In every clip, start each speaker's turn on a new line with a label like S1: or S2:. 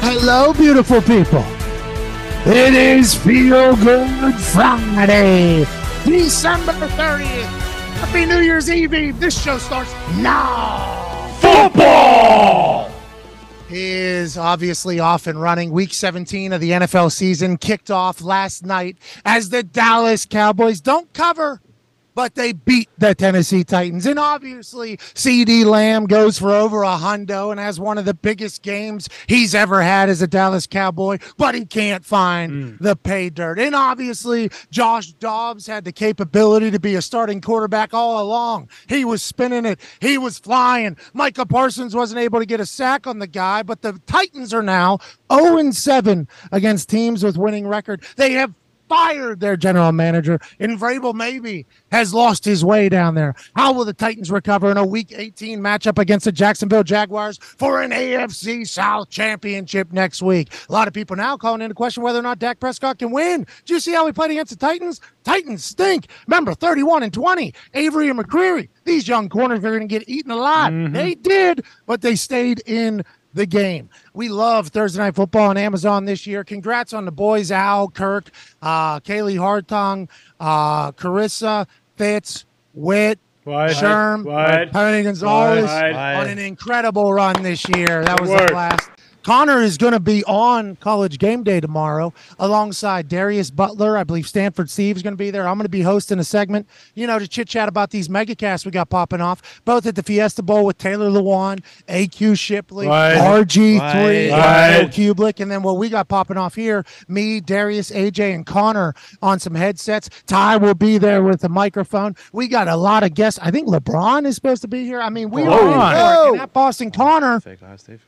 S1: Hello, beautiful people. It is Feel Good Friday, December 30th. Happy New Year's Eve Eve. This show starts now. Football is obviously off and running. Week 17 of the NFL season kicked off last night as the Dallas Cowboys don't cover but they beat the Tennessee Titans. And obviously, CD Lamb goes for over a hundo and has one of the biggest games he's ever had as a Dallas Cowboy, but he can't find the pay dirt. And obviously, Josh Dobbs had the capability to be a starting quarterback all along. He was spinning it, he was flying. Micah Parsons wasn't able to get a sack on the guy, but the Titans are now 0 7 against teams with winning record. They have fired their general manager, and Vrabel maybe has lost his way down there. How will the Titans recover in a Week 18 matchup against the Jacksonville Jaguars for an AFC South championship next week? A lot of people now calling into question whether or not Dak Prescott can win. Do you see how he played against the Titans? Titans stink. Remember, 31 and 20, Avery and McCreary. These young corners are going to get eaten alive. They did, but they stayed in the game. We love Thursday Night Football on Amazon this year. Congrats on the boys, Al, Kirk, uh, Kaylee Hartung, uh, Carissa, Fitz, Witt,
S2: What?
S1: Sherm,
S2: What?
S1: Tony Gonzalez
S2: What?
S1: on an incredible run this year. That was
S2: work.
S1: the last. Connor is going to be on College Game Day tomorrow alongside Darius Butler. I believe Stanford Steve's going to be there. I'm going to be hosting a segment, you know, to chit chat about these megacasts we got popping off, both at the Fiesta Bowl with Taylor Lewan, AQ Shipley,
S2: Right.
S1: RG3,
S2: Right.
S1: Kyle Kublik, and then what we got popping off here, me, Darius, AJ, and Connor on some headsets. Ty will be there with the microphone. We got a lot of guests. I think LeBron is supposed to be here. I mean, we
S2: Oh,
S1: are in
S2: Whoa.
S1: for it. And that Boston Connor.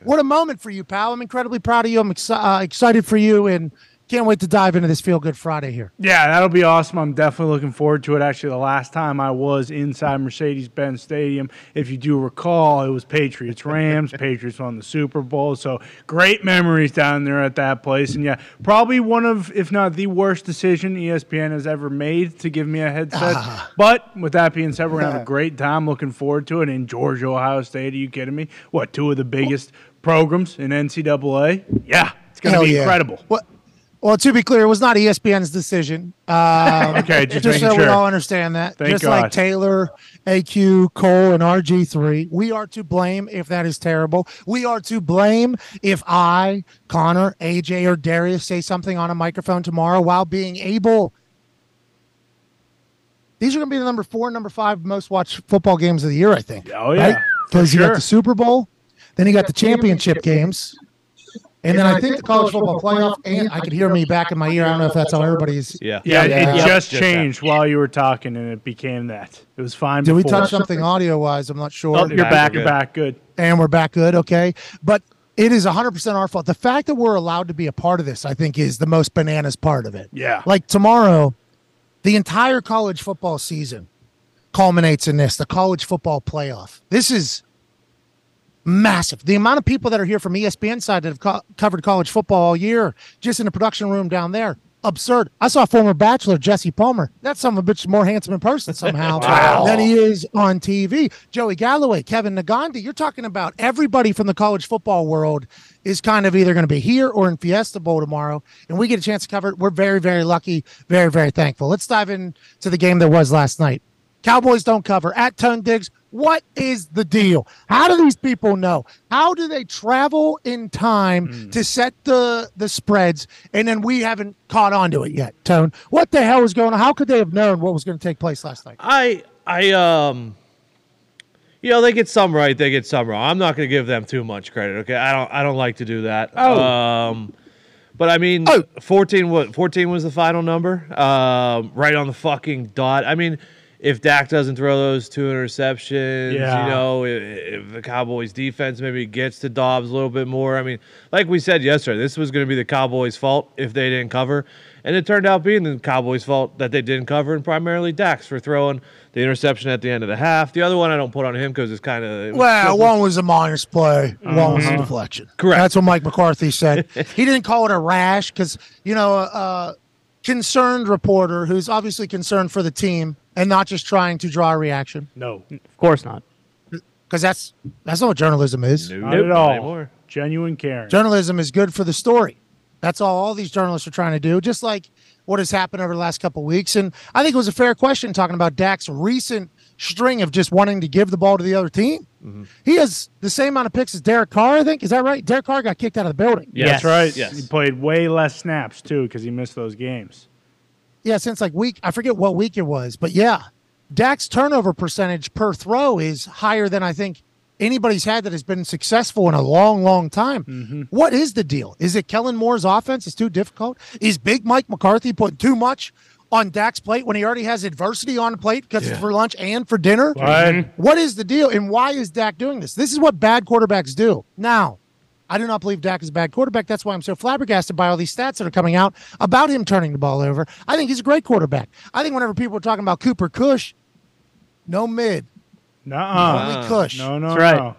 S1: What a moment for you, pal. I'm incredibly proud of you. I'm exci- uh, excited for you and can't wait to dive into this Feel Good Friday here.
S2: Yeah, that'll be awesome. I'm definitely looking forward to it. Actually, the last time I was inside Mercedes Benz Stadium, if you do recall, it was Patriots Rams. Patriots won the Super Bowl. So great memories down there at that place. And yeah, probably one of, if not the worst decision E ESPN has ever made to give me a headset. but with that being said, we're going to have a great time. Looking forward to it. In Georgia, Ohio State, are you kidding me? What, two of the biggest programs in NCAA? Yeah, it's going to
S1: Hell
S2: be
S1: yeah.
S2: incredible.
S1: Well, well, to be clear, it was not E ESPN's decision. Um,
S2: Okay, just
S1: just so
S2: making
S1: we
S2: sure.
S1: all understand that.
S2: Thank
S1: just
S2: God.
S1: like Taylor, AQ, Cole, and RG3, we are to blame if that is terrible. We are to blame if I, Connor, AJ, or Darius say something on a microphone tomorrow while being able. These are going to be the number four, number five most watched football games of the year, I think.
S2: Oh, yeah, for
S1: Because you
S2: sure.
S1: got the Super Bowl, then you got the championship games. And then I think the college football playoff, and I could hear me back in my ear. I don't know if that's how everybody's.
S3: Yeah.
S2: Yeah, it-
S1: Yeah.
S2: it
S1: Yep,
S2: just
S3: just
S2: changed while you were talking, and it became that. It was fine.
S1: Did we
S2: before.
S1: touch something audio wise? I'm not sure.
S2: Oh, you're
S3: You're
S2: back.
S3: back,
S2: You're
S3: you're
S2: back. Good.
S1: and we're back good. Okay. But it is 100% our fault. The fact that we're allowed to be a part of this, I think, is the most bananas part of it.
S2: Yeah.
S1: Like tomorrow, the entire college football season culminates in this the college football playoff. This is massive. The amount of people that are here from E ESPN side that have co- covered college football all year, just in the production room down there, absurd. I saw former bachelor Jesse Palmer. That son of a bitch is more handsome in person somehow than he is on TV. Joey Galloway, Kevin Nagandi. You're talking about everybody from the college football world is kind of either going to be here or in Fiesta Bowl tomorrow, and we get a chance to cover it. We're very, very lucky, very, very thankful. Let's dive into the game that was last night. Cowboys don't cover at Tone Diggs. What is the deal? How do these people know? How do they travel in time to set the the spreads? And then we haven't caught on to it yet, Tone. What the hell is going on? How could they have known what was going to take place last night?
S3: I I um you know, they get some right, they get some wrong. I'm not gonna give them too much credit, okay? I don't I don't like to do that.
S2: Oh.
S3: Um but I mean
S1: Oh.
S3: fourteen what fourteen was the final number. Um right on the fucking dot. I mean if Dak doesn't throw those two interceptions,
S2: Yeah.
S3: you know, i- i- if the Cowboys defense maybe gets to Dobbs a little bit more. I mean, like we said yesterday, this was going to be the Cowboys' fault if they didn't cover. And it turned out being the Cowboys' fault that they didn't cover, and primarily Dax for throwing the interception at the end of the half. The other one I don't put on him because it's kind of.
S1: Well, one was a minus play, one was a deflection.
S3: Correct.
S1: That's what Mike McCarthy said. he didn't call it a rash because, you know, a uh, concerned reporter who's obviously concerned for the team and not just trying to draw a reaction
S2: No.
S4: Of course not.
S1: because that's that's not what journalism is.
S2: Not at all.
S3: Anymore.
S2: Genuine Karen.
S1: Journalism is good for the story. That's all all these journalists are trying to do, just like what has happened over the last couple weeks. And I think it was a fair question talking about Dak's recent string of just wanting to give the ball to the other team.
S5: Mm-hmm.
S1: He has the same amount of picks as Derek Carr, I think. Is that right? Derek Carr got kicked out of the building.
S5: Yeah, that's
S6: Yes.
S5: right.
S2: He
S5: Yes.
S2: played way less snaps too because he missed those games.
S1: Yeah, since like week, I forget what week it was, but yeah, Dak's turnover percentage per throw is higher than I think anybody's had that has been successful in a long, long time. What is the deal? Is it Kellen Moore's offense is too difficult? Is Big Mike McCarthy putting too much on Dak's plate when he already has adversity on the plate because it's for lunch and for dinner?
S2: But
S1: What is the deal, and why is Dak doing this? This is what bad quarterbacks do. Now, I do not believe Dak is a bad quarterback. That's why I'm so flabbergasted by all these stats that are coming out about him turning the ball over. I think he's a great quarterback. I think whenever people are talking about Cooper Cush, no mid,
S2: nuh-uh.
S1: only Cush,
S2: no, no,
S6: That's right.
S2: no.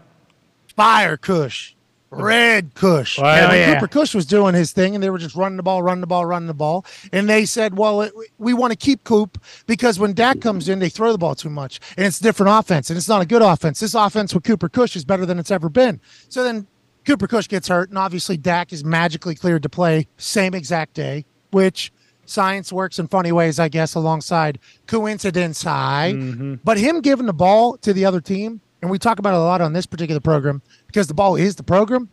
S1: fire Cush, red Cush.
S2: Well,
S1: And when
S6: yeah.
S1: Cooper Cush was doing his thing, and they were just running the ball, running the ball, running the ball. And they said, "Well, it, we want to keep Coop because when Dak comes in, they throw the ball too much, and it's a different offense, and it's not a good offense. This offense with Cooper Cush is better than it's ever been." So then Cooper Cush gets hurt, and obviously Dak is magically cleared to play same exact day, which science works in funny ways, I guess, alongside coincidence high. But him giving the ball to the other team, and we talk about it a lot on this particular program because the ball is the program.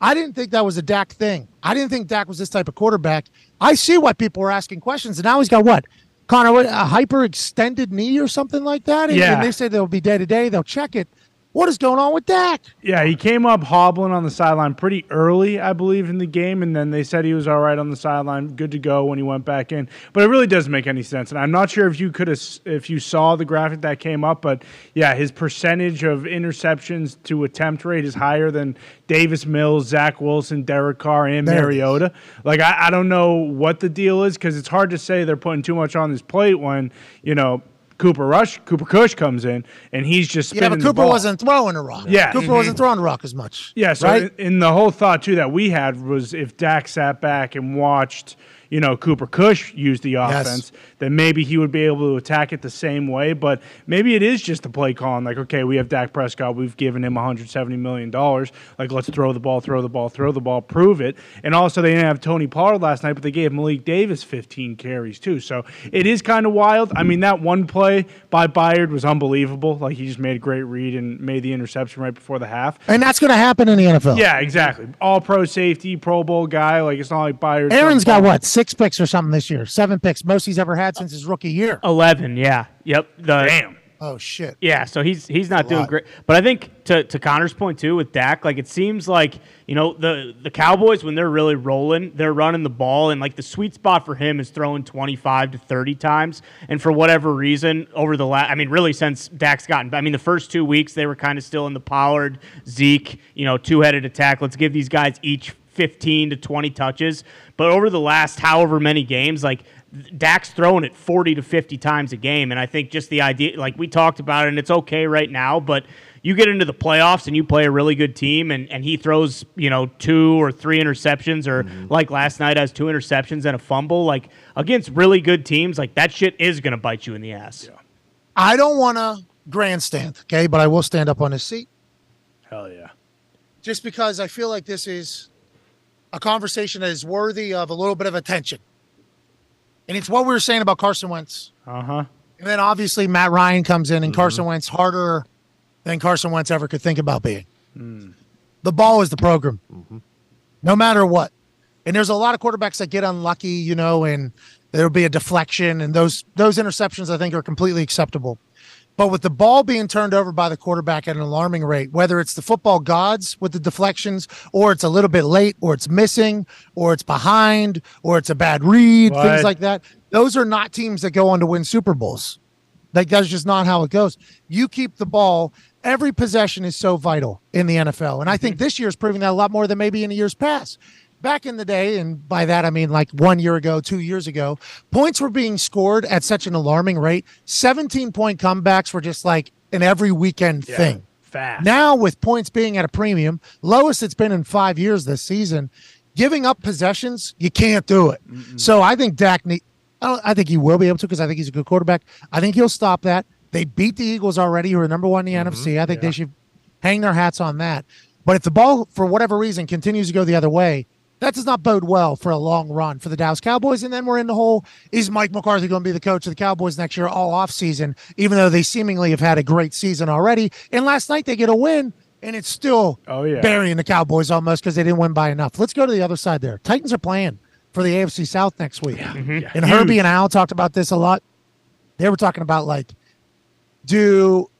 S1: I didn't think that was a Dak thing. I didn't think Dak was this type of quarterback. I see why people were asking questions, and now he's got what? Connor, what, a hyperextended knee or something like that? And,
S2: Yeah.
S1: and they say they'll be day to day, they'll check it. What is going on with Dak?
S2: Yeah, he came up hobbling on the sideline pretty early, I believe, in the game, and then they said he was all right on the sideline, good to go when he went back in. But it really doesn't make any sense, and I'm not sure if you could have, if you saw the graphic that came up, but yeah, his percentage of interceptions to attempt rate is higher than Davis Mills, Zach Wilson, Derek Carr, and
S1: There it is.
S2: Mariota. Like I, I don't know what the deal is because it's hard to say they're putting too much on his plate when you know. Cooper Rush, Cooper Cush comes in, and he's just
S1: Yeah,
S2: spinning
S1: but
S2: the
S1: Cooper
S2: ball.
S1: wasn't throwing the rock.
S2: Yeah. Mm-hmm.
S1: Cooper wasn't throwing the rock as much.
S2: Yeah, so
S1: right?
S2: in- in the whole thought too that we had was if Dak sat back and watched, you know, Cooper Cush use the
S1: Yes.
S2: offense, then maybe he would be able to attack it the same way. But maybe it is just the play calling, like, okay, we have Dak Prescott, we've given him 170 million dollars. Like, let's throw the ball, throw the ball, throw the ball, prove it. And also they didn't have Tony Pollard last night, but they gave Malik Davis 15 carries too. So it is kind of wild. I mean, that one play by Byard was unbelievable. Like he just made a great read and made the interception right before the half.
S1: and that's going to happen in the NFL.
S2: Yeah, exactly. All pro safety, Pro Bowl guy. Like it's not like Byers.
S1: Aaron's got what? Six picks or something this year. Seven picks, most he's ever had since his rookie year.
S6: Eleven. Yeah. Yep. The,
S2: Damn.
S1: Oh, shit.
S6: Yeah, so he's he's not doing
S1: lot.
S6: great. But I think to to Connor's point too with Dak, like it seems like, you know, the the Cowboys when they're really rolling, they're running the ball and like the sweet spot for him is throwing 25 to 30 times. And for whatever reason, over the last I mean really since Dak's gotten I mean the first 2 weeks they were kind of still in the Pollard, Zeke, you know, two-headed attack. Let's give these guys each 15 to 20 touches. But over the last however many games, like Dak's thrown it 40 to 50 times a game. And I think just the idea, like we talked about it, and it's okay right now, but you get into the playoffs and you play a really good team and, and he throws, you know, two or three interceptions or like last night has two interceptions and a fumble, like against really good teams, like that shit is going to bite you in the ass.
S1: I don't want to grandstand, okay? But I will stand up on his seat
S2: Hell yeah.
S1: just because I feel like this is a conversation that is worthy of a little bit of attention. And it's what we were saying about Carson Wentz.
S2: Uh huh.
S1: And then obviously Matt Ryan comes in and Carson Wentz harder than Carson Wentz ever could think about being.
S2: Hmm.
S1: The ball is the program, no matter what. And there's a lot of quarterbacks that get unlucky, you know, and there'll be a deflection, and those those interceptions I think are completely acceptable. But with the ball being turned over by the quarterback at an alarming rate, whether it's the football gods with the deflections, or it's a little bit late, or it's missing, or it's behind, or it's a bad read,
S2: Right.
S1: things like that, those are not teams that go on to win Super Bowls. Like that's just not how it goes. You keep the ball. Every possession is so vital in the NFL, and I think this year is proving that a lot more than maybe in the years past. Back in the day, and by that I mean like one year ago, two years ago, points were being scored at such an alarming rate. Seventeen-point comebacks were just like an every weekend thing.
S2: Fast.
S1: Now, with points being at a premium, lowest it's been in five years this season, giving up possessions, you can't do it. So I think Dak, ne- I, don't, I think he will be able to because I think he's a good quarterback. I think he'll stop that. They beat the Eagles already, who are number one in the NFC. I think they should hang their hats on that. But if the ball, for whatever reason, continues to go the other way, that does not bode well for a long run for the Dallas Cowboys. And then we're in the whole is Mike McCarthy going to be the coach of the Cowboys next year all offseason, even though they seemingly have had a great season already. And last night they get a win, and it's still
S2: Oh, yeah.
S1: burying the Cowboys almost because they didn't win by enough. Let's go to the other side there. Titans are playing for the AFC South next week.
S2: Mm-hmm.
S1: And Herbie and Al talked about this a lot. They were talking about like, do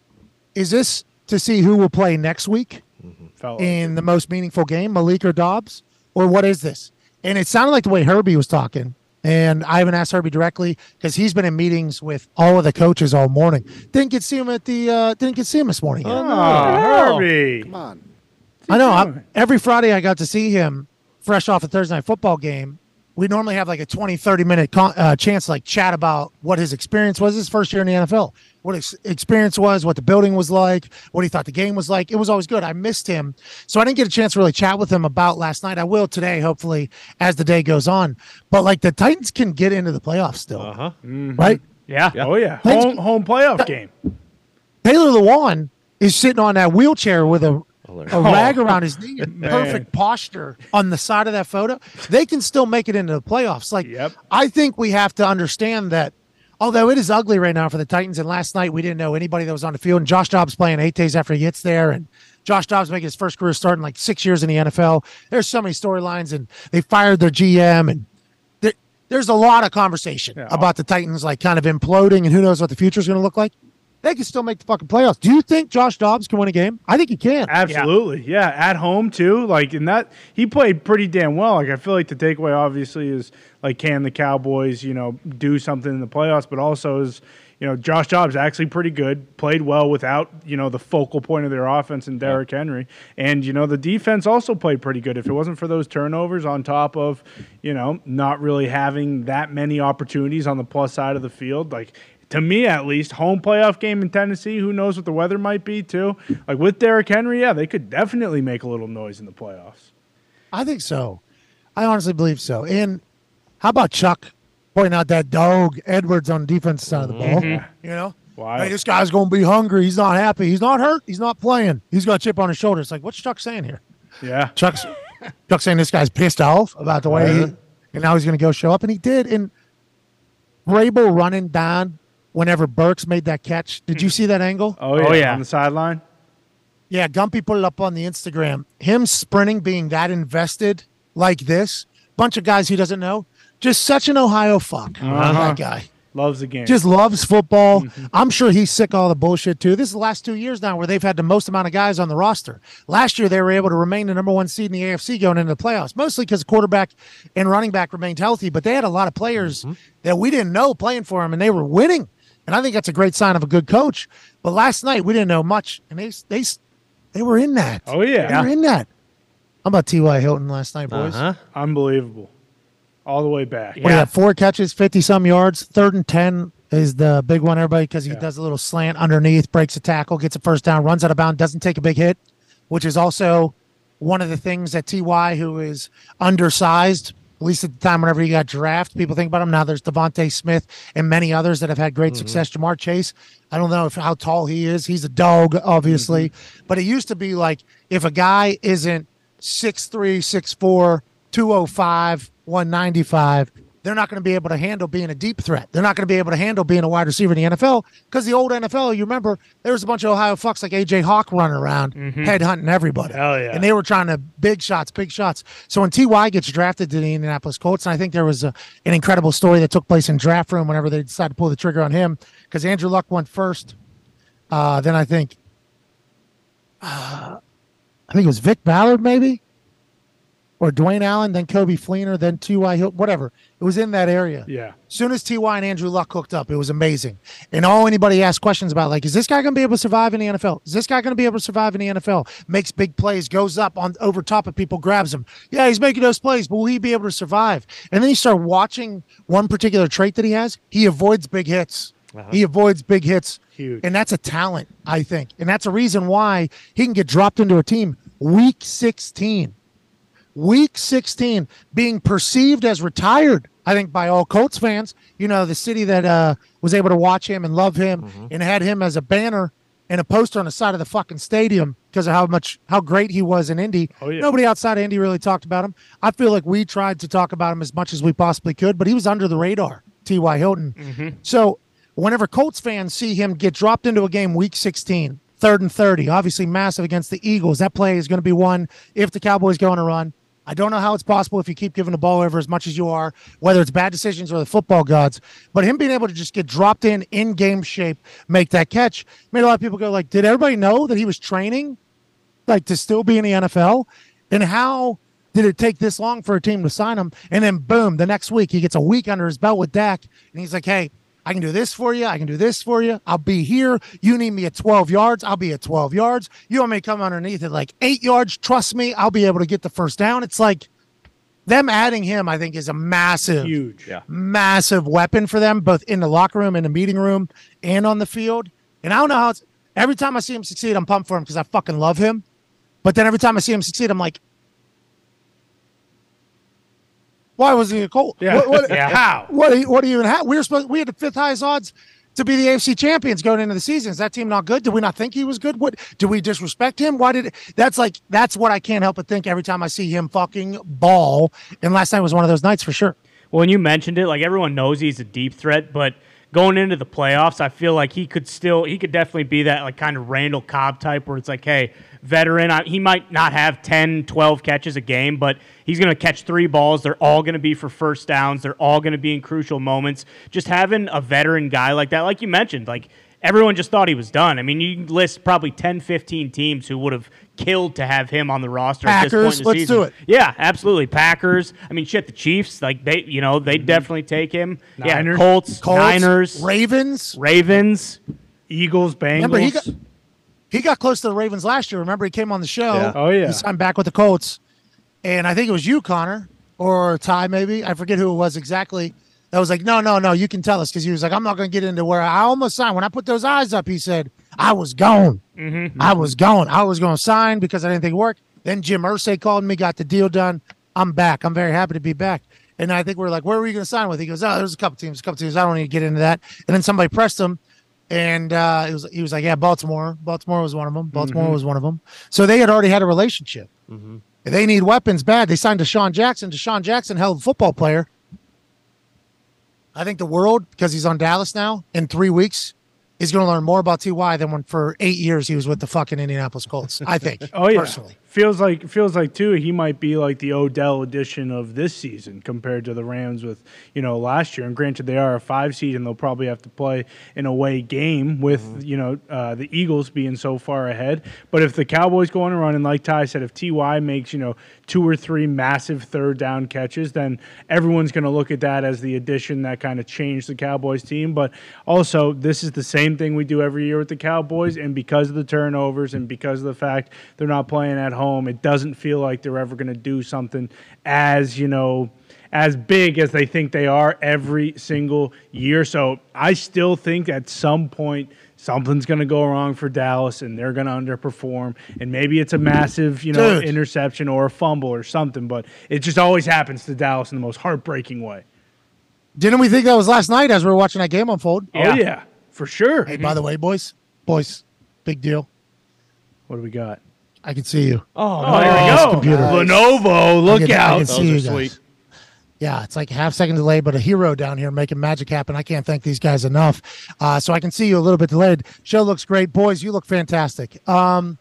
S1: is this to see who will play next week?
S2: Mm-hmm. Felt like-
S1: in the most meaningful game, Malik or Dobbs, or what is this? And it sounded like the way Herbie was talking. And I haven't asked Herbie directly because he's been in meetings with all of the coaches all morning. Didn't get to see him at the uh, didn't get to see him this morning. yet.
S2: Ah, Herbie.
S7: Come on.
S1: I know. I, every Friday I got to see him fresh off a Thursday night football game. We normally have like a 20, 30 minute con- uh, chance to like chat about what his experience was his first year in the NFL, what his experience was, what the building was like, what he thought the game was like. It was always good. I missed him. So I didn't get a chance to really chat with him about last night. I will today, hopefully, as the day goes on. But like the Titans can get into the playoffs still,
S8: Uh-huh.
S1: right?
S9: Yeah.
S2: Oh Mm-hmm. yeah,
S1: Thanks-
S2: home home playoff game.
S1: Taylor Lewan is sitting on that wheelchair with a,
S8: Alert.
S1: a
S2: Oh.
S1: rag around his knee, in perfect posture on the side of that photo. They can still make it into the playoffs. Like,
S2: Yep.
S1: I think we have to understand that. Although it is ugly right now for the Titans, and last night we didn't know anybody that was on the field, and Josh Dobbs playing eight days after he gets there, and Josh Dobbs making his first career start in like six years in the NFL. There's so many storylines, and they fired their GM, and there, there's a lot of conversation about the Titans like kind of imploding, and who knows what the future is going to look like. They can still make the fucking playoffs. Do you think Josh Dobbs can win a game? I think he can.
S2: Absolutely, yeah. At home too, like in that he played pretty damn well. Like I feel like the takeaway obviously is like can the Cowboys you know do something in the playoffs, but also is you know Josh Jobs actually pretty good, played well without you know the focal point of their offense and Derrick Henry, and you know the defense also played pretty good. If it wasn't for those turnovers, on top of you know not really having that many opportunities on the plus side of the field, like to me at least, home playoff game in Tennessee. Who knows what the weather might be too? Like with Derrick Henry, yeah, they could definitely make a little noise in the playoffs.
S1: I think so. I honestly believe so. And how about Chuck pointing out that dog Edwards on the defense side of the
S2: Mm-hmm.
S1: ball?
S10: Mm-hmm.
S1: You know,
S2: Wild.
S1: hey, this guy's going to be hungry. He's not happy. He's not hurt. He's not playing. He's got a chip on his shoulder. It's like, what's Chuck saying here?
S2: Yeah,
S1: Chuck's Chuck's saying this guy's pissed off about the way, he, and now he's going to go show up, and he did. And Rabel running down whenever Burks made that catch. Did you see that angle?
S2: oh yeah,
S9: Oh, yeah.
S2: on the sideline.
S1: Yeah, Gumpy put it up on the Instagram. Him sprinting, being that invested like this, bunch of guys he doesn't know. Just such an Ohio fuck.
S2: Uh-huh.
S1: That guy
S2: Loves the game.
S1: Uh-huh.
S2: Mm-hmm.
S1: just loves football. I'm sure he's sick of all the bullshit too. This is the last two years now where they've had the most amount of guys on the roster. Last year they were able to remain the number one seed in the AFC going into the playoffs, mostly because quarterback and running back remained healthy. But they had a lot of players
S2: Mm-hmm.
S1: that we didn't know playing for them, and they were winning. And I think that's a great sign of a good coach. But last night we didn't know much, and they they they were in that.
S2: Oh, yeah.
S1: they were in that. How about T.Y. Hilton last night, boys?
S8: Uh-huh.
S2: Unbelievable, all the way back.
S1: What do you have, Four catches, 50 some yards. Third and 10 is the big one, everybody, because he does a little slant underneath, breaks a tackle, gets a first down, runs out of bounds, doesn't take a big hit, which is also one of the things that T.Y., who is undersized, at least at the time whenever he got drafted, people think about him. Now there's Devontae Smith and many others that have had great success. Jamar Chase, I don't know if, how tall he is. He's a dog, obviously. But it used to be like if a guy isn't 6'3, 6'4, 205, 195, they're not going to be able to handle being a deep threat. They're not going to be able to handle being a wide receiver in the NFL because the old NFL, you remember, there was a bunch of Ohio fucks like AJ Hawk running around, head hunting everybody.
S2: Hell yeah.
S1: And they were trying to big shots, big shots. So when Ty gets drafted to the Indianapolis Colts, and I think there was a, an incredible story that took place in draft room whenever they decided to pull the trigger on him because Andrew Luck went first. Uh, then I think, uh, I think it was Vic Ballard, maybe or Dwayne Allen, then Kobe Fleener, then T.Y. Hill, whatever. It was in that area.
S2: Yeah.
S1: Soon as T.Y. and Andrew Luck hooked up, it was amazing. And all anybody asked questions about, like, is this guy going to be able to survive in the NFL? Is this guy going to be able to survive in the NFL? Makes big plays, goes up on over top of people, grabs him. Yeah, he's making those plays, but will he be able to survive? And then you start watching one particular trait that he has. He avoids big hits. He avoids big hits.
S2: Huge.
S1: And that's a talent, I think. And that's a reason why he can get dropped into a team week 16 week 16 being perceived as retired i think by all colts
S2: Mm-hmm.
S1: fans you know the city that uh, was able to watch him and love him and had him as a banner and a poster on the side of the fucking stadium because of how much how great he was in Indy.
S2: Oh, yeah.
S1: Nobody outside of Indy really talked about him. I feel like we tried to talk about him as much as we possibly could, but he was under the radar. T.Y. Hilton.
S6: Mm-hmm.
S11: Mm-hmm.
S1: So whenever Colts fans see him get dropped into a game week 16, third and 30, obviously massive against the Eagles, that play is going to be won if the Cowboys go on a run. I don't know how it's possible if you keep giving the ball over as much as you are, whether it's bad decisions or the football gods. But him being able to just get dropped in in game shape, make that catch, made a lot of people go like, "Did everybody know that he was training, like to still be in the NFL?" And how did it take this long for a team to sign him? And then boom, the next week he gets a week under his belt with Dak, and he's like, "Hey, I can do this for you. I can do this for you. I'll be here. You need me at 12 yards. I'll be at 12 yards. You want me to come underneath at like eight yards? Trust me, I'll be able to get the first down. It's like them adding him, I think, is a massive,
S2: Huge.
S3: Yeah.
S1: massive weapon for them, both in the locker room, in the meeting room, and on the field. And I don't know how it's every time I see him succeed, I'm pumped for him because I fucking love him. But then every time I see him succeed, I'm like, why wasn't he a Colt?
S2: Yeah.
S1: What, what,
S6: Yeah. How?
S1: What? do you- What do you even have? We were supposed. We had the fifth highest odds to be the AFC champions going into the season. Is that team not good? Did we not think he was good? What? Do we disrespect him? Why did? That's like that's what I can't help but think every time I see him fucking ball. And last night was one of those nights for sure.
S6: Well, when you mentioned it, like everyone knows he's a deep threat, but going into the playoffs, I feel like he could still, he could definitely be that like kind of Randall Cobb type where it's like, hey, veteran, I, he might not have 10, 12 catches a game, but he's going to catch three balls. They're all going to be for first downs. They're all going to be in crucial moments. Just having a veteran guy like that, like you mentioned, like everyone just thought he was done. I mean, you can list probably 10, 15 teams who would have killed to have him on the roster at this
S1: Packers,
S6: point in the
S1: let's
S6: season.
S1: do it.
S6: Yeah, absolutely. Packers. I mean, shit, the Chiefs, like they, you know, they definitely take him. Yeah,
S2: Niners.
S6: Colts,
S1: Mm-hmm. Colts,
S6: Niners,
S1: Ravens.
S6: Ravens.
S2: Eagles,
S1: Remember, he
S2: Bengals.
S1: got he got close to the Ravens last year. Remember, he came on the show.
S3: Yeah.
S2: Oh, yeah.
S1: he signed back with the Colts, and I think it was you, Connor, or Ty, maybe I forget who it was exactly. That was like, no, no, no, you can tell us because he was like, I'm not going to get into where I almost signed. When I put those eyes up, he said, I was gone.
S2: Mm-hmm.
S1: I was gone. I was going to sign because I didn't think it worked. Then Jim Irsay called me, got the deal done. I'm back. I'm very happy to be back. And I think we're like, where were you going to sign with? He goes, oh, there's a couple teams, a couple teams. I don't need to get into that. And then somebody pressed him, and uh, it was he was like, yeah, Baltimore. Baltimore was one of them. Baltimore was one of them. So they had already had a relationship.
S2: Mm-hmm.
S1: They need weapons bad. They signed Deshaun Jackson. Deshaun Jackson, hell of a football player. I think the world, because he's on Dallas now, in three weeks, is going to learn more about Ty than when for eight years he was with the fucking Indianapolis Colts. I think.
S2: Oh yeah,
S1: personally.
S2: feels like feels like too. He might be like the Odell edition of this season compared to the Rams with you know last year. And granted, they are a five seed, and they'll probably have to play an away game with
S1: Mm-hmm.
S2: you know uh, the Eagles being so far ahead. But if the Cowboys go on a run, and like Ty said, if Ty makes you know two or three massive third down catches, then everyone's going to look at that as the addition that kind of changed the Cowboys team. But also, this is the same thing we do every year with the Cowboys. And because of the turnovers and because of the fact they're not playing at home, it doesn't feel like they're ever going to do something as, you know, as big as they think they are every single year. So I still think at some point something's going to go wrong for Dallas and they're going to underperform. And maybe it's a massive, you know,
S1: Dude.
S2: interception or a fumble or something, but it just always happens to Dallas in the most heartbreaking way.
S1: Didn't we think that was last night as we were watching that game unfold?
S2: Oh,
S6: Yeah.
S2: yeah, for sure.
S1: Hey, by the way, boys, boys, big deal.
S2: What do we got?
S1: I can see you.
S2: Oh,
S1: go. computer.
S2: Lenovo,
S1: I
S2: look
S1: can- I
S2: out.
S1: can
S3: Those
S1: see
S3: are
S1: you guys.
S3: sweet.
S1: Yeah, it's like a half second delay, but a hero down here making magic happen. I can't thank these guys enough. Uh, so I can see you a little bit delayed. Show looks great. Boys, you look fantastic. Um,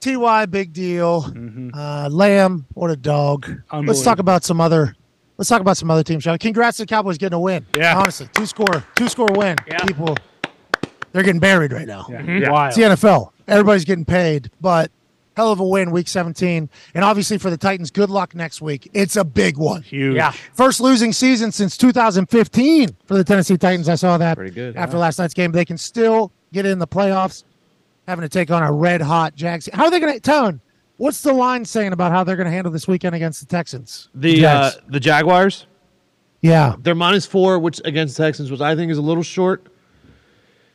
S1: TY, big deal.
S2: Mm-hmm.
S1: Uh, Lamb, what a dog. Let's talk
S2: Unbelievable.
S1: about some other. Let's talk about some other teams, shall we? Congrats to the Cowboys getting a win.
S2: Yeah.
S1: Honestly, two score, two score win.
S6: Yeah.
S1: People, they're getting buried right now.
S2: Wild.
S1: It's the NFL. Everybody's getting paid, but hell of a win week 17. And obviously for the Titans, good luck next week. It's a big one.
S2: Huge.
S6: Yeah.
S1: First losing season since 2015 for the Tennessee Titans. I saw that
S3: Pretty good,
S1: after last night's game. They can still get in the playoffs, having to take on a red hot Jags. How are they going to, Tone, what's the line saying about how they're going to handle this weekend against the Texans?
S3: The uh,
S1: Jags.
S3: the Jaguars.
S1: yeah.
S3: They're minus four, which against the Texans, which I think is a little short.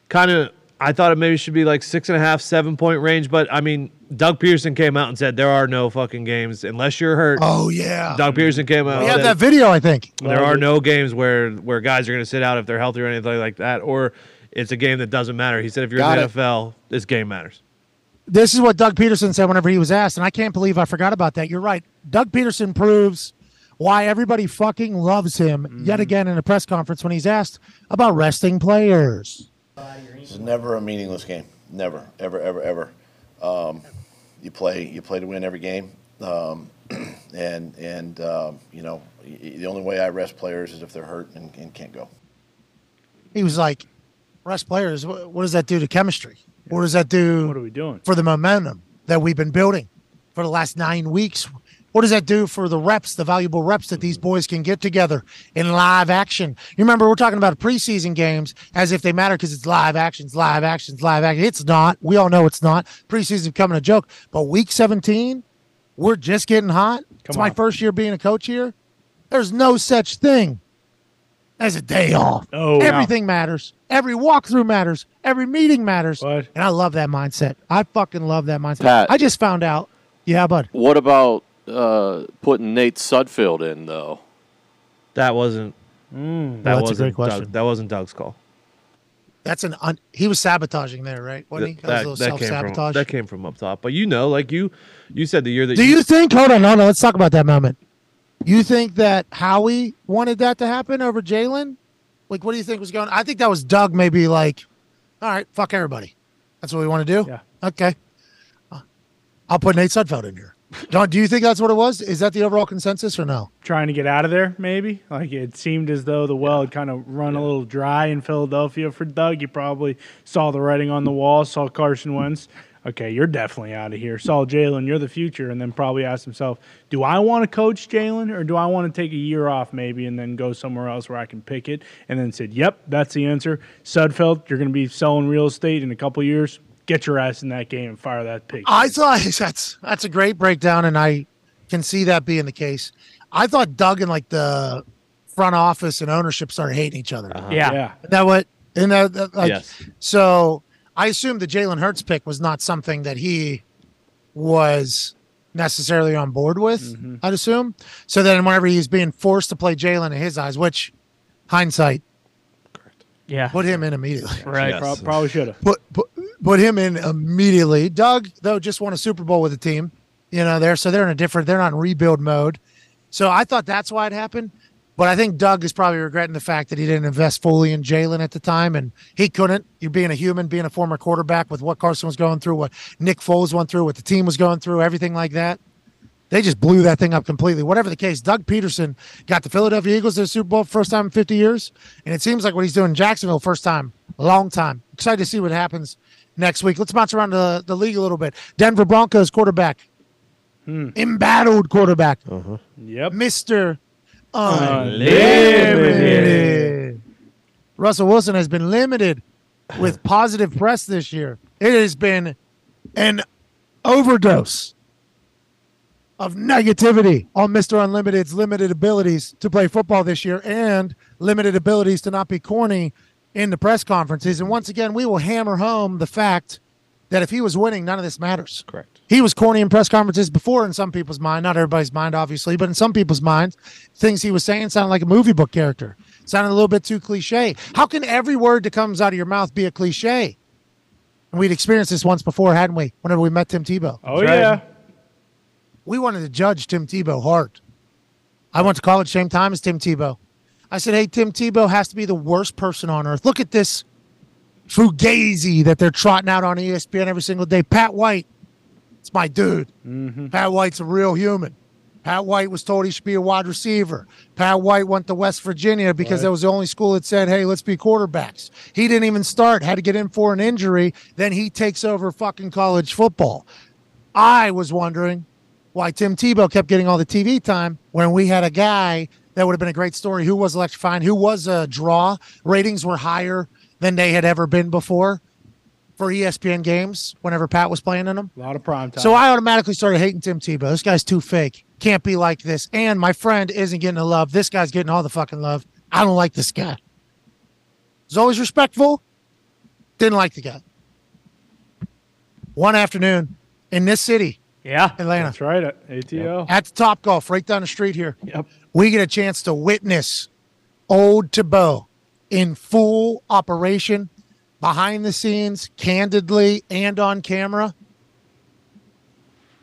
S3: Kind of, I thought it maybe should be like six and a half, seven point range. But I mean, Doug Peterson came out and said there are no fucking games unless you're hurt.
S1: Oh, yeah.
S3: Doug Peterson came out.
S1: We
S3: and
S1: have
S3: said,
S1: that video, I think.
S3: Oh, there are no games where where guys are going to sit out if they're healthy or anything like that, or It's a game that doesn't matter. He said, if you're
S1: Got
S3: in
S1: it.
S3: the NFL, this game matters.
S1: This is what Doug Peterson said whenever he was asked, and I can't believe I forgot about that. You're right. Doug Peterson proves why everybody fucking loves him yet again in a press conference when he's asked about resting players.
S12: This is never a meaningless game. Never, ever, ever, ever. Um, you play, you play to win every game, um, and and um, you know y- y- the only way I rest players is if they're hurt and, and can't go.
S1: He was like, rest players, wh- what does that do to chemistry? What does that do? What are
S2: we doing?
S1: For the momentum that we've been building for the last nine weeks. What does that do for the reps, the valuable reps that these boys can get together in live action? You remember, we're talking about preseason games as if they matter because it's live actions, live actions, live action. It's not. We all know it's not. Preseason becoming a joke. But week 17, we're just getting hot. it's my first year being a coach here. There's no such thing as a day off.
S2: Oh, no.
S1: everything matters. Every walkthrough matters. Every meeting matters. And I love that mindset. I fucking love that mindset.
S13: Pat.
S1: I just found out. Yeah, bud.
S13: What about uh, putting Nate Sudfeld in though?
S3: That wasn't. that
S1: Well, that's a
S3: wasn't
S1: great
S3: Doug-
S1: question.
S3: that wasn't Doug's call.
S1: That's an un- he was sabotaging there, right? Wasn't he?
S3: Th-
S1: That, was a little self
S3: came from,
S1: sabotage.
S3: that came from up top. But you know, like you, you said the year that
S1: Do you think? Hold on, hold on. Let's talk about that moment. You think that Howie wanted that to happen over Jalen? Like, what do you think was going? I think that was Doug. Maybe like, all right, fuck everybody. That's what we want to do. Yeah. Okay. I'll put Nate Sudfeld in here. Don, do you think that's what it was? Is that the overall consensus or no?
S2: trying to get out of there, maybe. Like it seemed as though the well had kind of run a little dry in Philadelphia for Doug. You probably saw the writing on the wall, saw Carson Wentz. Okay, you're definitely out of here. Saw Jalen, you're the future, and then probably asked himself, Do I want to coach Jalen or do I want to take a year off maybe and then go somewhere else where I can pick it? And then said, Yep, that's the answer. Sudfeld, you're gonna be selling real estate in a couple years. Get your ass in that game and fire that pig.
S1: I thought that's that's a great breakdown, and I can see that being the case. I thought Doug and like the front office and ownership started hating each other.
S2: Yeah. Yeah.
S1: Isn't that what? And that, that like,
S2: Yes.
S1: So I assume the Jalen Hurts pick was not something that he was necessarily on board with. I'd assume. So then, whenever he's being forced to play Jalen in his eyes, which hindsight,
S6: Yeah.
S1: put him in immediately.
S6: Right.
S2: Prob- probably should have.
S1: put, put put him in immediately. Doug though just won a Super Bowl with the team, you know. There, so they're in a different. They're not in rebuild mode. So I thought that's why it happened. But I think Doug is probably regretting the fact that he didn't invest fully in Jalen at the time, and he couldn't. You're being a human, being a former quarterback, with what Carson was going through, what Nick Foles went through, what the team was going through, everything like that. They just blew that thing up completely. Whatever the case, Doug Peterson got the Philadelphia Eagles to the Super Bowl first time in 50 years, and it seems like what he's doing in Jacksonville first time, long time. Excited to see what happens next week. Let's bounce around the, the league a little bit. Denver Broncos quarterback, embattled quarterback,
S2: Hmm.
S3: Uh-huh.
S2: yep,
S1: Mister
S2: Unlimited.
S1: Russell Wilson has been limited with positive press this year. It has been an overdose of negativity on Mr. Unlimited's limited abilities to play football this year and limited abilities to not be corny in the press conferences. And once again, we will hammer home the fact that if he was winning, none of this matters.
S3: Correct.
S1: He was corny in press conferences before in some people's mind, not everybody's mind, obviously, but in some people's minds, things he was saying sounded like a movie book character, sounded a little bit too cliche. How can every word that comes out of your mouth be a cliche? And we'd experienced this once before, hadn't we? Whenever we met Tim Tebow
S2: Oh yeah.
S1: we wanted to judge Tim Tebow hard. I went to college same time as Tim Tebow. I said, "Hey, Tim Tebow has to be the worst person on earth. Look at this fugazi that they're trotting out on E ESPN every single day. Pat White, it's my dude.
S2: Mm-hmm.
S1: Pat White's a real human. Pat White was told he should be a wide receiver. Pat White went to West Virginia because that was the only school that said, hey, let's be quarterbacks. He didn't even start, had to get in for an injury. Then he takes over fucking college football. I was wondering why Tim Tebow kept getting all the TV time when we had a guy that would have been a great story who was electrifying, who was a draw. Ratings were higher than they had ever been before for E ESPN games whenever Pat was playing in them.
S2: A lot of prime time.
S1: So I automatically started hating Tim Tebow. This guy's too fake. Can't be like this. And my friend isn't getting the love. This guy's getting all the fucking love. I don't like this guy. He's always respectful. Didn't like the guy. One afternoon in this city,
S6: Yeah.
S1: Atlanta,
S2: That's right, at ATO.
S1: at the Top Golf, right down the street here,
S2: Yep.
S1: we get a chance to witness old Tebow in full operation. behind the scenes, candidly, and on camera.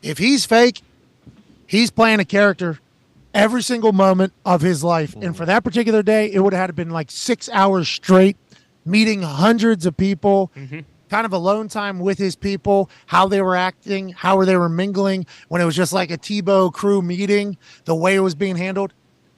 S1: If he's fake, he's playing a character every single moment of his life.
S6: Mm-hmm.
S1: And for that particular day, it would have had to been like six hours straight, meeting hundreds of people,
S6: Mm-hmm.
S1: kind of alone time with his people, how they were acting, how they were mingling, when it was just like a Tebow crew meeting, the way it was being handled.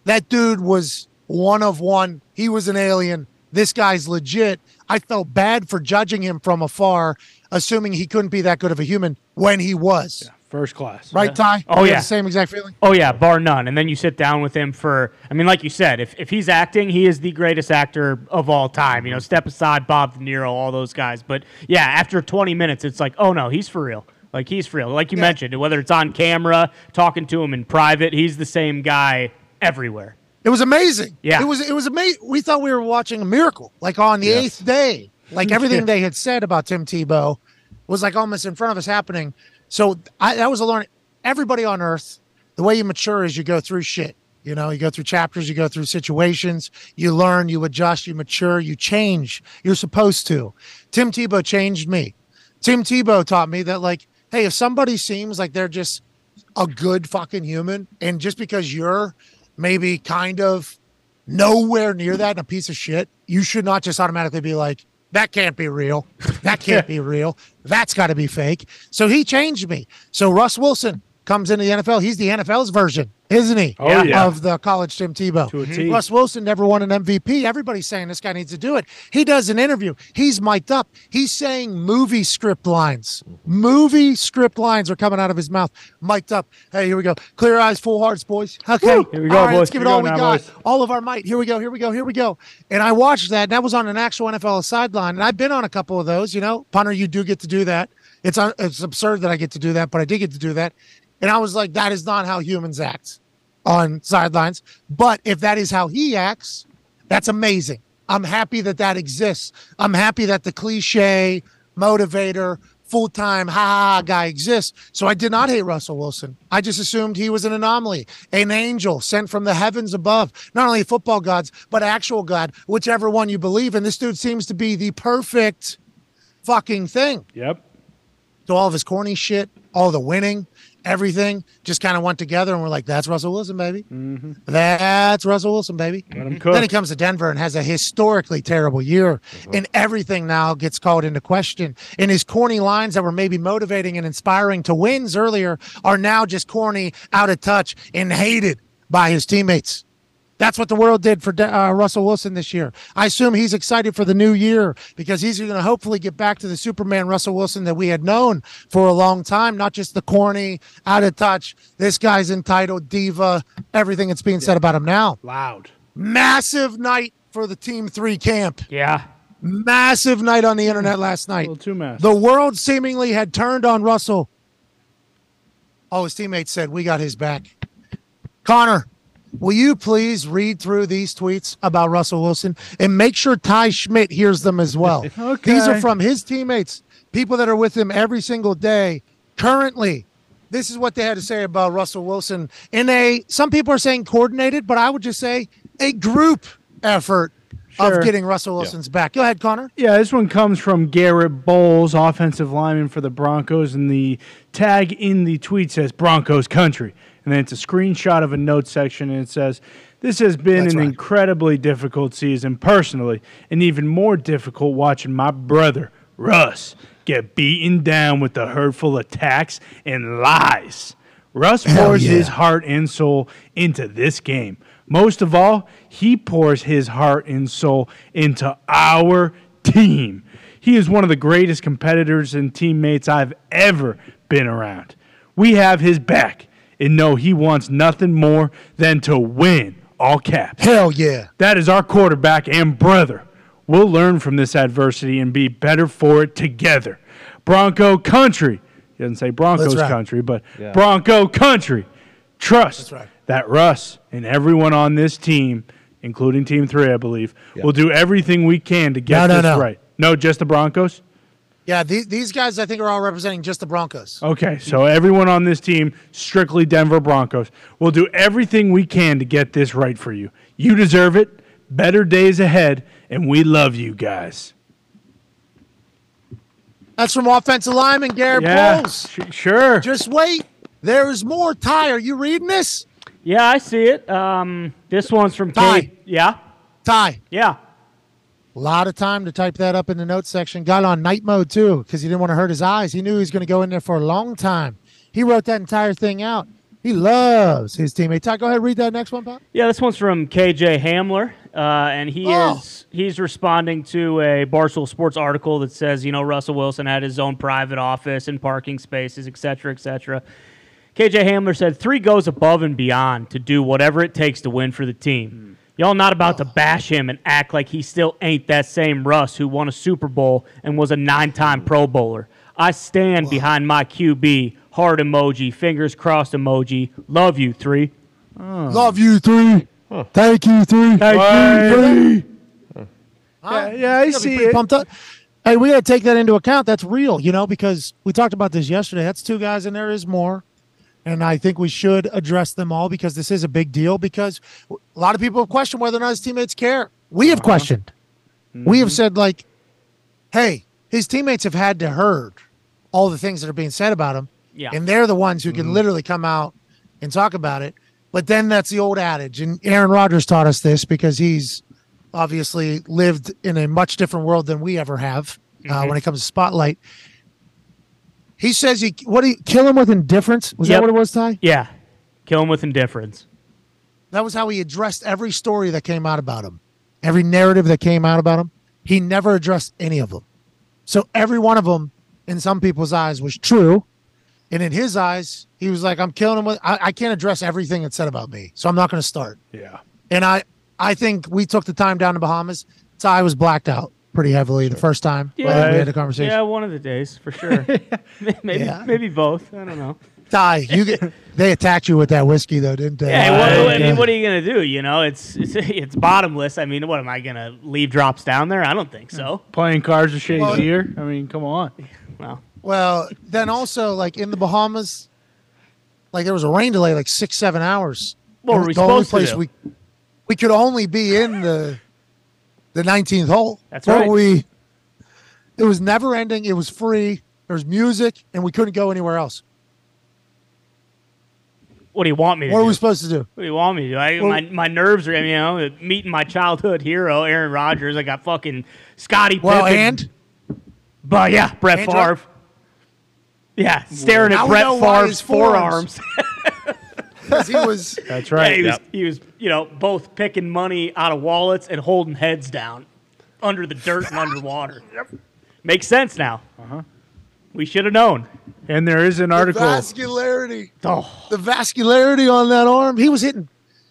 S1: That dude was one of one. He was an alien. This guy's legit. I felt bad for judging him from afar, assuming he couldn't be that good of a human when he was.
S2: First class.
S1: Right, Ty?
S6: Oh,
S1: You have
S6: yeah.
S1: The same exact feeling.
S6: Oh yeah, bar none. And then you sit down with him for I mean, like you said, if, if he's acting, he is the greatest actor of all time. You know, step aside Bob De Niro, all those guys. But yeah, after twenty minutes it's like, oh no, he's for real. Like he's for real. Like you mentioned, whether it's on camera, talking to him in private, he's the same guy everywhere.
S1: It was amazing.
S6: Yeah.
S1: It was it was amazing. We thought we were watching a miracle. Like on the eighth day. Like everything they had said about Tim Tebow was like almost in front of us happening. So I, that was a learning. Everybody on earth, the way you mature is you go through shit. You know, you go through chapters, you go through situations, you learn, you adjust, you mature, you change. You're supposed to. Tim Tebow changed me. Tim Tebow taught me that, like, hey, if somebody seems like they're just a good fucking human, and just because you're maybe kind of nowhere near that and a piece of shit, you should not just automatically be like, that can't be real. That can't be real. That's got to be fake. So he changed me. So Russ Wilson comes into the NFL. He's the NFL's version, isn't he?
S2: Oh, yeah.
S1: Of the college Tim Tebow. Mm-hmm.
S2: To a T.
S1: Russ Wilson never won an MVP. Everybody's saying this guy needs to do it. He does an interview. He's mic'd up. He's saying movie script lines. Movie script lines are coming out of his mouth, mic'd up. Hey, here we go. Clear eyes, full hearts, boys. Okay.
S2: Here we go,
S1: all right, Let's
S2: boys.
S1: give
S2: Here
S1: it
S2: we
S1: all
S2: go
S1: we
S2: now,
S1: got.
S2: boys.
S1: All of our might. Here we go. Here we go. Here we go. And I watched that, and that was on an actual NFL side line. And I've been on a couple of those. You know, punter, you do get to do that. It's un- it's absurd that I get to do that, but I did get to do that. And I was like, that is not how humans act on sidelines. But if that is how he acts, that's amazing. I'm happy that that exists. I'm happy that the cliche motivator, full time ha ha guy exists. So I did not hate Russell Wilson. I just assumed he was an anomaly, an angel sent from the heavens above. Not only football gods, but actual God, whichever one you believe in. This dude seems to be the perfect fucking thing.
S2: Yep.
S1: So all of his corny shit, all the winning, everything just kind of went together, and we're like, "That's Russell Wilson, baby. That's Russell Wilson, baby."
S2: Mm-hmm. Let him
S1: Then
S2: cook. Uh-huh.
S1: he comes to Denver and has a historically terrible year, and everything now gets called into question. And his corny lines that were maybe motivating and inspiring to wins earlier are now just corny, out of touch, and hated by his teammates. That's what the world did for De- uh, Russell Wilson this year. I assume he's excited for the new year because he's going to hopefully get back to the Superman Russell Wilson that we had known for a long time, not just the corny, out of touch, this guy's entitled diva, everything that's being said about him now.
S2: Loud.
S1: Massive night for the Team 3 camp.
S6: Yeah.
S1: Massive night on the
S2: Hmm.
S1: internet last night.
S2: A little too massive.
S1: The world seemingly had turned on Russell. All his teammates said, We got his back. Connor, will you please read through these tweets about Russell Wilson and make sure Ty Schmidt hears them as well? These are
S2: Okay.
S1: from his teammates, people that are with him every single day. Currently, this is what they had to say about Russell Wilson in a, some people are saying coordinated, but I would just say a group effort
S2: Sure.
S1: of getting Russell Wilson's back. Go ahead, Connor.
S2: Yeah, this one comes from Garrett Bowles, offensive lineman for the Broncos, and the tag in the tweet says Broncos country. And then it's a screenshot of a note section, and it says, This has been
S1: That's
S2: an
S1: right.
S2: incredibly difficult season personally, and even more difficult watching my brother, Russ, get beaten down with the hurtful attacks and lies. Russ pours
S1: yeah.
S2: his heart and soul into this game. Most of all, he pours his heart and soul into our team. He is one of the greatest competitors and teammates I've ever been around. We have his back and know he wants nothing more than to win, all caps.
S1: Hell yeah.
S2: That is our quarterback and brother. We'll learn from this adversity and be better for it together. Bronco country. He doesn't say Broncos
S1: That's right.
S2: country, but Bronco country. Trust
S1: right.
S2: that Russ and everyone on this team, including Team Three, I believe, will do everything we can to get
S1: No, no,
S2: this
S1: no.
S2: right. No, just the Broncos.
S1: Yeah, these, these guys I think are all representing just the Broncos.
S2: Okay, so everyone on this team, strictly Denver Broncos, will do everything we can to get this right for you. You deserve it. Better days ahead, and we love you guys.
S1: That's from offensive lineman Garrett
S2: Yeah,
S1: Bowles.
S2: sh- sure.
S1: Just wait. There is more. Ty, are you reading this?
S6: Yeah, I see it. Um, this one's from
S1: Ty.
S6: Kate. Yeah,
S1: Ty,
S6: yeah.
S1: a lot of time to type that up in the notes section. Got on night mode too because he didn't want to hurt his eyes. He knew he was going to go in there for a long time. He wrote that entire thing out. He loves his teammate. Ty, go ahead read that next one, Pop.
S6: Yeah, this one's from KJ Hamler, uh, and he
S1: Oh.
S6: is he's responding to a Barstool Sports article that says you know Russell Wilson had his own private office and parking spaces, et cetera, et cetera. KJ Hamler said three goes above and beyond to do whatever it takes to win for the
S1: Hmm.
S6: team. Y'all not about to
S1: Oh.
S6: bash him and act like he still ain't that same Russ who won a Super Bowl and was a nine-time Pro Bowler. I stand behind my QB. Heart emoji, fingers crossed emoji. Love you three.
S1: Love you three. Thank you three.
S2: Yeah, yeah, I
S1: Gotta be
S2: see
S1: pretty
S2: it.
S1: pumped up. Hey, we got to take that into account. That's real, you know, because we talked about this yesterday. That's two guys, and there is more. And I think we should address them all because this is a big deal. Because a lot of people have questioned whether or not his teammates care. We
S2: Uh-huh.
S1: have questioned. We
S2: Mm-hmm.
S1: have said like, "Hey, his teammates have had to heard all the things that are being said about him,
S6: Yeah.
S1: and they're the ones who can literally come out and talk about it." But then that's the old adage, and Aaron Rodgers taught us this because he's obviously lived in a much different world than we ever have
S6: Mm-hmm.
S1: uh, when it comes to spotlight. He says he what he kill him with indifference. Was
S6: Yep.
S1: that what it was, Ty?
S6: Yeah. Kill him with indifference.
S1: That was how he addressed every story that came out about him, every narrative that came out about him. He never addressed any of them. So every one of them, in some people's eyes, was true, and in his eyes, he was like, "I'm killing him with. I, I can't address everything that's said about me, so I'm not going to start."
S2: Yeah.
S1: And I, I think we took the time down to Bahamas. Ty was blacked out pretty heavily the first time
S6: Yeah.
S1: we had a conversation.
S6: Yeah, one of the days for sure. maybe
S1: Yeah.
S6: maybe both. I don't know.
S1: Ty, you get, they attacked you with that whiskey though, didn't they?
S6: Yeah, what, what- I
S1: Yeah.
S6: mean, what are you gonna do? You know, it's it's it's bottomless. I mean, what am I gonna leave drops down there? I don't think so.
S2: Playing cards with Shazier. I mean, come on.
S6: Well,
S1: Well, then also like in the Bahamas, like there was a rain delay, like six seven hours.
S6: What
S1: It
S6: were
S1: was
S6: we
S1: the only
S6: supposed to
S1: place
S6: do?
S1: We we could only be in the the nineteenth hole.
S6: That's
S1: But
S6: right.
S1: We it was never ending. It was free. There was music, and we couldn't go anywhere else.
S6: what do you want me to
S1: What are
S6: do?
S1: we supposed to do?
S6: what do you want me to do? I, my my nerves are you know meeting my childhood hero Aaron Rodgers. I got fucking Scotty
S1: Well,
S6: Pippen.
S1: and
S6: but yeah, Brett
S1: And
S6: Favre.
S1: Ro-
S6: Yeah, staring
S1: Now
S6: at
S1: we
S6: Brett
S1: know why
S6: Favre's
S1: his
S6: forearms.
S1: forearms- because he was
S2: That's
S6: Yeah,
S2: right.
S6: he was
S3: Yep.
S6: he was you know both picking money out of wallets and holding heads down under the dirt and underwater. Makes sense now. We should have known.
S2: Uh-huh. And there is an article.
S1: vascularity.
S6: Oh,
S1: the vascularity on that arm. He was hitting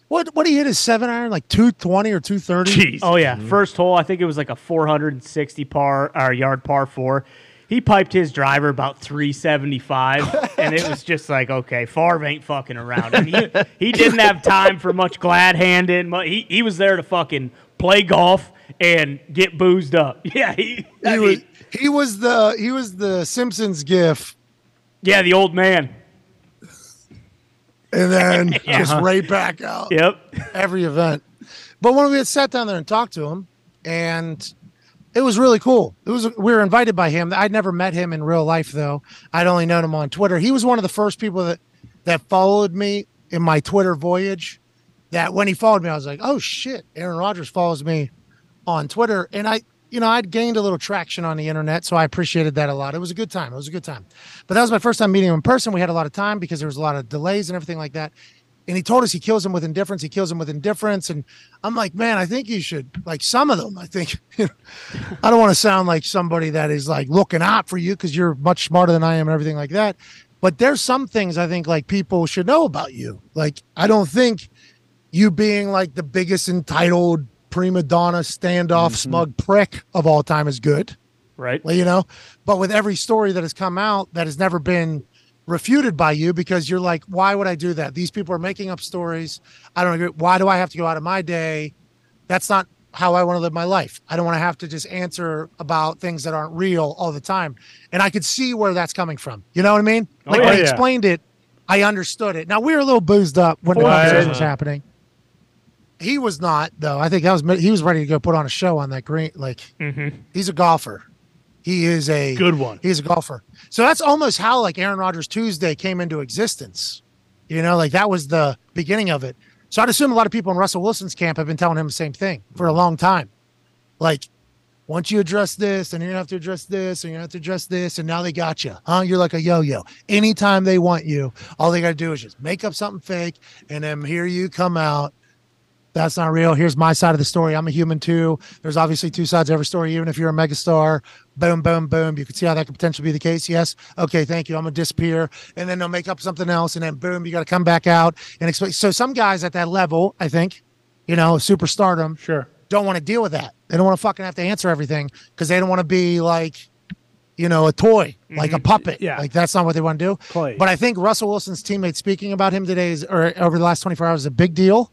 S1: what what he hit his seven iron like two twenty or two thirty.
S2: Jeez.
S6: oh yeah. First hole, I think it was like a 460 par or yard par four. He piped his driver about 375, and it was just like, okay, Favre ain't fucking around. And he, he didn't have time for much glad handing. mu- He, he was there to fucking play golf and get boozed up. Yeah, he, I
S1: He
S6: mean,
S1: was he was the he was the Simpsons gif,
S6: yeah, the old man.
S1: and then just right back out
S6: Yep.
S1: every event. But when we had sat down there and talked to him, and it was really cool. It was we were invited by him. I'd never met him in real life though. I'd only known him on Twitter. He was one of the first people that that followed me in my Twitter voyage. That when he followed me, I was like, oh shit, Aaron Rodgers follows me on Twitter, and I. You know, I'd gained a little traction on the internet, so I appreciated that a lot. It was a good time. It was a good time. But that was my first time meeting him in person. We had a lot of time because there was a lot of delays and everything like that. And he told us he kills him with indifference. He kills him with indifference. And I'm like, man, I think you should like some of them. I think you know, I don't want to sound like somebody that is like looking out for you because you're much smarter than I am and everything like that. But there's some things I think like people should know about you. Like, I don't think you being like the biggest entitled prima donna standoff smug prick of all time is good.
S6: Right.
S1: Well, you know, but with every story that has come out that has never been refuted by you because you're like, why would I do that? These people are making up stories. I don't agree. Why do I have to go out of my day? That's not how I want to live my life. I don't want to have to just answer about things that aren't real all the time. And I could see where that's coming from. You know what I mean? Like
S2: Oh, yeah,
S1: when he
S2: yeah.
S1: explained it, I understood it. Now we were a little boozed up when the
S2: Well,
S1: conversation was
S2: yeah.
S1: happening. He was not though. I think that was he was ready to go put on a show on that green. Like he's a golfer. He is a
S2: Mm-hmm. Good one.
S1: He's a golfer. So that's almost how like Aaron Rodgers Tuesday came into existence. You know, like that was the beginning of it. So I'd assume a lot of people in Russell Wilson's camp have been telling him the same thing for a long time. Like, once you address this, and you're gonna have to address this, and you're gonna have to address this, and now they got you, huh? You're like a yo-yo. Anytime they want you, all they gotta do is just make up something fake, and then here you come out that's not real. Here's my side of the story. I'm a human too. There's obviously two sides to every story, even if you're a megastar. Boom, boom, boom. You can see how that could potentially be the case. Yes. Okay. Thank you. I'm going to disappear. And then they'll make up something else. And then boom, you got to come back out and explain. So some guys at that level, I think, you know, superstardom,
S2: Sure.
S1: don't want to deal with that. They don't want to fucking have to answer everything because they don't want to be like, you know, a toy, like a puppet.
S2: Mm-hmm. Yeah.
S1: Like that's not what they want to do.
S2: Play.
S1: But I think Russell Wilson's teammate speaking about him today is, or over the last 24 hours is a big deal.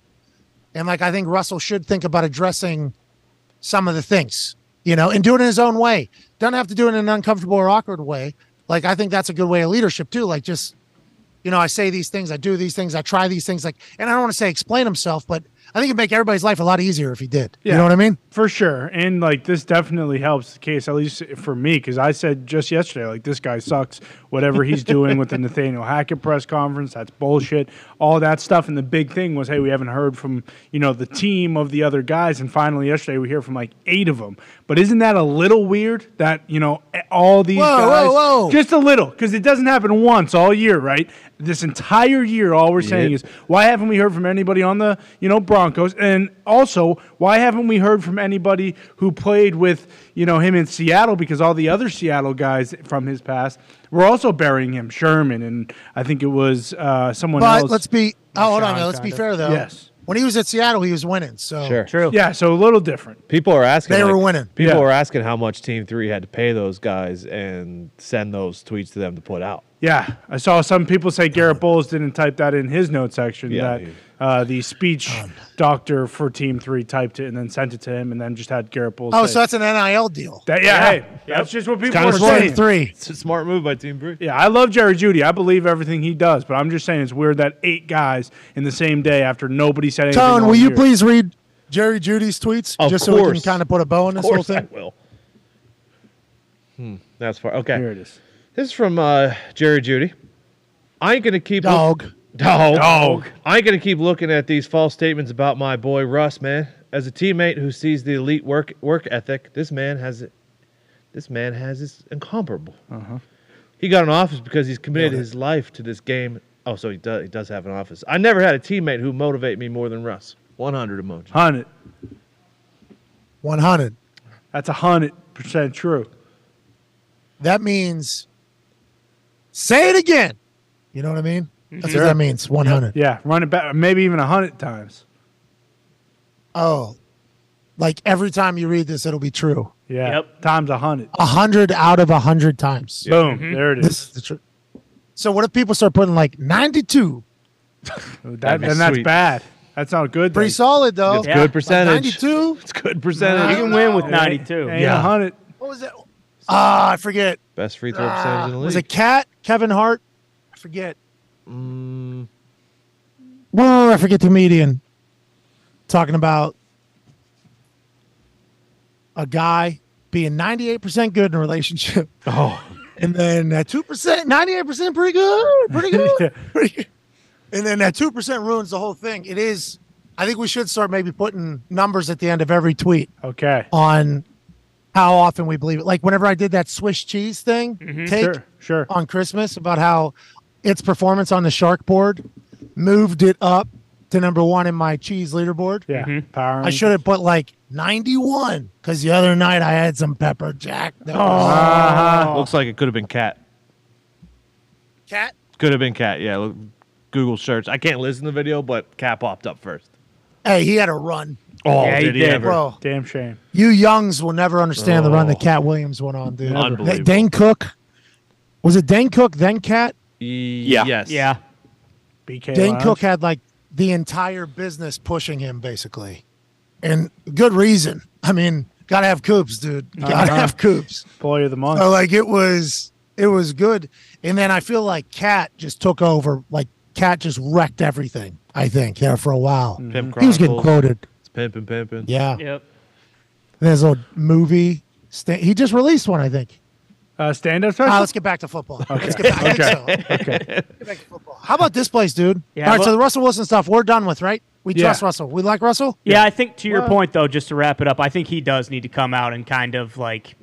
S1: And like, I think Russell should think about addressing some of the things, you know, and do it in his own way. Doesn't have to do it in an uncomfortable or awkward way. Like, I think that's a good way of leadership too. Like, just, you know, I say these things, I do these things, I try these things. Like, and I don't want to say explain himself, but I think it'd make everybody's life a lot easier if he did. You
S2: Yeah.
S1: know what I mean?
S2: For sure. And like this definitely helps the case, at least for me, because I said just yesterday, like this guy sucks. Whatever he's doing with the Nathaniel Hackett press conference, that's bullshit. All that stuff. And the big thing was, hey, we haven't heard from, you know, the team of the other guys. And finally yesterday we hear from like eight of them. But isn't that a little weird that, you know, eh, all these
S1: Whoa,
S2: guys
S1: whoa, whoa.
S2: just a little, because it doesn't happen once all year, right? This entire year, all we're saying is, why haven't we heard from anybody on the you know Broncos? And also, why haven't we heard from anybody who played with you know him in Seattle? Because all the other Seattle guys from his past were also burying him, Sherman, and I think it was uh, someone
S1: But
S2: else.
S1: let's be, oh, hold on.
S2: Deshaun
S1: though. Let's be
S2: kinda.
S1: fair though.
S2: Yes.
S1: When he was at Seattle, he was winning. So
S3: Sure.
S6: True.
S2: yeah, so a little different.
S3: People are asking.
S1: They were
S3: like-
S1: winning.
S3: People
S2: Yeah.
S3: are asking how much Team Three had to pay those guys and send those tweets to them to put out.
S2: Yeah, I saw some people say Garrett Bowles didn't type that in his note section.
S3: Yeah,
S2: that
S3: dude.
S2: uh, the speech
S1: Um,
S2: doctor for Team Three typed it and then sent it to him, and then just had Garrett Bowles.
S1: Oh,
S2: say
S1: so that's an NIL deal.
S2: that. Yeah, hey, that's just what people
S3: kinda
S2: are
S3: smart.
S2: saying.
S1: Three.
S3: It's a smart move by Team Three.
S2: Yeah, I love Jerry Judy. I believe everything he does, but I'm just saying it's weird that eight guys in the same day after nobody said anything.
S1: Tone,
S2: all
S1: will you
S2: year.
S1: please read Jerry Judy's tweets
S3: Of
S1: just so we
S3: course.
S1: can kind of put a bow on
S3: Of
S1: this whole
S3: course, I
S1: thing?
S3: will. Hmm, that's far. Okay.
S2: Here it is.
S3: This is from uh, Jerry Judy. I ain't gonna keep
S1: Dog.
S3: Dog.
S2: Dog.
S3: I ain't going to keep looking at these false statements about my boy Russ, man. As a teammate who sees the elite work work ethic, this man has it. This man has his incomparable.
S2: Uh-huh.
S3: He got an office because he's committed his life to this game. Oh, so he does. He does have an office. I never had a teammate who motivated me more than Russ. 100 emoji.
S2: Hundred.
S1: 100.
S2: That's a hundred percent true.
S1: That means say it again. You know what I mean? That's what that means. 100.
S2: Yeah, run it back, maybe even a hundred times.
S1: Oh, like every time you read this, it'll be true.
S2: Yeah,
S6: Yep.
S2: times a hundred.
S1: 100 out of 100 times.
S2: Boom,
S3: Mm-hmm.
S2: there it is.
S1: This is the truth. So what if people start putting like 92?
S2: That,
S3: be
S2: then that's
S3: sweet.
S2: bad. That's not good.
S1: Pretty
S2: then.
S1: solid, though.
S3: It's
S1: Like
S3: good percentage.
S1: 92?
S3: It's good percentage.
S6: You can win with 92.
S2: Ain't a
S3: Yeah.
S2: hundred.
S1: What was that? Ah, I forget.
S3: Best free throw percentage
S2: Ah,
S3: in the league.
S1: Ah, Was it Cat? Kevin Hart? I forget.
S3: Mm,
S1: Well, I forget the comedian talking about a guy being 98% good in a relationship.
S2: Oh,
S1: And then that 2%, 98% pretty good, pretty good, pretty good. And then that 2% ruins the whole thing. It is, I think we should start maybe putting numbers at the end of every tweet
S2: okay.
S1: on how often we believe it. Like whenever I did that Swiss cheese thing, take
S2: Mm-hmm. Sure, sure.
S1: on Christmas about how its performance on the shark board moved it up to number one in my cheese leaderboard.
S2: Yeah,
S3: Mm-hmm.
S2: power.
S1: I should have put like 91 because the other night I had some pepper jack. That was
S3: Looks like it could have been Cat.
S1: cat.
S3: Could have been Cat. Yeah. look- Google search. I can't listen to the video, but Cat popped up first.
S1: Hey, he had a run.
S3: Oh,
S6: Yeah, he
S3: did he,
S6: did.
S3: ever?
S1: Bro,
S2: Damn shame.
S1: you youngs will never understand the run
S3: Oh.
S1: that Cat Williams went on, dude.
S3: Unbelievable.
S1: Da- Dane Cook. Was it Dane Cook, then Cat?
S3: Yeah. Yes.
S6: Yeah.
S2: BK.
S1: Dane
S2: Lounge.
S1: Cook had like the entire business pushing him, basically. And good reason. I mean, gotta have coops, dude. Gotta
S2: Uh-huh.
S1: have coops.
S2: Employee of the month.
S1: So, like it was it was good. And then I feel like Cat just took over. Like Cat just wrecked everything, I think, there for a while.
S3: Pimp
S1: Mm-hmm. He was getting
S3: Chronicles.
S1: quoted.
S3: It's pimping, pimping.
S1: Yeah.
S6: Yep.
S1: And there's a little movie. Sta- he just released one, I think.
S2: Uh, stand up
S1: Ah,
S2: special.
S1: let's get back to football. Let's get back, I think so. Let's
S2: okay.
S1: get back to football. How about this place, dude?
S6: Yeah,
S1: All right, so
S6: well-
S1: the Russell Wilson stuff, we're done with, right? We
S2: Yeah.
S1: trust Russell. We like Russell.
S6: Yeah, I think to your point though, just to wrap it up, I think he does need to come out and kind of like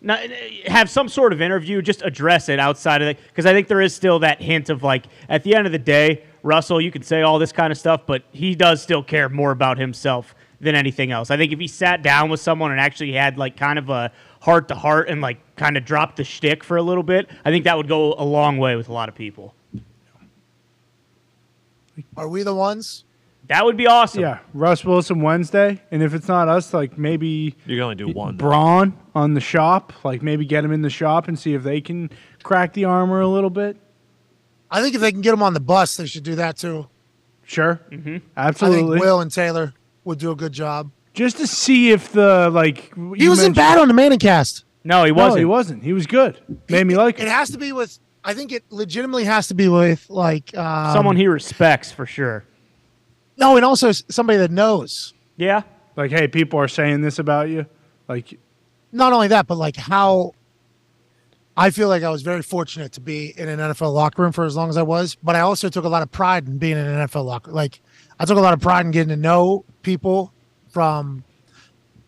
S6: not, have some sort of interview, just address it outside of it, because I think there is still that hint of like at the end of the day, Russell, you can say all this kind of stuff, but he does still care more about himself than anything else. I think if he sat down with someone and actually had like kind of a heart to heart and like kind of dropped the shtick for a little bit, I think that would go a long way with a lot of people.
S1: Are we the ones?
S6: That would be awesome.
S2: Yeah, Uh, Russ Wilson Wednesday, and if it's not us, like maybe
S14: You can only do one.
S2: Braun on the shop. Like maybe get him in the shop and see if they can crack the armor a little bit.
S1: I think if they can get him on the bus, they should do that too.
S2: Sure, mm-hmm.
S1: I
S2: absolutely.
S1: think Will and Taylor would do a good job.
S2: Just to see if the like you
S1: He wasn't
S2: mentioned-
S1: bad on the Manning cast.
S6: No, he
S2: No,
S6: wasn't.
S2: he wasn't. He was good. Made me like
S1: It
S2: him.
S1: has to be with. I think it legitimately has to be with like um,
S6: Someone he respects for sure.
S1: No, and also s- somebody that knows.
S6: Yeah.
S2: Like, hey, people are saying this about you. Like,
S1: Not only that, but like how. I feel like I was very fortunate to be in an NFL locker room for as long as I was, but I also took a lot of pride in being in an NFL locker. Like I took a lot of pride in getting to know people from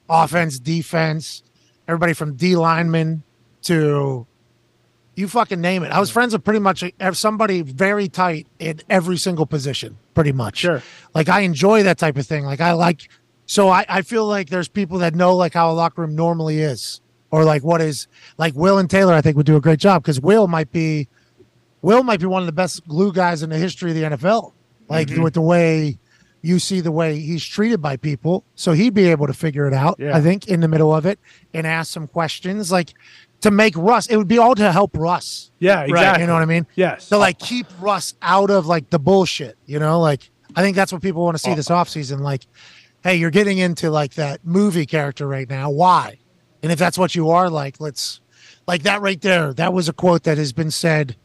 S1: offense, defense, everybody from D lineman to you fucking name it. I was friends with pretty much ev- somebody very tight in every single position, pretty much.
S2: Sure.
S1: Like I enjoy that type of thing. Like I like, so I, I feel like there's people that know like how a locker room normally is or like what is like Will and Taylor, I think would do a great job because Will might be, Will might be one of the best glue guys in the history of the NFL. Like with the way you see the way he's treated by people. So he'd be able to figure it out,
S2: Yeah.
S1: I think, in the middle of it and ask some questions. Like to make Russ, it would be all to help Russ.
S2: yeah, exactly.
S1: You know what I mean?
S2: Yes.
S1: To like keep Russ out of like the bullshit, you know? Like I think that's what people want to
S2: Oh.
S1: see this offseason. Like, hey, you're getting into like that movie character right now. Why? And if that's what you are, like, let's like that right there. That was a quote that has been said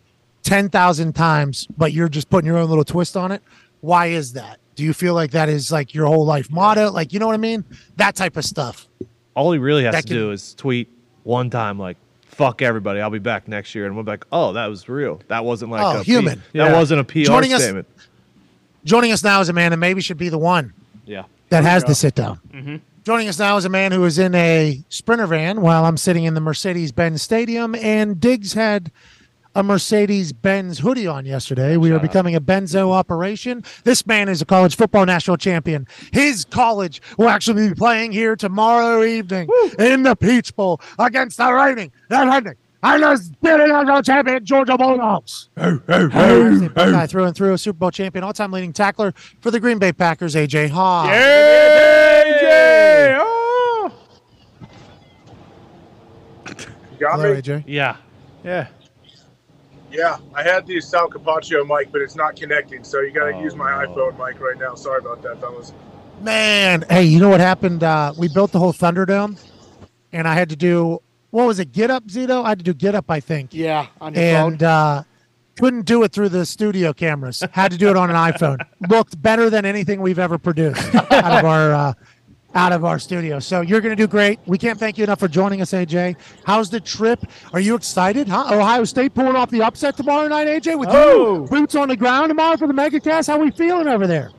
S1: 10,000 times, but you're just putting your own little twist on it. Why is that? Do you feel like that is like your whole life motto? Like, you know what I mean? That type of stuff.
S3: All he really has
S1: That
S3: to
S1: can-
S3: do is tweet one time, like, fuck everybody, I'll be back next year. And we'll be like, oh, that was real. That wasn't like
S1: Oh,
S3: a P-
S1: human.
S3: that
S2: Yeah.
S3: wasn't a PR
S1: Joining us-
S3: statement.
S1: Joining us now is a man that maybe should be the one
S3: yeah.
S1: that has the sit down. Joining us now is a man who is in a sprinter van while I'm sitting in the Mercedes Benz Stadium, and Diggs had a Mercedes Benz hoodie on yesterday. We are becoming a Benzo operation. This man is a college football national champion. His college will actually be playing here tomorrow evening in the Peach Bowl against the reigning, the reigning, and the spirit national champion Georgia Bulldogs. Thursday, Buckeye through and through, a Super Bowl champion, all-time leading tackler for the Green Bay Packers, AJ Hawk.
S2: AJ! Oh!
S10: Got
S1: Hello,
S10: me?
S1: AJ.
S3: Yeah.
S2: Yeah.
S10: Yeah, I had the Sal Capaccio mic, but it's not connecting, so you got to
S3: Oh,
S10: use my
S3: no.
S10: iPhone mic right now. Sorry about that, fellas.
S1: Man, hey, you know what happened? Uh, we built the whole Thunderdome, and I had to do what was it? Get up, Zito. I had to do get up, I think,
S15: Yeah, on your phone.
S1: and uh, couldn't do it through the studio cameras. Had to do it on an iPhone. Looked better than anything we've ever produced out of our uh, out of our studio. So you're gonna do great. We can't thank you enough for joining us, AJ. How's the trip? Are you excited? Huh? Ohio State pulling off the upset tomorrow night, AJ, with
S15: Oh!
S1: you boots on the ground tomorrow for the MegaCast. How we feeling over there?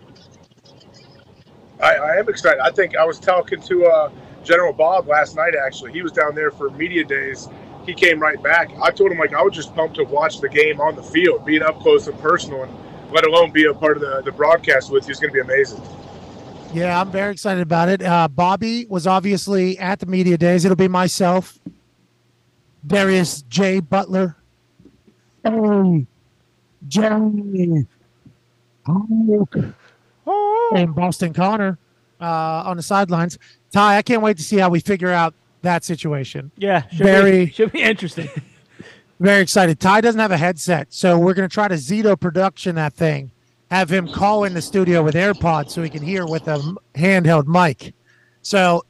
S10: I, I am excited. I think I was talking to uh, General Bob last night. Actually, he was down there for media days. He came right back. I told him like I was just pumped to watch the game on the field, being up close and personal, and let alone be a part of the, the broadcast with you. It's going to be amazing.
S1: Yeah, I'm very excited about it. Uh, Bobby was obviously at the media days. It'll be myself, Darius J. Butler. Hey, Jeremy. Hulk, Oh. And Boston Connor uh, on the sidelines. Ty, I can't wait to see how we figure out that situation.
S6: Yeah, should
S1: Very-
S6: be, should be interesting.
S1: Very excited. Ty doesn't have a headset, so we're going to try to Zito production that thing. Have him call in the studio with AirPods so he can hear with a m- handheld mic. So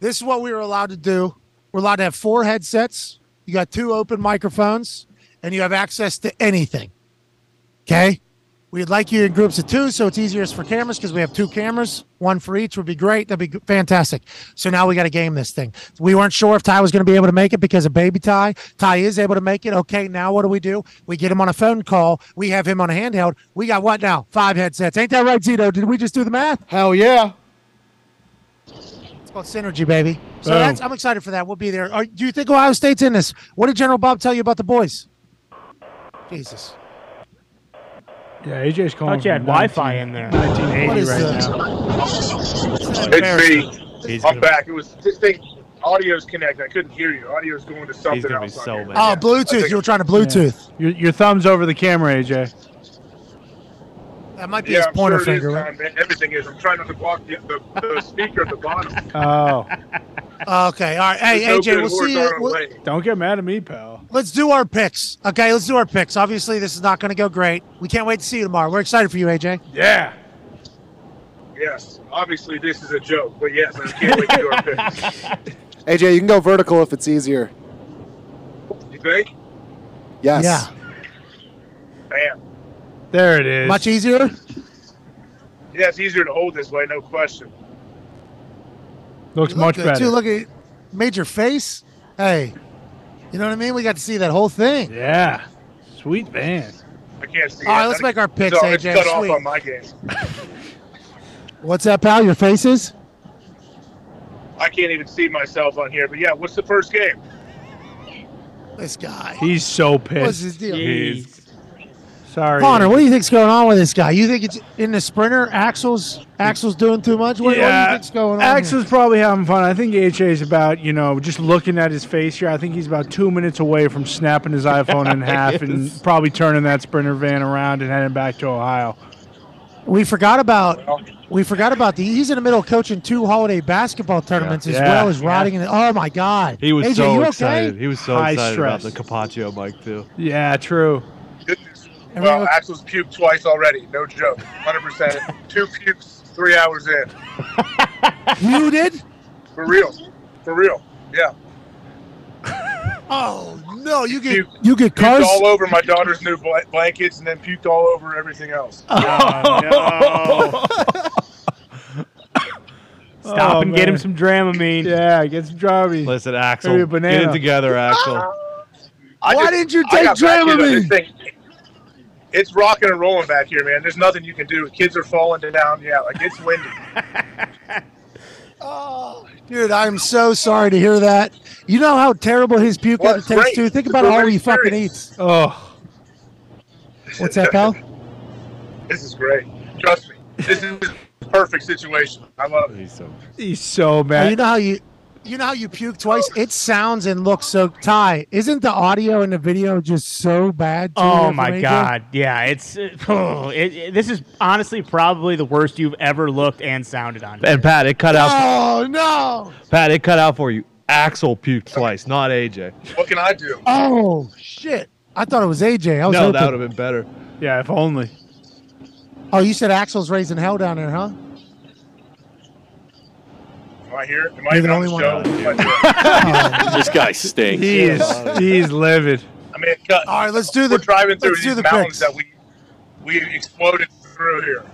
S1: this is what we were allowed to do. We're allowed to have four headsets. You got two open microphones, and you have access to anything. Okay, We'd like you in groups of two, so it's easier for cameras because we have two cameras, one for each would be great. That'd be g- fantastic. So now we got to game this thing. We weren't sure if Ty was going to be able to make it because of baby Ty. Ty is able to make it. Okay, now what do we do? We get him on a phone call. We have him on a handheld. We got what now? Five headsets. Ain't that right, Zito? Did we just do the math? Hell yeah. It's called synergy, baby. So
S2: Boom.
S1: that's, I'm excited for that. We'll be there. Are, do you think Ohio State's in this? What did General Bob tell you about the boys? Jesus.
S2: Yeah, AJ's calling.
S6: Thought you had
S2: from
S6: Wi-Fi
S2: 19
S6: in there.
S2: 1980 right now.
S10: It's me.
S14: He's
S10: I'm
S14: gonna-
S10: back. It was this thing. Audio's connected. I couldn't hear you. Audio's going to something
S14: gonna be
S10: else. on
S14: so
S10: here.
S14: mad.
S1: Oh,
S14: Yeah.
S10: I
S1: Bluetooth.
S10: think-
S1: You were trying to Bluetooth.
S2: Your, your thumb's over the camera, AJ.
S1: That might be
S10: Yeah,
S1: his
S10: I'm
S1: pointer
S10: sure it is,
S1: finger. right?
S10: Tom. Everything is. I'm trying not to block the, the, the speaker at the bottom.
S2: Oh,
S1: Okay. All right. Hey,
S10: There's no
S1: AJ,
S10: good
S1: we'll
S10: words
S1: see
S10: on
S1: you.
S10: our
S1: we'll-
S10: way.
S2: don't get mad at me, pal.
S1: Let's do our picks. Okay, let's do our picks. Obviously, this is not going to go great. We can't wait to see you tomorrow. We're excited for you, AJ.
S2: Yeah.
S10: Yes. Obviously, this is a joke, but yes, I can't wait to do our picks.
S16: AJ, you can go vertical if it's easier.
S10: You think?
S16: Yes.
S1: Yeah.
S10: Bam.
S2: There it is.
S1: Much easier.
S10: Yeah, it's easier to hold this way, no question.
S2: Looks
S1: You look
S2: much
S1: good,
S2: better.
S1: Too. Look at made your face. Hey, you know what I mean? We got to see that whole thing.
S2: yeah. Sweet man.
S10: I can't see.
S1: All right,
S10: it.
S1: let's
S10: That-
S1: make our picks,
S10: it's all- it's
S1: AJ.
S10: cut
S1: Sweet.
S10: off on my game.
S1: What's that, pal? Your faces?
S10: I can't even see myself on here. But yeah, what's the first game?
S1: This guy.
S2: He's so
S1: What's
S2: pissed.
S1: his deal?
S6: Jeez.
S2: Sorry.
S1: Connor, what do you think's going on with this guy? You think it's in the sprinter? Axel's Axel's doing too much. What, what do you think's going on? here?
S2: Axel's probably having fun. I think AJ's about, you know, just looking at his face here. I think he's about two minutes away from snapping his iPhone in half and probably turning that sprinter van around and heading back to Ohio.
S1: We forgot about we forgot about the he's in the middle of coaching two holiday basketball tournaments as
S2: Yeah.
S1: well as riding in the, oh my god.
S14: He was
S1: AJ,
S14: so
S1: you okay?
S14: excited. He was so
S2: High
S14: excited
S2: stress.
S14: about the Capaccio mic too.
S2: Yeah, true.
S1: Everything
S10: Well,
S1: okay?
S10: Axel's puked twice already. No joke. 100%. Two pukes, three hours in.
S1: You did?
S10: For real. For real. Yeah.
S1: Oh no, you get
S10: Puke.
S1: you get
S10: Puked
S1: cars.
S10: all over my daughter's new bla- blankets and then puked all over everything else.
S6: Stop
S2: Oh,
S6: and get him
S2: man.
S6: some Dramamine.
S2: Yeah, get some Jarvis.
S14: Listen,
S2: Maybe
S14: Axel,
S2: a
S14: get
S2: banana.
S14: it together, Axel.
S1: Why
S10: I just-
S1: didn't you
S10: I
S1: take
S10: got back here, though.
S1: Dramamine?
S10: This thing- It's rocking and rolling back here, man. There's nothing you can do. Kids are falling down. Yeah, like it's windy.
S1: Oh, dude, I'm so sorry to hear that. You know how terrible his puke
S10: Well,
S1: ever
S10: it's
S1: tastes
S10: great.
S1: too. Think
S10: It's
S1: about
S10: a
S1: all
S10: learning
S1: he fucking
S10: experience.
S1: eats.
S2: Oh,
S1: What's that, pal?
S10: This is great. Trust me. This is the perfect situation. I love it.
S14: He's so-
S2: he's so
S1: Oh, you
S2: mad.
S1: know how you you know how you puke twice? It sounds and looks so Ty. Isn't the audio and the video just so bad? to you
S6: Oh
S1: from
S6: my
S1: AJ?
S6: God! Yeah, it's uh, oh, it, it- this is honestly probably the worst you've ever looked and sounded on.
S14: And Pat, it cut out.
S1: Oh no.
S14: Pat, it cut out for you. Axel puked twice, not AJ.
S10: What can I do?
S1: Oh shit! I thought it was AJ. I was
S14: No,
S1: hoping.
S14: that would have been better.
S2: Yeah, if only.
S1: Oh, you said Axel's raising hell down there, huh?
S10: Am I here? Am I
S1: You're the
S10: even on
S1: only
S10: the
S1: one
S10: show?
S1: out
S10: Am I here?
S13: This guy stinks.
S2: He is. He's livid.
S10: I mean, cut.
S1: All right, let's do the-
S10: We're driving through
S1: let's do
S10: these
S1: the picks.
S10: mountains that we we exploded through here.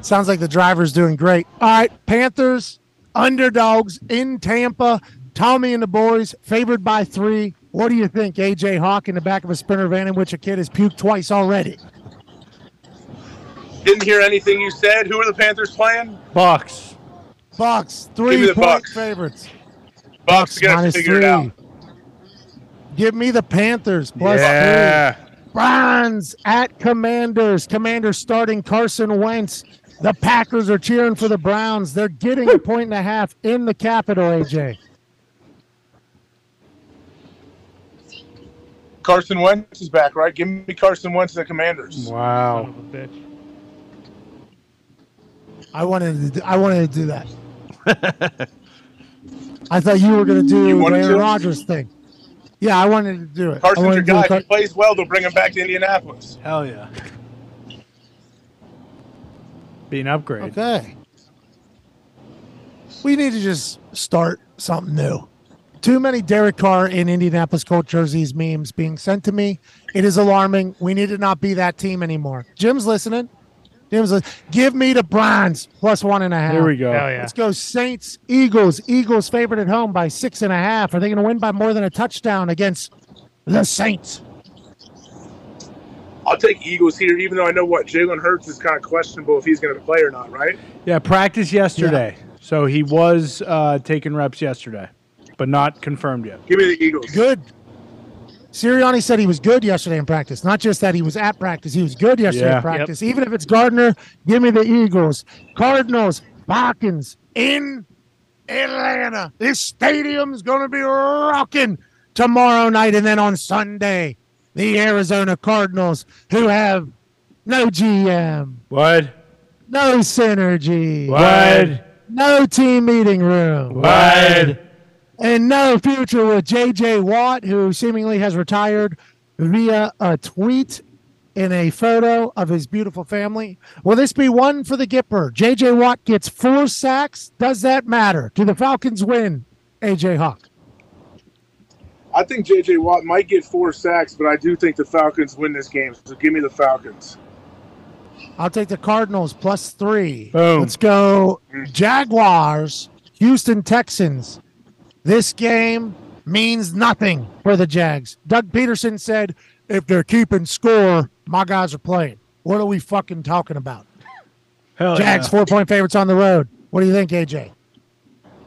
S1: Sounds like the driver's doing great. All right, Panthers underdogs in Tampa. Tommy and the boys favored by three. What do you think? AJ Hawk in the back of a sprinter van in which a kid has puked twice already.
S10: Didn't hear anything you said. Who are the Panthers playing?
S2: Bucks.
S1: Bucks
S10: me
S1: three
S10: the
S1: point
S10: Bucks.
S1: favorites.
S10: Bucks you gotta
S1: minus
S10: figure it
S1: three.
S10: out.
S1: Give me the Panthers plus three.
S2: yeah.
S1: Browns at Commanders. Commanders starting Carson Wentz. The Packers are cheering for the Browns. They're getting a point and a half in the Capitol, AJ.
S10: Carson Wentz is back, right? Give me Carson Wentz and the Commanders.
S2: Wow.
S1: I wanted to do, I wanted to do that. I thought you were going to do
S10: You
S1: the
S10: wanted
S1: Aaron
S10: to?
S1: Rodgers thing. Yeah, I wanted to do it. I
S10: Carson's
S1: wanted
S10: your
S1: to do
S10: guy.
S1: a
S10: If he
S1: Car-
S10: plays well, they'll bring him back to Indianapolis.
S2: Hell yeah. Be an upgrade.
S1: okay. We need to just start something new. Too many Derek Carr in Indianapolis Colt jerseys memes being sent to me. It is alarming. We need to not be that team anymore. Jim's listening. Jim's li- give me the bronze plus one and a half.
S2: There we go. Hell yeah.
S1: Let's go Saints Eagles. Eagles favored at home by six and a half. Are they going to win by more than a touchdown against the Saints?
S10: I'll take Eagles here, even though I know what Jalen Hurts is kind of questionable if he's going to play or not, right?
S2: Yeah, practice yesterday. So he was uh, taking reps yesterday, but not confirmed yet.
S10: Give me the Eagles.
S1: Good. Sirianni said he was good yesterday in practice. Not just that he was at practice, he was good yesterday
S2: Yeah.
S1: in practice. Even if it's Gardner, give me the Eagles, Cardinals, Falcons in Atlanta. This stadium's going to be rocking tomorrow night and then on Sunday. The Arizona Cardinals, who have no GM,
S2: What?
S1: no synergy,
S2: What?
S1: no team meeting room, and no future with JJ Watt, who seemingly has retired via a tweet in a photo of his beautiful family. Will this be one for the Gipper? JJ Watt gets four sacks. Does that matter? Do the Falcons win? AJ Hawk.
S10: I think J.J. Watt might get four sacks, but I do think the Falcons win this game. So give me the Falcons.
S1: I'll take the Cardinals plus three.
S2: Boom.
S1: Let's go Jaguars, Houston Texans. This game means nothing for the Jags. Doug Peterson said, if they're keeping score, my guys are playing. What are we fucking talking about?
S2: Hell
S1: Jags,
S2: yeah.
S1: four point favorites on the road. What do you think, AJ?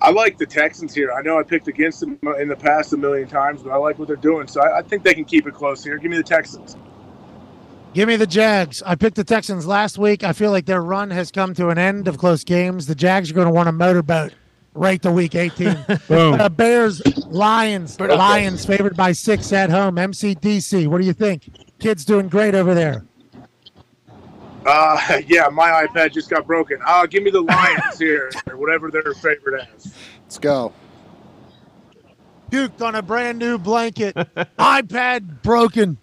S10: I like the Texans here. I know I picked against them in the past a million times, but I like what they're doing. So I, I think they can keep it close here. Give me the Texans.
S1: Give me the Jags. I picked the Texans last week. I feel like their run has come to an end of close games. The Jags are going to want a motorboat right to week 18.
S2: Boom.
S1: Uh, Bears, Lions, Lions favored by six at home. MCDC, what do you think? Kids doing great over there.
S10: Uh, yeah, my iPad just got broken. Uh, give me the Lions here, or whatever their favorite is.
S16: Let's go.
S1: Duked on a brand new blanket. iPad broken.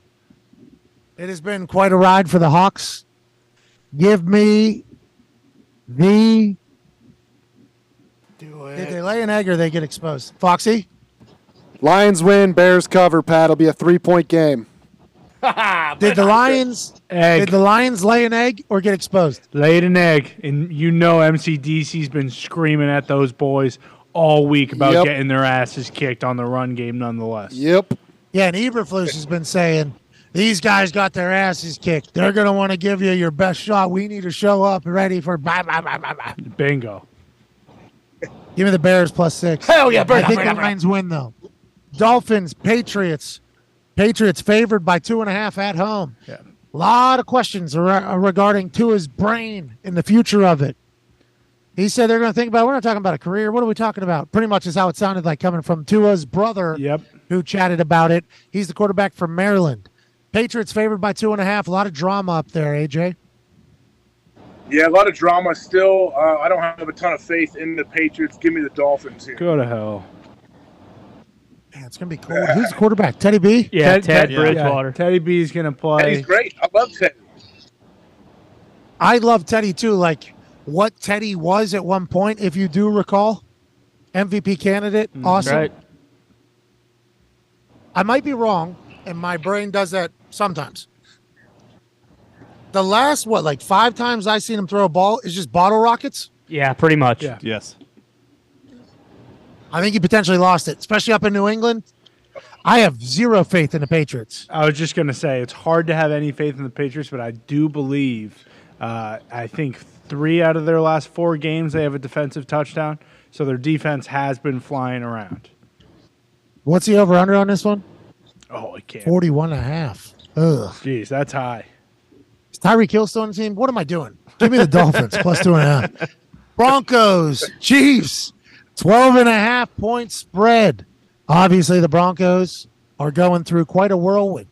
S1: It has been quite a ride for the Hawks. Give me the. Do it. Did they lay an egg or they get exposed? Foxy?
S16: Lions win, Bears cover, Pat. It'll be a three point game.
S1: Did the Lions
S2: Egg.
S1: did the Lions lay an egg or get exposed?
S2: Laid an egg, and you know MCDC's been screaming at those boys all week about
S16: Yep.
S2: getting their asses kicked on the run game, nonetheless.
S16: Yep.
S1: Yeah, and Eberflus has been saying these guys got their asses kicked. They're gonna want to give you your best shot. We need to show up ready for blah blah blah blah blah.
S2: Bingo.
S1: Give me the Bears plus six.
S15: Hell yeah, Bears,
S1: I think
S15: Bears,
S1: the
S15: Bears.
S1: Lions win though. Dolphins, Patriots, Patriots favored by two and a half at home.
S2: Yeah.
S1: A lot of questions ar- regarding Tua's brain and the future of it. He said they're going to think about. We're not talking about a career. What are we talking about? Pretty much is how it sounded like coming from Tua's brother,
S2: Yep.
S1: who chatted about it. He's the quarterback from Maryland. Patriots favored by two and a half. A lot of drama up there, AJ.
S10: Yeah, a lot of drama still. Uh, I don't have a ton of faith in the Patriots. Give me the Dolphins here.
S2: Go to hell.
S1: Man, it's going to be cold. Who's the quarterback? Teddy B.
S6: Yeah, Ted,
S2: yeah,
S6: Bridgewater.
S2: Teddy B's gonna
S10: And
S2: play.
S10: he's great. I love Teddy.
S1: I love Teddy too. Like what Teddy was at one point, if you do recall, MVP candidate. awesome.
S6: Mm, Right.
S1: I might be wrong, and my brain does that sometimes. The last what, like five times I've seen him throw a ball is just bottle rockets.
S6: Yeah, pretty much.
S2: Yeah.
S14: Yes.
S1: I think he potentially lost it, especially up in New England. I have zero faith in the Patriots.
S2: I was just gonna say it's hard to have any faith in the Patriots, but I do believe. Uh, I think three out of their last four games they have a defensive touchdown, so their defense has been flying around.
S1: What's the over under on this one?
S2: Oh, I can't.
S1: 41 and a half. Ugh.
S2: Jeez, that's high.
S1: Is Tyreek Hill still on the team? What am I doing? Give me the Dolphins plus two and a half. Broncos, Chiefs, 12 and a half point spread. Obviously, the Broncos are going through quite a whirlwind.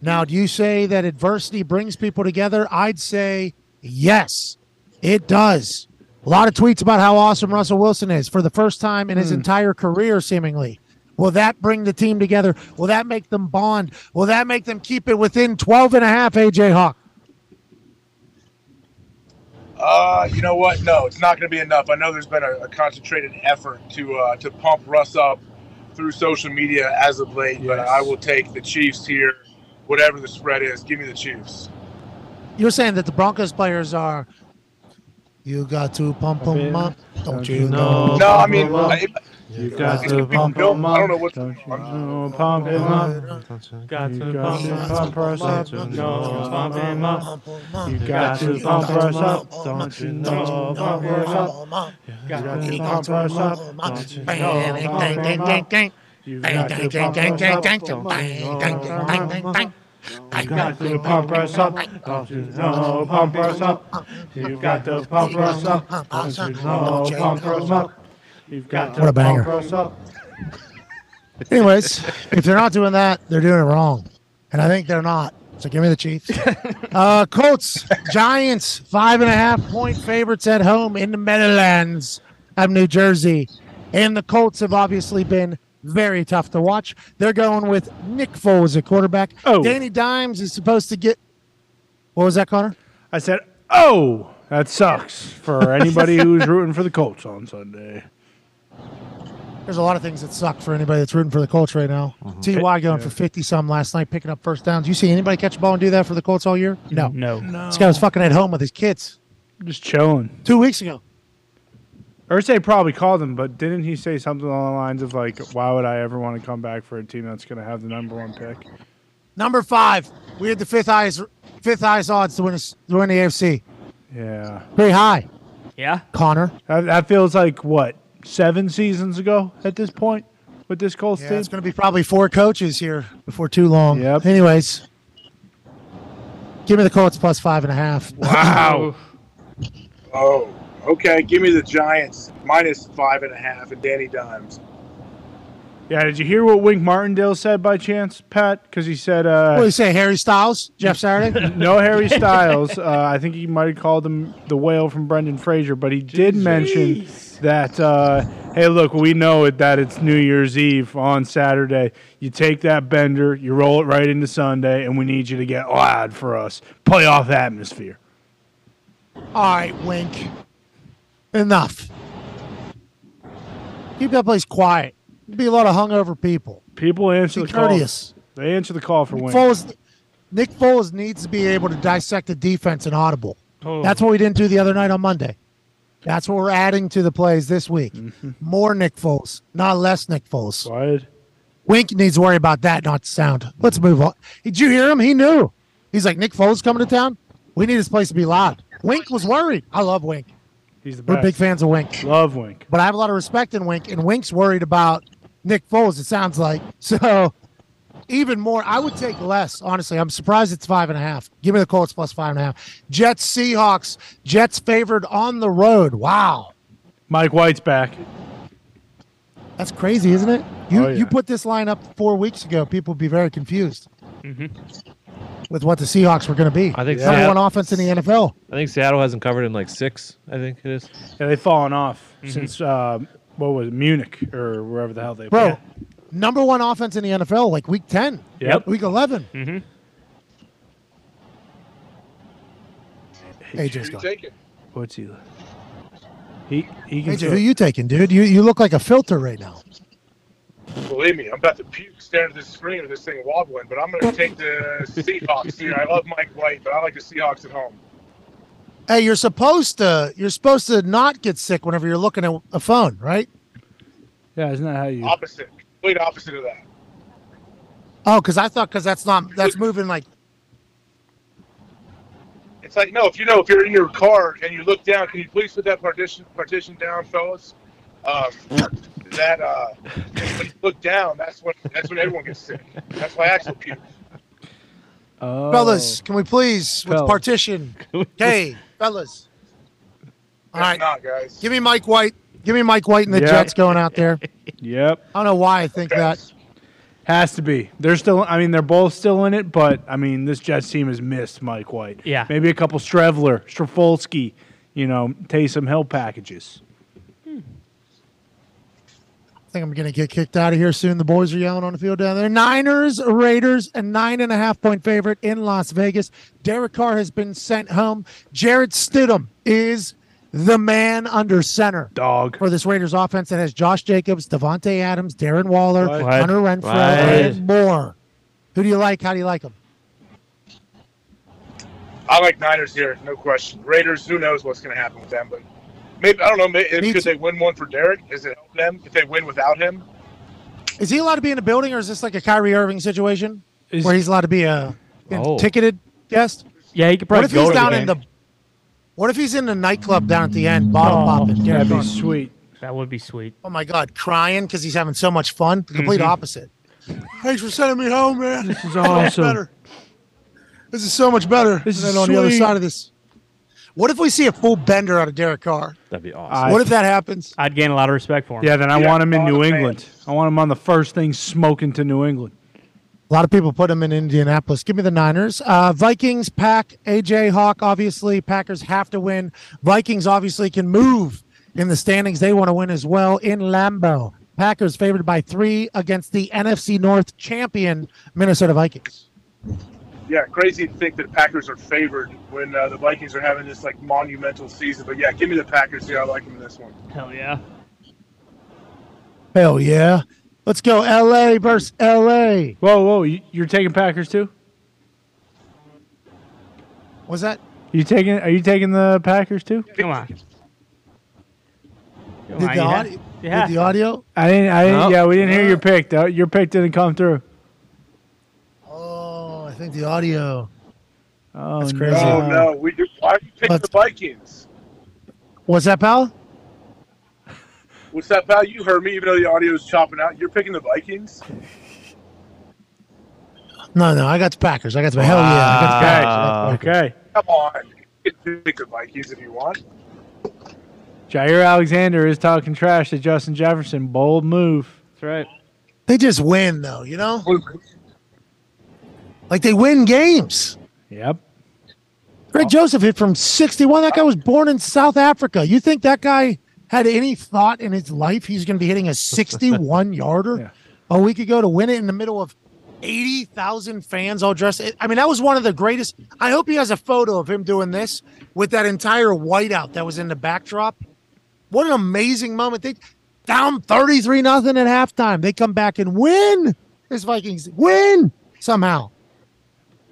S1: Now, do you say that adversity brings people together? I'd say yes, it does. A lot of tweets about how awesome Russell Wilson is for the first time in his entire career, seemingly. Will that bring the team together? Will that make them bond? Will that make them keep it within 12 and a half, AJ Hawk?
S10: Uh, you know what? No, it's not going to be enough. I know there's been a, a concentrated effort to uh, to pump Russ up through social media as of late, but I will take the Chiefs here, whatever the spread is. Give me the Chiefs.
S1: You're saying that the Broncos players are. You got to pump them up, don't you know?
S10: No, I mean, I-
S2: You
S1: got to
S2: pump
S10: Bill,
S2: him
S10: I don't know
S2: up.
S10: what.
S2: Don't you know? Pump him up. Got to
S6: up.
S2: pump us up.
S6: Don't you
S2: No,
S6: know?
S2: Mm-hmm. pump him up. You got
S6: Got
S2: to
S6: to
S2: pump
S6: pump
S2: us
S6: him
S2: up.
S6: up.
S2: Don't you
S6: Don't
S2: know?
S6: you
S2: Pump
S6: know?
S2: us up. You got to pump us up. Don't you know? Pump him up. You got to pump us up. Don't you know? You got to pump us up, don't you know? Pump us up. You got to pump us up, don't you know? Pump us up. You've got to
S1: What a banger.
S2: pump us up.
S1: Anyways, if they're not doing that, they're doing it wrong. And I think they're not. So give me the Chiefs. Uh, Colts, Giants, five and a half point favorites at home in the Meadowlands of New Jersey. And the Colts have obviously been very tough to watch. They're going with Nick Foles at quarterback.
S2: Oh.
S1: Danny Dimes is supposed to get. What was that, Connor?
S2: I said, oh, that sucks for anybody who's rooting for the Colts on Sunday.
S1: There's a lot of things that suck for anybody that's rooting for the Colts right now. Ty going for fifty some last night, picking up first downs. You see anybody catch a ball and do that for the Colts all year? No,
S6: No.
S1: This guy was fucking at home with his kids
S2: Just chilling.
S1: two weeks ago.
S2: Ursay probably called him, but didn't he say something along the lines of, like, why would I ever want to come back for a team that's going to have the number one pick?
S1: Number five, we had the fifth highest fifth highest odds to win this- to win the AFC.
S2: Yeah.
S1: Pretty high,
S6: Yeah.
S1: Connor.
S2: That, that feels like, what, seven seasons ago at this point with this Colts
S1: Yeah,
S2: team?
S1: it's going to be probably four coaches here before too long. Yep. Anyways, give me the Colts plus five and a half.
S10: Wow. oh, okay. Give me the Giants minus five and a half and Danny Dimes.
S2: Yeah, did you hear what Wink Martindale said by chance, Pat? Because he said, uh,
S1: what do you say, Harry Styles, Jeff Saturday?
S2: no Harry Styles. Uh, I think he might have called him the whale from Brendan Fraser, but he did mention that, uh, hey, look, we know it that it's New Year's Eve on Saturday. You take that bender, you roll it right into Sunday, and we need you to get loud for us. Playoff atmosphere.
S1: All right, Wink. Enough. Keep that place quiet. There'd be a lot of hungover people.
S2: People answer
S1: Be
S2: the call.
S1: courteous.
S2: They answer the call for Wink.
S1: Foles, Nick Foles needs to be able to dissect the defense and audible.
S2: Oh.
S1: That's what we didn't do the other night on Monday. That's what we're adding to the plays this week. More Nick Foles, not less Nick Foles.
S2: Right.
S1: Wink needs to worry about that, not sound. Let's move on. Did you hear him? He knew. He's like, Nick Foles coming to town? We need this place to be loud. Wink was worried. I love Wink.
S2: He's the
S1: We're
S2: best.
S1: big fans of Wink.
S2: Love Wink.
S1: But I have a lot of respect in Wink, and Wink's worried about Nick Foles, it sounds like. So even more, I would take less, honestly. I'm surprised it's five and a half. Give me the Colts plus five and a half. Jets, Seahawks. Jets favored on the road. Wow.
S2: Mike White's back.
S1: That's crazy, isn't it? You
S2: Oh, yeah.
S1: you put this line up four weeks ago, people would be very confused
S6: Mm-hmm.
S1: with what the Seahawks were going to be.
S3: I think
S1: number
S3: Seattle-
S1: one offense in the NFL.
S3: I think Seattle hasn't covered in like six. I think it is.
S2: Yeah, they've fallen off
S1: Mm-hmm.
S2: since, uh, what was it, Munich or wherever the hell they
S1: Bro,
S2: played.
S1: number one offense in the NFL, like week 10,
S2: Yep.
S1: week 11.
S6: Mm-hmm.
S1: AJ's gone.
S10: Take it.
S2: What's he? He he can.
S1: AJ, who you taking, dude? You, you look like a filter right now.
S10: Believe me, I'm about to puke staring at this screen with this thing wobbling, but I'm going to take the Seahawks here. I love Mike White, but I like the Seahawks at home.
S1: Hey, you're supposed to you're supposed to not get sick whenever you're looking at a phone, right?
S2: yeah, isn't that how you?
S10: Opposite, complete opposite of that.
S1: Oh, because I thought because that's not that's moving like
S10: It's like, no, if you know, if you're in your car and you look down, can you please put that partition partition down, fellas? Um, that uh, when you look down, that's when that's when everyone gets sick. That's why Axel puked.
S2: Oh.
S1: fellas. Can we please with
S2: Fellas.
S1: partition? Hey, fellas. All
S10: That's
S1: right,
S10: not, guys.
S1: give me Mike White. Give me Mike White and the
S2: Yeah.
S1: Jets going out there.
S2: Yep,
S1: I don't know why I think that.
S2: has to be. They're still. I mean, they're both still in it, but I mean, this Jets team has missed Mike White.
S6: Yeah.
S2: maybe a couple Strevler, Strafolski, you know, Taysom Hill packages.
S1: I think I'm going to get kicked out of here soon. The boys are yelling on the field down there. Niners, Raiders, a nine and a half point favorite in Las Vegas. Derek Carr has been sent home. Jared Stidham is the man under center
S2: dog
S1: for this Raiders offense that has Josh Jacobs, Devontae Adams, Darren Waller,
S2: What?
S1: Hunter Renfro,
S2: What?
S1: and more. Who do you like? How do you like them?
S10: I like Niners here, no question. Raiders, who knows what's going to happen with them? But maybe I don't know. Maybe, could they win one for Derek? Does it help them if they win without him?
S1: Is he allowed to be in the building, or is this like a Kyrie Irving situation where he's allowed to be a you know,
S6: Oh.
S1: ticketed guest?
S6: Yeah, he could
S1: What
S6: probably
S1: if
S6: go
S1: he's
S6: to the
S1: down in
S6: game.
S1: the? What if he's in the nightclub down at the end,
S6: Oh,
S1: bottle popping? Derek Carr?
S2: sweet.
S6: That would be sweet.
S1: Oh my God, crying because he's having so much fun. The complete
S6: Mhm.
S1: opposite. Thanks for sending me home, man. This
S2: is
S6: awesome.
S1: better. This is so much better
S2: This
S1: than
S2: is
S1: on the other
S2: sweet.
S1: side of this. What if we see a full bender out of Derek Carr?
S3: That'd be
S2: awesome.
S1: what if that happens?
S6: I'd gain a lot of respect for him.
S2: Yeah, then I want him in New England. I want him on the first thing smoking to New England.
S1: A lot of people put him in Indianapolis. Give me the Niners. Uh, Vikings, Pack, AJ Hawk, obviously. Packers have to win. Vikings obviously can move in the standings. They want to win as well in Lambeau. Packers favored by three against the NFC North champion, Minnesota Vikings.
S10: Yeah, crazy to think that Packers are favored when uh, the Vikings are having this like monumental season. But yeah, give me the Packers here. I like them in this one.
S6: Hell yeah.
S1: Hell yeah. Let's go LA versus LA.
S2: Whoa, whoa, you- you're taking Packers too?
S1: Was that?
S2: You taking? Are you taking the Packers too?
S6: Come on.
S1: Did the, Oh. audio, did the audio?
S2: I didn't. I didn't
S1: No.
S2: Yeah, we didn't hear your pick. Though. Your pick didn't come through.
S1: Oh, I think the audio.
S2: Oh,
S1: That's crazy.
S10: Oh no, we do. Why do you pick the Vikings?
S1: What's that, pal?
S10: What's that, pal? You heard me, even though the audio is chopping out. You're picking the Vikings.
S1: No, no, I got the Packers. I got the hell yeah. I got the Packers. I got the Packers.
S2: Okay.
S10: Come on, you can pick the Vikings if you want.
S2: Jair Alexander is talking trash to Justin Jefferson. Bold move. That's right.
S1: They just win though, you know? Like they win games.
S2: Yep.
S1: Greg Joseph hit from 61. That guy was born in South Africa. You think that guy had any thought in his life he's going to be hitting a 61 yarder a week ago to win it in the middle of 80,000 fans all dressed? I mean, that was one of the greatest. I hope he has a photo of him doing this with that entire whiteout that was in the backdrop. What an amazing moment. They down 33 nothing at halftime. They come back and win. This Vikings win somehow.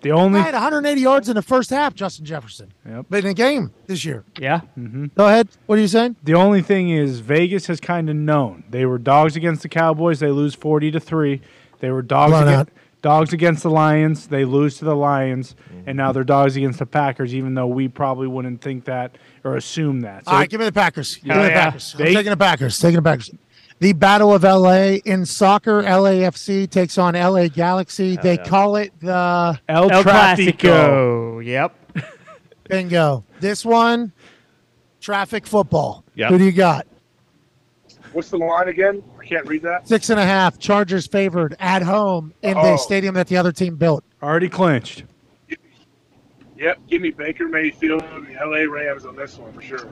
S2: The only
S1: I had 180 yards in the first half, Justin Jefferson.
S2: Yep.
S1: But in a game this year.
S6: Yeah.
S2: Mm-hmm.
S1: Go ahead. What are you saying?
S2: The only thing is Vegas has kind of known. They were dogs against the Cowboys. They lose 40 to 3. They were dogs
S1: Blown
S2: against,
S1: out.
S2: dogs against the Lions. They lose to the Lions. And now they're dogs against the Packers, even though we probably wouldn't think that or assume that. So
S1: All right, give me the Packers. Give
S2: Hell
S1: me the
S2: yeah.
S1: Packers. I'm
S2: They-
S1: taking the Packers. Taking the Packers. The Battle of LA in soccer, LAFC takes on LA Galaxy. they call it the
S2: El El Tráfico. Tráfico.
S6: Yep.
S1: Bingo. This one, traffic football.
S10: Yep.
S1: Who do you got?
S10: What's the line again? I can't read that.
S1: Six and a half. Chargers favored at home in the
S10: Oh.
S1: stadium that the other team built.
S2: already clinched.
S10: Yep, give me Baker Mayfield and the LA Rams on this one for sure.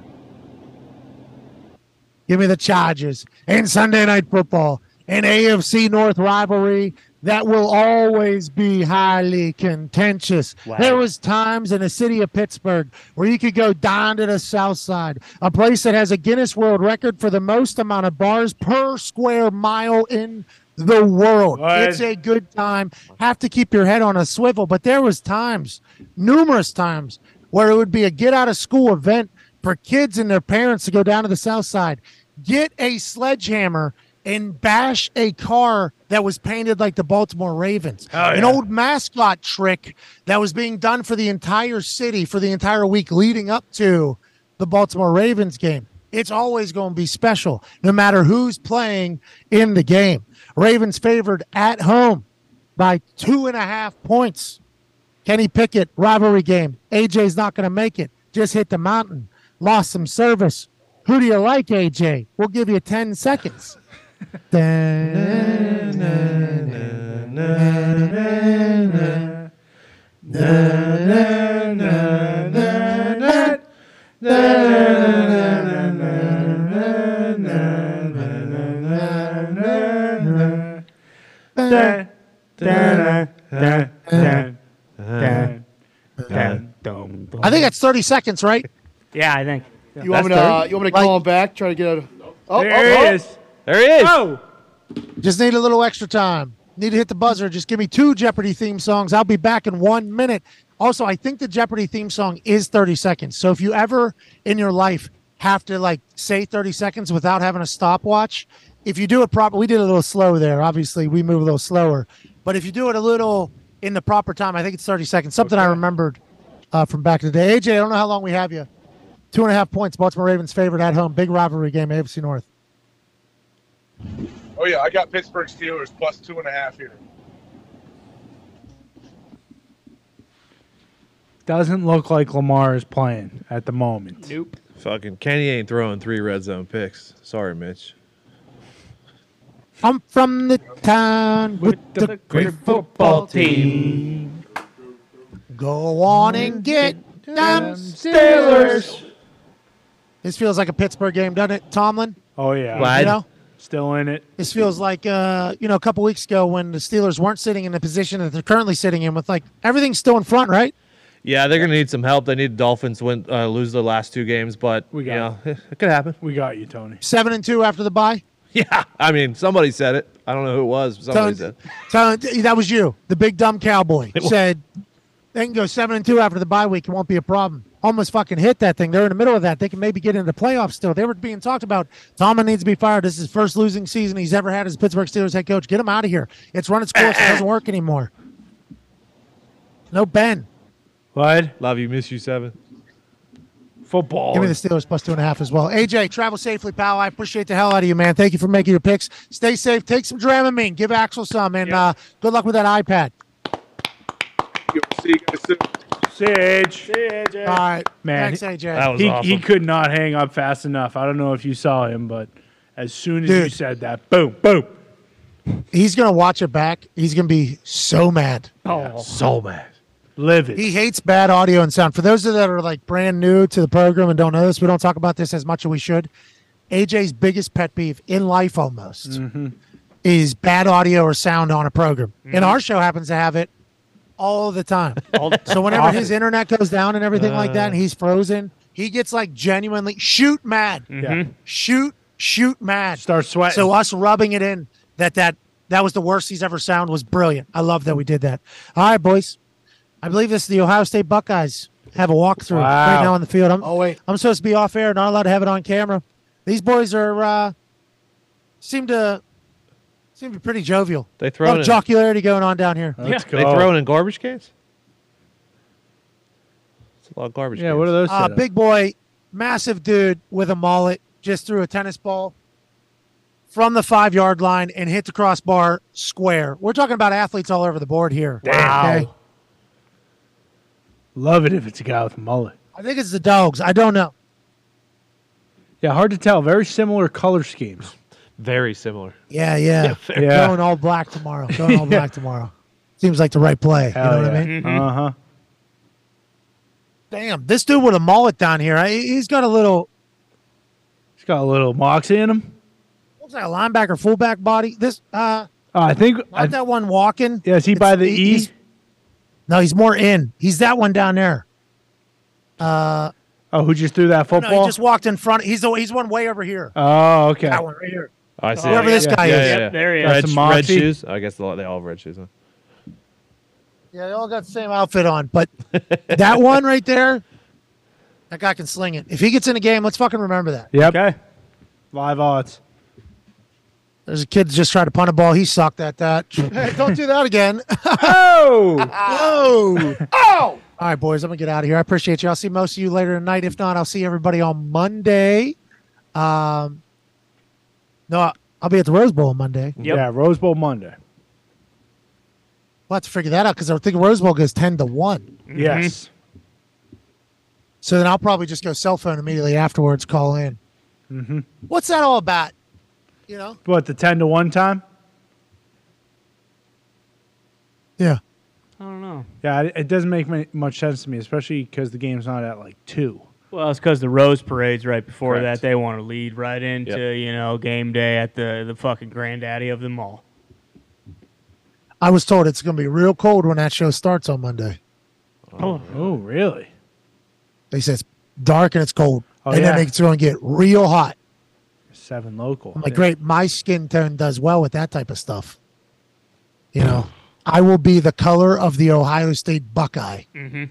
S1: Give me the Chargers and Sunday Night Football, an AFC North rivalry that will always be highly contentious.
S11: Wow.
S1: There was times in the city of Pittsburgh where you could go down to the south side, a place that has a Guinness World Record for the most amount of bars per square mile in the world.
S2: What?
S1: It's a good time. Have to keep your head on a swivel, but there was times, numerous times, where it would be a get out of school event for kids and their parents to go down to the south side, get a sledgehammer and bash a car that was painted like the Baltimore Ravens. An old mascot trick that was being done for the entire city for the entire week leading up to the Baltimore Ravens game. It's always going to be special, no matter who's playing in the game. Ravens favored at home by two and a half points. Kenny Pickett, rivalry game. AJ's not going to make it. Just hit the mountain. Lost some service. Who do you like, AJ? We'll give you 10 seconds. Dun, dun, dun, dun, dun, dun. I think that's 30 seconds, right?
S6: Yeah, I think.
S11: You want me to? Uh, you want me to call him back? Try to get a. Oh,
S1: There
S11: oh,
S1: he
S11: oh.
S1: is.
S3: There he is.
S1: Oh. Just need a little extra time. Need to hit the buzzer. Just give me two Jeopardy theme songs. I'll be back in one minute. Also, I think the Jeopardy theme song is 30 seconds. So if you ever in your life have to like say 30 seconds without having a stopwatch, if you do it proper, we did a little slow there. Obviously, we move a little slower. But if you do it a little in the proper time, I think it's 30 seconds. Something I remembered uh, from back in the day. AJ, I don't know how long we have you. Two and a half points. Baltimore Ravens favorite at home. Big rivalry game, AFC North.
S10: Oh yeah, I got Pittsburgh Steelers plus two and a half here.
S2: Doesn't look like Lamar is playing at the moment.
S6: Nope.
S3: Fucking Kenny ain't throwing three red zone picks. Sorry, Mitch.
S1: I'm from the town with the great football team. Go on and get them Steelers. This feels like a Pittsburgh game, doesn't it, Tomlin?
S2: Oh yeah.
S1: Wide. You know?
S2: Still in it.
S1: This feels like uh, you know a couple weeks ago when the Steelers weren't sitting in the position that they're currently sitting in, with like everything's still in front, right?
S3: Yeah, they're gonna need some help. They need the Dolphins win, uh, lose the last two games, but we got you know, it could happen.
S2: We got you, Tony.
S1: Seven and two after the bye.
S3: Yeah, I mean, somebody said it. I don't know who it was. But somebody
S1: Tony-
S3: said.
S1: Tony, that was you, the big dumb cowboy. Said they can go seven and two after the bye week. It won't be a problem. Almost fucking hit that thing. They're in the middle of that. They can maybe get into the playoffs still. They were being talked about. Tomlin needs to be fired. This is his first losing season he's ever had as Pittsburgh Steelers head coach. Get him out of here. It's run its course. it doesn't work anymore. No Ben.
S2: What?
S3: Love you, miss you, seven.
S2: Football.
S1: Give me the Steelers plus two and a half as well. AJ, travel safely, pal. I appreciate the hell out of you, man. Thank you for making your picks. Stay safe. Take some Dramamine. Give Axel some, and uh, good luck with that iPad.
S10: See you guys soon.
S2: Sage.
S1: All right,
S2: Man,
S1: Thanks, AJ.
S2: he, he could not hang up fast enough. I don't know if you saw him, but as soon as you
S1: Dude.
S2: said that, boom, boom.
S1: He's gonna watch it back. He's gonna be so mad.
S2: Oh, so bad. Livid.
S1: He hates bad audio and sound. For those of that are like brand new to the program and don't know this, we don't talk about this as much as we should. AJ's biggest pet peeve in life almost
S2: Mm-hmm.
S1: is bad audio or sound on a program. And our show happens to have it all the time. so whenever his internet goes down and everything like
S2: Uh.
S1: that and he's frozen, he gets like genuinely shoot mad.
S2: Mm-hmm. Yeah.
S1: Shoot, shoot mad.
S2: Start sweating.
S1: So us rubbing it in that that that was the worst he's ever sound was brilliant. I love that we did that. All right, boys. I believe this is the Ohio State Buckeyes have a walkthrough
S2: Wow.
S1: right now on the field. I'm, oh wait, I'm supposed to be off air, not allowed to have it on camera. These boys are uh, seem to seem to be pretty jovial.
S3: They
S1: A lot
S3: throw
S1: of
S3: it. in-
S1: jocularity going on down here.
S3: They throw it in garbage cans. It's a lot of garbage. cans.
S1: Uh, big boy, massive dude with a mullet just threw a tennis ball from the five yard line and hit the crossbar square. We're talking about athletes all over the board here.
S2: Wow. Love it if it's a guy with a mullet.
S1: I think it's the dogs. I don't know.
S2: Yeah, hard to tell. Very similar color schemes.
S3: Very similar.
S1: Yeah, yeah.
S2: fair. Yeah.
S1: Going all black tomorrow. Going all black tomorrow. Seems like the right play. you know what I mean?
S2: Uh huh.
S1: Damn, this dude with a mullet down here. I, he's got a little
S2: He's got a little moxie in him.
S1: looks like a linebacker fullback body. This uh
S2: Uh, I think.
S1: not that one walking.
S2: Yeah, is he by the E?
S1: No, he's more in. He's that one down there. Uh
S2: Oh, who just threw that
S1: no, he
S2: football?
S1: just walked in front. He's the he's one way over here.
S2: oh, okay.
S1: That one right here.
S3: Oh, I see.
S1: Whoever
S3: it.
S1: this guy
S3: yeah,
S1: is.
S3: Yeah,
S1: Yep,
S3: yeah.
S1: there he is.
S3: Red,
S1: Some
S3: red
S1: Moxie.
S3: shoes. I guess they all- they all have red shoes. Huh?
S1: Yeah, they all got the same outfit on, but that one right there, that guy can sling it. If he gets in a game, let's fucking remember that.
S2: Yep. Okay. Live odds.
S1: There's a kid that just tried to punt a ball. He sucked at that. Hey, don't do that again.
S2: oh.
S1: Oh. oh. All right, boys, I'm going to get out of here. I appreciate you. I'll see most of you later tonight. If not, I'll see everybody on Monday. Um, no, I- I'll be at the Rose Bowl on Monday.
S2: Yeah, Rose Bowl Monday.
S1: We'll have to figure that out because I think Rose Bowl goes 10 to 1.
S2: Mm-hmm. Yes.
S1: So then I'll probably just go cell phone immediately afterwards, call in.
S2: Mm-hmm.
S1: What's that all about? You know?
S2: What the ten to one time?
S1: Yeah.
S6: I don't know.
S2: Yeah, it, it doesn't make ma- much sense to me, especially because the game's not at like two.
S6: Well, it's because the Rose Parade's right before that.
S2: Correct.
S6: They want to lead right into you know game day at the the fucking granddaddy of them all.
S1: I was told it's going to be real cold when that show starts on Monday.
S2: Oh, oh really?
S1: They said it's dark and it's cold.
S2: Oh,
S1: and
S2: yeah.
S1: then they throw and get real hot.
S2: Seven local.
S1: I'm like, great, my skin tone does well with that type of stuff. You know, I will be the color of the Ohio State Buckeye
S6: Mm-hmm.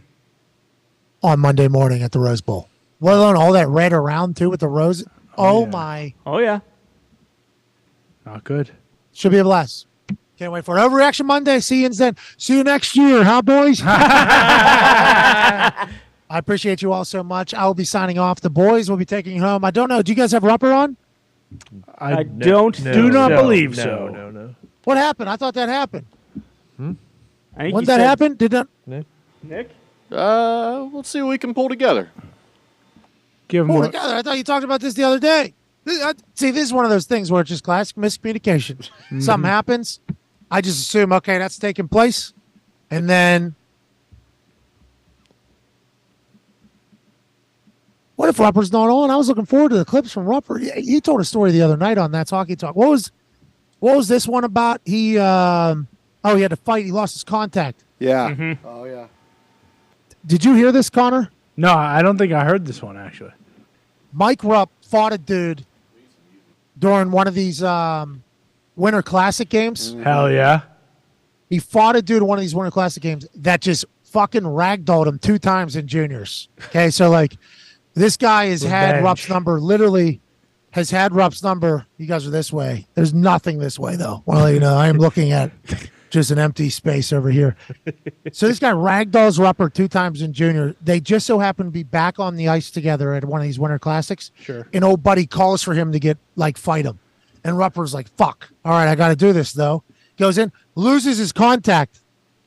S1: on Monday morning at the Rose Bowl. Let alone all that red around too with the rose. Oh, my,
S6: Oh yeah.
S2: Not good.
S1: should be a blast. Can't wait for it. Overreaction Monday. See you then. See you next year, huh, boys? I appreciate you all so much. I will be signing off. The boys will be taking home. I don't know. Do you guys have Rupper on?
S2: I,
S6: don't
S2: do not
S6: no,
S2: believe
S6: no,
S2: so.
S6: no,
S1: What happened? I thought that happened.
S6: I
S1: When that happened? Did that?
S6: Nick?
S13: Uh, we'll see what we can pull together.
S2: Give
S1: Pull together. I thought you talked about this the other day. This- I- See, this is one of those things where it's just classic miscommunication. Something happens. I just assume, okay, that's taking place. And then. What if Rupper's not on? I was looking forward to the clips from Rupper. He- He told a story the other night on That's Hockey Talk. What was what was this one about? He um oh he had to fight, he lost his contact.
S16: Yeah.
S6: Mm-hmm.
S11: Oh yeah.
S1: Did you hear this, Connor?
S2: No, I don't think I heard this one actually.
S1: Mike Rupp fought a dude during one of these um, Winter Classic games.
S2: Hell yeah.
S1: He fought a dude in one of these Winter Classic games that just fucking ragdolled him two times in juniors. Okay, so like this guy has had
S2: Revenge.
S1: Rupp's number, literally has had Rupp's number. You guys are this way. There's nothing this way though. Well, you know, I am looking at just an empty space over here. So this guy ragdolls Rupper two times in junior. They just so happen to be back on the ice together at one of these Winter Classics.
S2: Sure.
S1: And old buddy calls for him to get like fight him, and Rupper's like, "Fuck, all right, I got to do this though." Goes in, loses his contact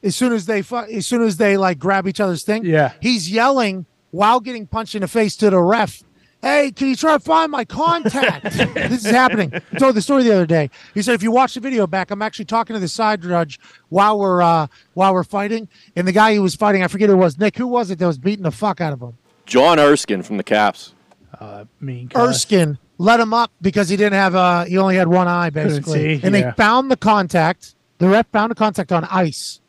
S1: as soon as they fu- as soon as they like grab each other's thing.
S2: Yeah.
S1: He's yelling while getting punched in the face to the ref. Hey, can you try to find my contact? this is happening. I told the story the other day. He said, if you watch the video back, I'm actually talking to the side judge while we're uh, while we're fighting, and the guy he was fighting, I forget who it was. Nick, who was it that was beating the fuck out of him?
S13: John Erskine from the Caps.
S2: Mean
S1: Erskine let him up because he didn't have uh he only had one eye basically.
S2: see,
S1: and
S2: yeah.
S1: they found the contact. The ref found the contact on ice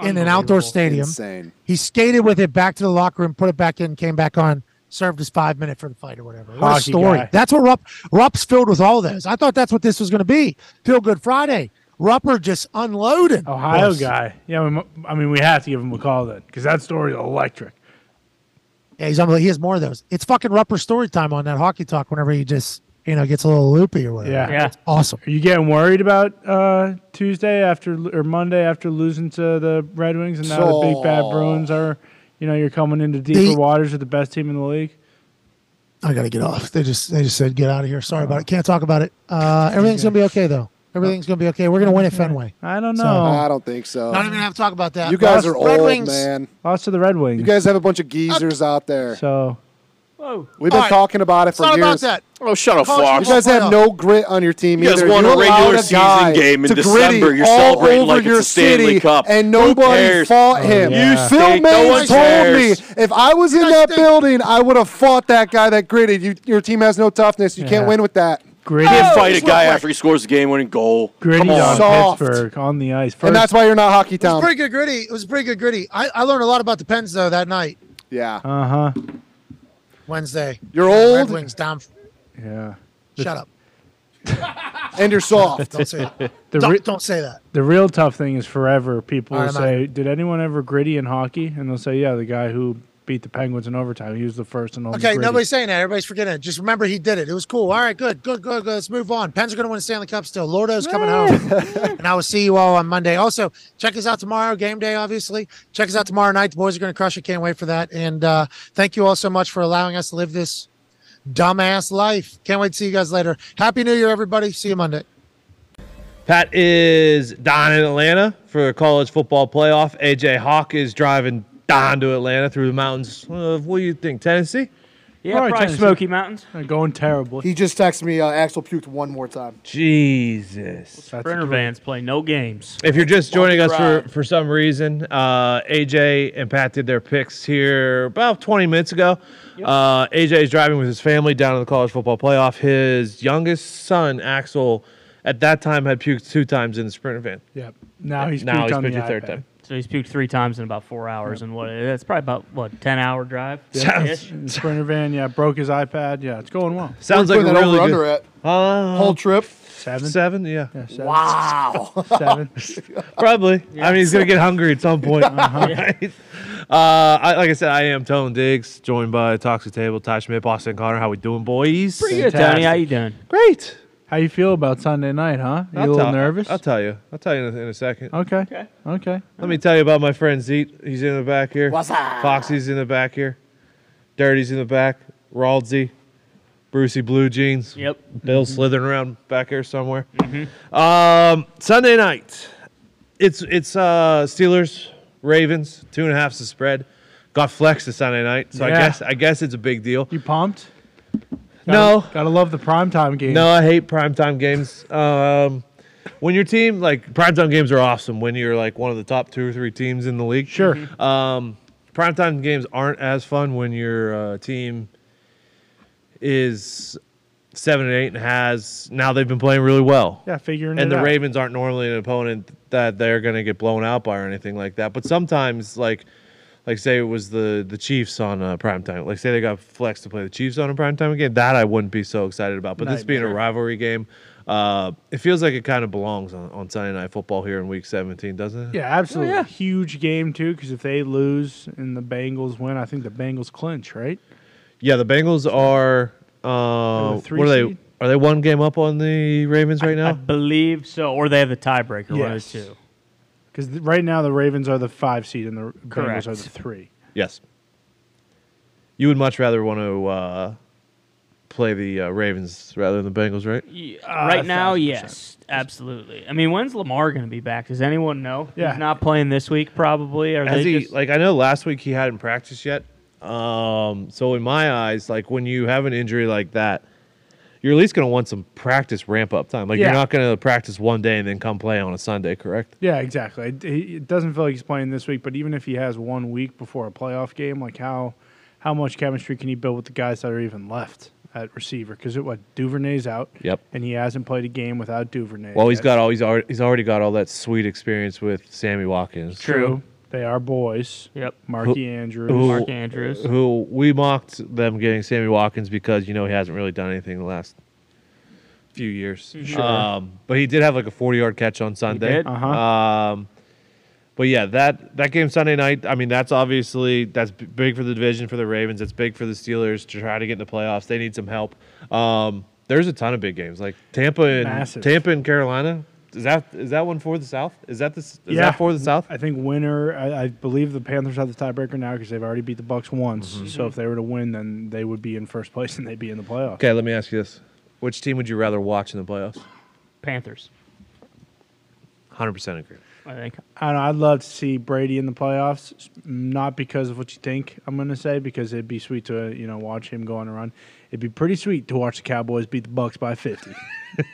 S1: in an outdoor stadium.
S16: Insane.
S1: He skated with it back to the locker room, put it back in, came back on, served his five minute for the fight or whatever. What a
S2: Hockey
S1: story.
S2: guy.
S1: That's what Rupp Rupp's filled with all those. I thought that's what this was gonna be. Feel good Friday. Rupper just unloading.
S2: Ohio
S1: Yes.
S2: guy. Yeah, we, mu- I mean, we have to give him a call then because that story is electric.
S1: Yeah, he's unbelievable. He has more of those. It's fucking Rupper story time on that hockey talk whenever he just you know gets a little loopy or whatever.
S2: Yeah. Yeah.
S1: It's awesome.
S2: Are you getting worried about uh, Tuesday after or Monday after losing to the Red Wings and now the Big Bad Bruins are, you know, you're coming into deeper
S1: The-
S2: waters with the best team in the league?
S1: I gotta get off. They just they just said get out of here. Sorry about it. Can't talk about it. Uh, everything's gonna be okay though. Everything's gonna be okay. We're gonna win at Fenway.
S2: I don't know.
S1: So-
S16: I don't think so.
S1: Not even have to talk about that.
S16: Uh, You guys
S1: Lost
S16: are
S1: Red
S16: old,
S1: Wings.
S16: man.
S2: Lost to the Red Wings.
S16: You guys have a bunch of geezers out there.
S2: So
S6: Whoa.
S16: We've been
S1: All right.
S16: talking about it
S1: It's
S16: for
S1: not
S16: years.
S1: about that.
S13: Oh, shut up,
S1: College
S13: Fox.
S16: You guys have no grit on your team
S13: You guys
S16: either.
S13: won a
S16: You allowed
S13: regular season
S16: guy
S13: game in
S16: to
S13: December.
S16: gritty
S13: You're
S16: all
S13: celebrating
S16: over
S13: like it's
S16: your
S13: the Stanley
S16: city,
S13: Cup.
S16: and
S13: Who
S16: nobody
S13: cares?
S16: fought
S2: Oh,
S16: him.
S2: yeah. You
S16: Phil
S13: stink. No one
S16: Mays told me
S13: cares.
S16: if I was in that building, I would have fought that guy that gritted. You, your team has no toughness. You
S2: Yeah.
S16: can't win with that.
S2: gritty,
S13: Can't
S17: Oh,
S13: fight a guy after he scores a game-winning goal.
S2: gritty
S16: Come on.
S2: on
S16: Soft.
S2: Pittsburgh on the ice. First,
S16: And that's why you're not hockey
S1: It was
S16: town.
S1: pretty good gritty. It was pretty good gritty. I, I learned a lot about the Pens though that night
S16: yeah,
S2: uh huh.
S1: Wednesday.
S16: you're
S1: Red
S16: old
S1: Wings down.
S2: Yeah.
S1: Shut up.
S16: and you're soft.
S1: Don't say that.
S2: The re-
S1: don't, don't say that.
S2: The real tough thing is forever people
S1: All
S2: will
S1: right, I'm out of
S2: say, Did anyone ever gritty in hockey? And they'll say, Yeah, the guy who beat the Penguins in overtime. He was the first and only.
S1: Okay,
S2: gritty."
S1: nobody's saying that. Everybody's forgetting it. Just remember he did it. It was cool. All right, good, good, good, good. Let's move on. Pens are going to win the Stanley Cup still. Lordo's coming home. and I will see you all on Monday. Also, check us out tomorrow. Game day, obviously. Check us out tomorrow night. The boys are going to crush it. Can't wait for that. And uh, thank you all so much for allowing us to live this dumbass life. Can't wait to see you guys later. Happy New Year, everybody. See you Monday.
S3: Pat is down in Atlanta for a college football playoff. AJ Hawk is driving down to Atlanta through the mountains of what do you think, Tennessee?
S6: Yeah,
S2: Probably
S6: probably,
S2: Tennessee.
S6: Smoky Mountains.
S2: They're going terribly.
S11: He just texted me. Uh, Axel puked one more time.
S3: Jesus.
S2: That's
S6: Sprinter
S2: true.
S6: vans play no games.
S3: If you're just joining us for,
S11: drive.
S3: for some reason, uh, AJ and Pat did their picks here about 20 minutes ago. Uh, AJ is driving with his family down to the college football playoff. His youngest son, Axel, at that time had puked two times in the sprinter van.
S2: Yep. Now he's
S3: now
S2: peaked
S3: he's
S2: on
S3: puked
S2: the
S3: a third
S2: iPad.
S3: time.
S6: So he's puked three times in about four hours, and what? That's probably about what ten hour drive.
S2: Sounds,
S6: Ish.
S2: in the Sprinter van, yeah. Broke his iPad. Yeah, it's going well.
S3: Sounds like a really good Uh,
S2: Whole
S16: trip.
S2: Seven.
S3: Seven, yeah.
S2: seven.
S16: Wow.
S2: Seven.
S3: Probably. I mean, he's gonna get hungry at some point.
S2: Uh-huh.
S3: Right? Uh, I, like I said, I am Tone Diggs, joined by Toxic Table, Ty Schmidt, Boston Connor. How we doing, boys?
S2: Pretty good, Tony. How you
S6: doing?
S3: Great.
S2: How you feel about Sunday night, huh? You a
S3: I'll
S2: little
S3: tell-
S2: nervous?
S3: I'll tell you. I'll tell you in a, in a second.
S2: Okay. Okay. Okay.
S3: Let me tell you about my friend Zeke. He's in the back here.
S2: What's up?
S3: Foxy's in the back here. Dirty's in the back. Raldsy. Brucey Blue Jeans.
S6: Yep.
S3: Bill
S2: Mm-hmm.
S3: slithering around back here somewhere. Um, Sunday night. It's it's uh, Steelers, Ravens, two and a half's the spread. Got flexed this Sunday night, so
S2: Yeah.
S3: I guess I guess it's a big deal.
S2: You pumped?
S3: No.
S2: Gotta, gotta love the primetime game.
S3: No, I hate primetime games. Um, when your team like primetime games are awesome when you're like one of the top two or three teams in the league.
S2: Sure.
S3: Um, primetime games aren't as fun when your uh, team is seven and eight and has now they've been playing really well.
S2: Yeah, figuring
S3: And
S2: it
S3: the
S2: out.
S3: Ravens aren't normally an opponent that they're going to get blown out by or anything like that. But sometimes, like, like say it was the the Chiefs on uh, primetime. Like say they got flexed to play the Chiefs on a primetime game. That I wouldn't be so excited about. But this being a
S2: Nightmare.
S3: rivalry game, uh, it feels like it kind of belongs on, on Sunday Night Football here in Week 17, doesn't it?
S2: Oh, Yeah, absolutely.
S6: Oh,
S2: Huge game too, because if they lose and the Bengals win, I think the Bengals clinch, right?
S3: Yeah, the Bengals are.
S2: the
S3: Uh,
S2: three
S3: what are they?
S2: seed?
S3: Are they one game up on the Ravens right now?
S6: I believe so, or they have the tiebreaker. One of
S2: Yes.
S6: the two.
S2: Because right now the Ravens are the five seed and the
S6: Correct.
S2: Bengals are the three.
S3: Yes. You would much rather want to uh, play the uh, Ravens rather than the Bengals, right?
S2: Uh,
S6: right now,
S2: 1000%.
S6: yes, absolutely. I mean, when's Lamar going to be back? Does anyone know?
S2: Yeah.
S6: He's not playing this week, probably. Or
S3: Has
S6: they
S3: he-
S6: just,
S3: like I know last week he hadn't practiced yet. Um, so in my eyes, like when you have an injury like that, you're at least going to want some practice ramp up time. Like
S2: Yeah.
S3: you're not going to practice one day and then come play on a Sunday, correct?
S2: Yeah, exactly. It, it doesn't feel like he's playing this week, but even if he has one week before a playoff game, like how how much chemistry can he build with the guys that are even left at receiver? Because what Duvernay's out,
S3: Yep.
S2: and he hasn't played a game without Duvernay.
S3: Well, he's
S2: yet.
S3: got all he's already he's already got all that sweet experience with Sammy Watkins.
S2: They are boys.
S6: Yep.
S2: Marky Andrews.
S3: Who we mocked them getting Sammy Watkins because, you know, he hasn't really done anything the last few years.
S2: Sure.
S3: Um, but he did have like a 40 yard catch on Sunday.
S2: did? Uh-huh.
S3: Um, but yeah, that, that game Sunday night, I mean, that's obviously that's b- big for the division for the Ravens. It's big for the Steelers to try to get in the playoffs. They need some help. Um, there's a ton of big games like Tampa and
S2: Massive.
S3: Tampa and Carolina. Is that is that one for the South? Is that this? Is that for the South?
S2: I think winner. I, I believe the Panthers have the tiebreaker now because they've already beat the Bucks once.
S3: Mm-hmm.
S2: So if they were to win, then they would be in first place and they'd be in the playoffs.
S3: Okay, let me ask you this: Which team would you rather watch in the playoffs?
S6: Panthers.
S3: Hundred percent agree.
S6: I think.
S2: I don't know, I'd love to see Brady in the playoffs, s- not because of what you think I'm going to say, because it'd be sweet to uh, you know watch him go on a run. It'd be pretty sweet to watch the Cowboys beat the Bucks by 50,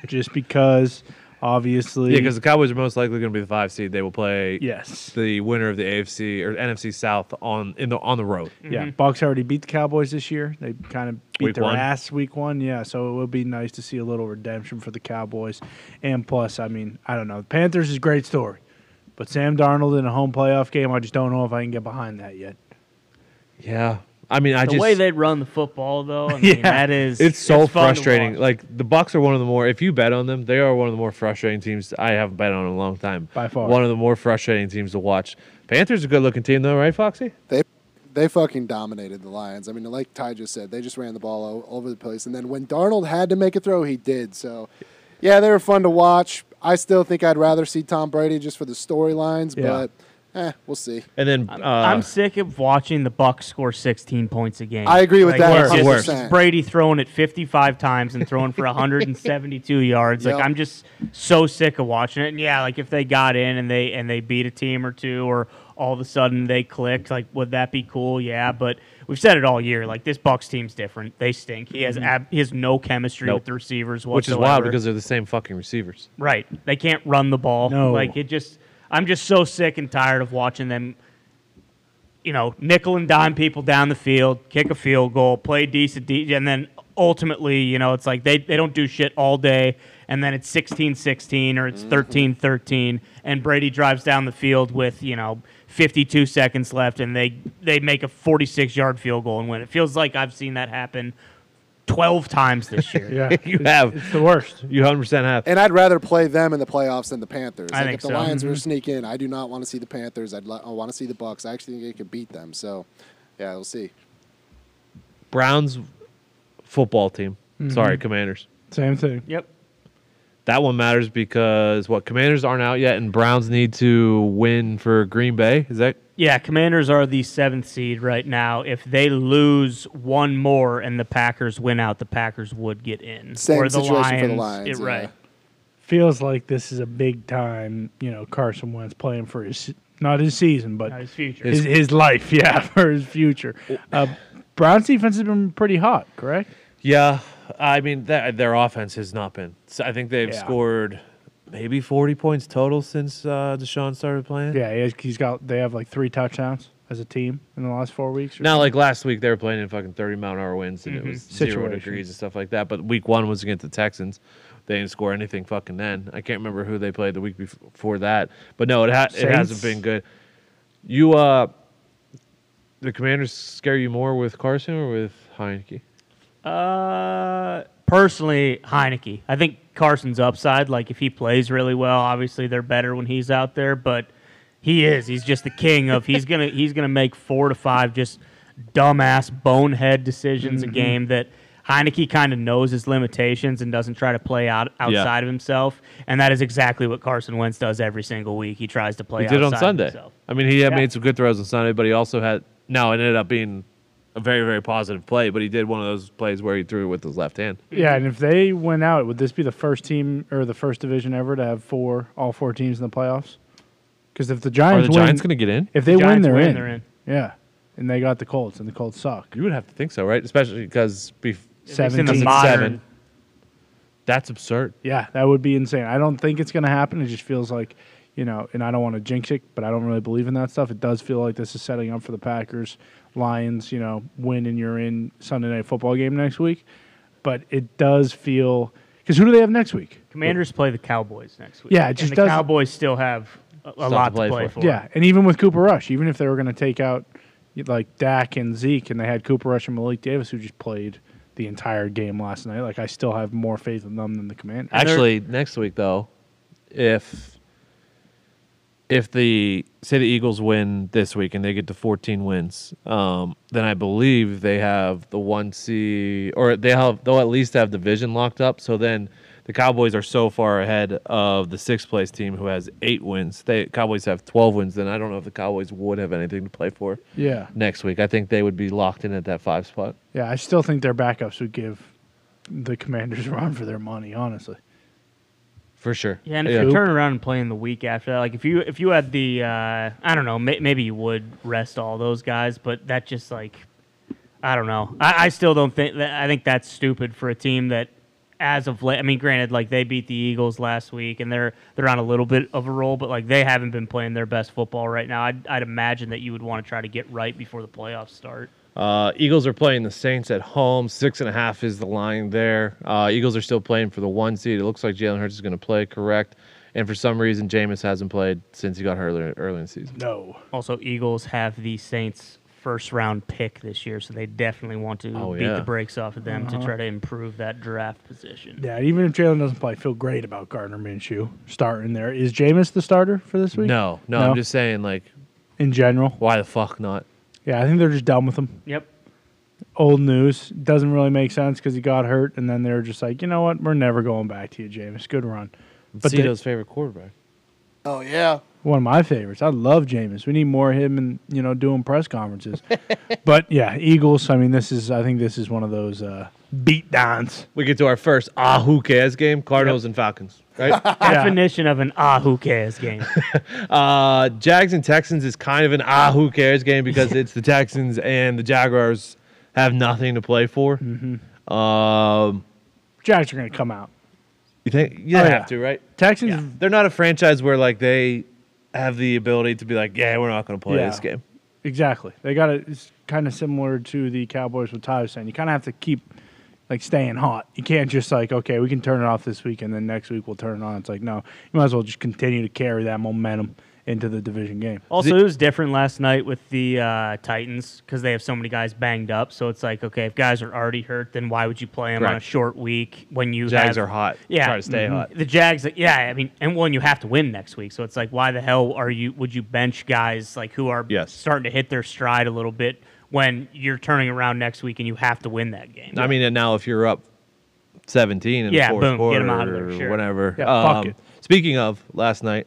S2: just because obviously.
S3: Yeah, because the Cowboys are most likely going to be the five seed. They will play
S2: Yes.
S3: the winner of the AFC or NFC South on in the on the road.
S2: Yeah, Mm-hmm. Bucks already beat the Cowboys this year. They kind of beat
S3: Week
S2: their
S3: one.
S2: ass week one. Yeah, so it would be nice to see a little redemption for the Cowboys. And plus, I mean, I don't know. The Panthers is a great story, but Sam Darnold in a home playoff game, I just don't know if I can get behind that yet.
S3: Yeah, I mean, I
S6: the
S3: just
S6: way they run the football, though, I mean, that is
S3: it's so
S6: it's fun to
S3: frustrating.
S6: watch.
S3: Like the Bucks are one of the more if you bet on them, they are one of the more frustrating teams I haven't bet on in a long time.
S2: By far.
S3: one of the more frustrating teams to watch. Panthers are a good looking team though, right, Foxy?
S17: They they fucking dominated the Lions. I mean, like Ty just said, they just ran the ball all, all over the place. And then when Darnold had to make a throw, he did. So, yeah, they were fun to watch. I still think I'd rather see Tom Brady just for the storylines,
S6: Yeah.
S17: but eh, we'll see.
S3: And then uh,
S6: I'm sick of watching the Bucks score 16 points a game.
S17: I agree with that
S6: it's just
S17: 100%.
S6: Brady throwing it 55 times and throwing for 172 yards.
S17: Yep.
S6: Like I'm just so sick of watching it. And yeah, like if they got in and they and they beat a team or two, or all of a sudden they clicked, like would that be cool? Yeah, but we've said it all year. Like this Bucks team's different. They stink. He has
S3: Mhm.
S6: ab- he has no chemistry
S3: Nope.
S6: with the receivers
S3: Which is wild
S6: whatsoever.
S3: because they're the same fucking receivers.
S6: Right. They can't run the ball.
S3: No.
S6: Like it just I'm just so sick and tired of watching them you know, nickel and dime people down the field, kick a field goal, play decent, de- and then ultimately, you know, it's like they, they don't do shit all day, and then it's 16 16 or
S3: Mm-hmm.
S6: it's 13 13, and Brady drives down the field with, you know, 52 seconds left, and they, they make a 46 yard field goal and win. It feels like I've seen that happen 12 times this year.
S2: yeah.
S3: you have. It's
S2: the worst.
S3: You 100% have.
S17: And I'd rather play them in the playoffs than the Panthers.
S3: I
S17: like
S3: think
S17: if the
S3: so.
S17: Lions were
S3: Mhm.
S17: to sneak in, I do not want to see the Panthers. I'd li- I want to see the Bucks. I actually think they could beat them. So, yeah, we'll see.
S3: Browns football team.
S6: Mm-hmm.
S3: Sorry,
S2: Mhm.
S3: Commanders.
S2: Same thing.
S6: Yep.
S3: That one matters because what Commanders aren't out yet, and Browns need to win for Green Bay. Is that
S6: Yeah, Commanders are the seventh seed right now. If they lose one more and the Packers win out, the Packers would get in.
S2: Same
S6: or the
S2: situation
S6: Lions,
S2: for the Lions,
S6: it- Right.
S2: Feels like this is a big time, you know, Carson Wentz playing for his, not his season, but
S6: his future.
S2: His, his life, yeah, for his future. Uh, Browns defense has been pretty hot, correct?
S3: Yeah, I mean that, their offense has not been. So I think they've
S2: Yeah.
S3: scored maybe forty points total since uh, Deshaun started playing.
S2: Yeah, he has, he's got, they have like three touchdowns as a team in the last four weeks. or
S3: Now,
S2: something.
S3: like last week, they were playing in fucking thirty mile an hour winds, and
S2: Mhm.
S3: it was zero
S2: Situation.
S3: degrees and stuff like that. But week one was against the Texans. They didn't score anything fucking then. I can't remember who they played the week bef- before that. But no, it, ha- it hasn't
S14: Saints?
S3: been good. You, uh, the Commanders scare you more with Carson or with Heineke?
S6: Uh, personally, Heineke. I think Carson's upside. Like if he plays really well, obviously they're better when he's out there. But he is. He's just the king of. He's gonna. He's gonna make four to five just dumbass bonehead decisions
S3: Mm-hmm.
S18: Mhm.
S6: a game that. Heineke kind of knows his limitations and doesn't try to play out outside of himself, and that is exactly what Carson Wentz does every single week. He tries to play.
S3: He did on
S6: outside of
S3: Sunday.
S6: himself.
S3: I mean, he had
S6: Yeah.
S3: made some good throws on Sunday, but he also had now it ended up being a very very positive play. But he did one of those plays where he threw it with his left hand.
S2: Yeah, and if they went out, would this be the first team or the first division ever to have four, all four teams in the playoffs? Because if the Giants,
S3: the
S2: win,
S3: Giants gonna get in?
S2: If they
S3: The
S2: win,
S3: Giants
S2: they're
S3: win,
S2: in.
S3: they're in.
S2: Yeah, and they got the Colts, and the Colts suck.
S3: You would have to think so, right? Especially because bef-
S2: Seven
S3: because
S2: teams.
S3: it's
S2: Modern.
S3: seven. That's absurd.
S2: Yeah, that would be insane. I don't think it's going to happen. It just feels like, you know, and I don't want to jinx it, but I don't really believe in that stuff. It does feel like this is setting up for the Packers, Lions, you know, win and you're in Sunday night football game next week. But it does feel because who do they have next week?
S6: Commanders play the Cowboys next week.
S2: Yeah, it
S6: And
S2: just
S6: the
S2: doesn't-
S6: Cowboys still have a, a lot to play, for.
S2: Yeah, and even with Cooper Rush, even if they were going to take out like Dak and Zeke, and they had Cooper Rush and Malik Davis, who just played the entire game last night, like I still have more faith in them than the Commanders.
S3: Actually, next week though, if if the say the Eagles win this week and they get to 14 wins, um, then I believe they have the one C or they have they'll at least have division locked up. So then the Cowboys are so far ahead of the sixth place team who has eight wins. They Cowboys have 12 wins. Then I don't know if the Cowboys would have anything to play for.
S2: Yeah.
S3: Next week, I think they would be locked in at that five spot.
S2: Yeah, I still think their backups would give the Commanders a run for their money, honestly.
S3: For sure.
S6: Yeah, and if you turn around and play in the week after that, like if you if you had the uh, I don't know, may, maybe you would rest all those guys, but that just like I don't know. I, I still don't think that I think that's stupid for a team that as of late. I mean, granted, like they beat the Eagles last week and they're they're on a little bit of a roll, but like they haven't been playing their best football right now. I'd, I'd imagine that you would want to try to get right before the playoffs start.
S3: Uh, Eagles are playing the Saints at home. Six and a half is the line there. Uh, Eagles are still playing for the one seed. It looks like Jalen Hurts is going to play, correct? And for some reason, Jameis hasn't played since he got hurt early, early in the season.
S2: No.
S6: Also, Eagles have the Saints first round pick this year, so they definitely want to
S3: Oh,
S6: beat
S3: yeah.
S6: the brakes off of them
S2: Uh-huh.
S6: to try to improve that draft position.
S2: Yeah, even if Jalen doesn't play, I feel great about Gardner Minshew starting there. Is Jameis the starter for this week?
S3: No, no, I'm just saying, like,
S2: in general.
S3: Why the fuck not?
S2: Yeah, I think they're just done with him.
S6: Yep.
S2: Old news doesn't really make sense because he got hurt, and then they were just like, you know what, we're never going back to you, Jameis. Good run.
S3: But
S2: they-
S3: Cito's favorite quarterback.
S11: Oh yeah.
S2: One of my favorites. I love Jameis. We need more of him and you know doing press conferences. but yeah, Eagles. I mean, this is. I think this is one of those uh, beat downs.
S3: We get to our first ah who cares game: Cardinals and Falcons. Right?
S6: Definition of an ah who cares game.
S3: Uh, Jags and Texans is kind of an ah who cares game because it's the Texans and the Jaguars have nothing to play for. Um,
S2: Mm-hmm. Jags are going to come out.
S3: You think you
S2: Oh,
S3: have
S2: yeah.
S3: to, right?
S2: Texans,
S3: they're not a franchise where like they have the ability to be like, yeah, we're not going to play
S2: Yeah.
S3: this game.
S2: Exactly. They got it. It's kind of similar to the Cowboys with Tyler saying. You kind of have to keep like staying hot. You can't just like okay, we can turn it off this week and then next week we'll turn it on. It's like no, you might as well just continue to carry that momentum into the division game.
S6: Also, it was different last night with the uh, Titans because they have so many guys banged up. So it's like, okay, if guys are already hurt, then why would you play them on a
S3: Correct.
S6: short week when you
S3: Jags
S6: have-
S3: are hot.
S6: Yeah,
S3: Try to stay
S6: mhm.
S3: hot.
S6: The Jags, yeah, I mean, and one you have to win next week. So it's like, why the hell are you? Would you bench guys like who are
S3: Yes.
S6: starting to hit their stride a little bit when you're turning around next week and you have to win that game?
S3: I mean, and now if you're up 17 in
S6: Yeah,
S3: the fourth
S6: boom,
S3: quarter
S6: get 'em out of there,
S3: or
S6: sure.
S3: whatever. Um,
S6: Yeah, fuck it.
S3: Speaking of last night,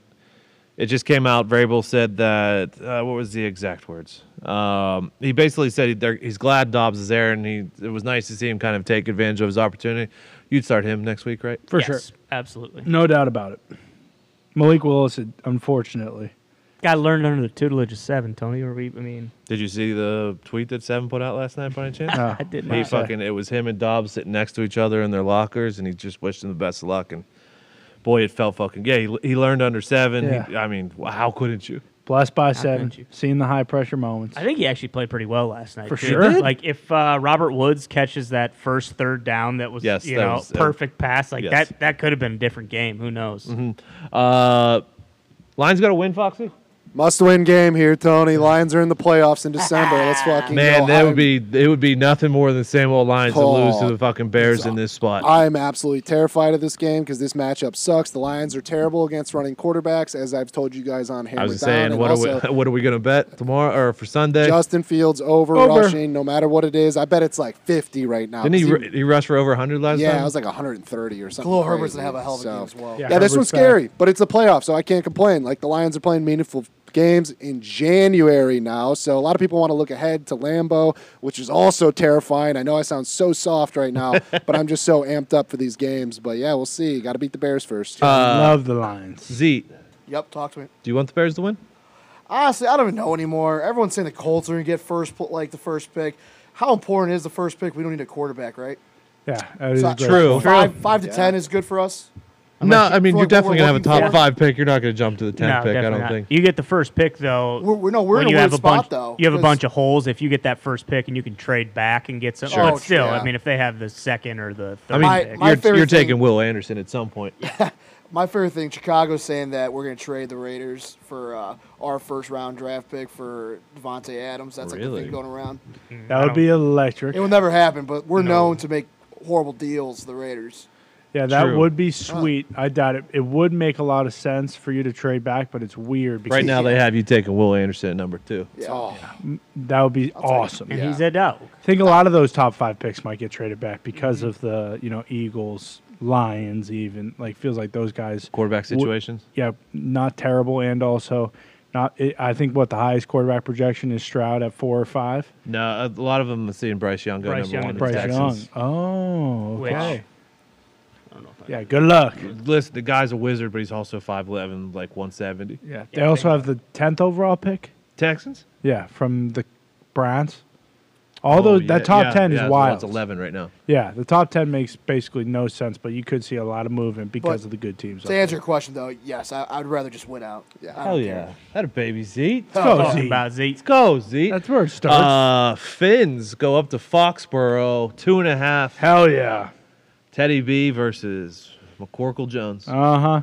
S3: it just came out. Vrabel said that uh, what was the exact words? Um, he basically said he, they're- he's glad Dobbs is there, and he it was nice to see him kind of take advantage of his opportunity. You'd start him next week, right?
S2: For sure.
S6: absolutely.
S2: No doubt about it. Malik Willis, had- unfortunately,
S6: Got learned under the tutelage of seven, Tony. Or we, I mean,
S3: Did you see the tweet that Seven put out last night by any chance?
S6: No. I did
S3: He
S6: not.
S3: fucking it was him and Dobbs sitting next to each other in their lockers, and he just wished them the best of luck. And boy, it felt fucking yeah. He, he learned under seven. He, I mean, wh- how couldn't you?
S2: blessed by
S6: How
S2: seven,
S6: couldn't
S2: seeing the high pressure moments.
S6: I think he actually played pretty well last night.
S2: For
S6: too.
S2: sure. He did?
S6: Like if uh, Robert Woods catches that first third down, that was
S3: Yes,
S6: you
S3: that
S6: know
S3: was- that-
S6: perfect pass. Like
S3: yes. Mm-hmm.
S6: that, that could have been a different game. Who knows?
S3: Uh, Lions got to win, Foxy.
S17: Must win game here, Tony. Lions are in the playoffs in December. Let's fucking
S3: Man,
S17: go.
S3: that would
S17: I'm,
S3: be it would be nothing more than the same old Lions to lose to
S17: Oh,
S3: the fucking Bears in this spot.
S17: I'm absolutely terrified of this game because this matchup sucks. The Lions are terrible against running quarterbacks, as I've told you guys on Hammer
S3: I was
S17: Down.
S3: saying,
S17: and
S3: what
S17: also,
S3: are we what are we gonna bet tomorrow or for Sunday?
S17: Justin Fields over,
S3: Over.
S17: rushing, no matter what it is. I bet it's like 50 right now.
S3: Didn't he,
S17: 'cause
S3: ru- he rush for over 100 last
S17: yeah,
S3: time?
S17: it was like 130 or something.
S11: Khalil Herbert's
S17: crazy.
S11: gonna have a hell of a
S17: So-
S11: game as
S17: Yeah,
S11: well. Yeah,
S17: this
S11: Herbert's
S17: one's
S11: back.
S17: scary, but it's a playoff, so I can't complain. Like the Lions are playing meaningful games in January now, so a lot of people want to look ahead to Lambeau, which is also terrifying. I know I sound so soft right now, but I'm just so amped up for these games. But yeah, we'll see. Got to beat the Bears first.
S2: love the Lions.
S3: Z,
S11: Yep, talk to me.
S3: Uh, do you want the Bears to win?
S11: Honestly, I don't even know anymore. Everyone's saying the Colts are gonna get first, pl- like the first pick. How important is the first pick? We don't need a quarterback, right?
S2: Yeah,
S11: So-
S2: Oh,
S11: Five, five to ten is good for us.
S3: no, I mean
S11: for
S3: you're
S11: like what
S3: definitely
S11: we're
S3: gonna have a
S11: looking
S3: top
S11: for.
S3: five pick. You're not gonna jump to the 10th
S6: No,
S3: pick. I
S6: definitely
S3: don't
S6: not.
S3: think.
S6: You get the first pick though.
S11: We're- we're- no, we're
S6: when
S11: in a
S6: you
S11: weird
S6: have a
S11: spot,
S6: bunch,
S11: though,
S6: You have a
S11: 'cause-
S6: bunch of holes. If you get that first pick and you can trade back and get some,
S11: Sure.
S6: but still,
S11: Yeah.
S6: I mean, if they have the second or the third
S3: I mean,
S6: pick,
S11: my
S3: you're,
S11: favorite
S3: you're
S11: thing-
S3: taking Will Anderson at some point.
S11: My favorite thing, Chicago's saying that we're going to trade the Raiders for uh, our first round draft pick for Devontae Adams. That's like the
S2: Really?
S11: thing going around.
S2: That would be electric.
S11: It will never happen, but we're known to make horrible deals. The Raiders.
S2: Yeah, that
S11: True.
S2: would be
S11: Huh.
S2: sweet. I doubt it. It would make a lot of sense for you to trade back, but it's weird. Because
S3: Right now they have you taking Will Anderson at number two.
S2: M- That would be awesome.
S6: And he's a dog.
S2: I think a lot of those top five picks might get traded back because of the you know Eagles, Lions, even like feels like those guys
S3: quarterback
S2: would-
S3: situations?
S2: yeah, not terrible, and also not. It, I think what the highest quarterback projection is Stroud at four or five.
S3: No, a lot of them are seeing Bryce Young go
S2: Bryce
S3: number
S2: Young
S3: one.
S2: and Bryce
S3: in Texas.
S2: Young. Oh,
S3: Which-
S2: okay. Yeah, good luck.
S3: Listen, the guy's a wizard, but he's also 5'11", like 170.
S2: Yeah. They also have the tenth overall pick.
S3: Texans?
S2: Yeah, from the Browns. All
S3: Oh,
S2: those
S3: yeah,
S2: that top
S3: yeah,
S2: ten
S3: yeah,
S2: is
S3: well,
S2: wild.
S3: It's 11 right now.
S2: Yeah, the top ten makes basically no sense, but you could see a lot of movement because
S11: But
S2: of the good teams. up
S11: To answer your question, though, yes, I, I'd rather just win out. Yeah. I
S3: Hell
S11: don't
S3: yeah.
S11: care.
S3: That a baby Z.
S11: Let's go, Talking Z. about
S6: Z.
S3: Let's go, Z. That's
S2: where it
S3: starts. Uh, Finns go up to Foxborough, two and a half.
S2: Hell yeah.
S3: Teddy B versus McCorkle Jones.
S2: Uh huh.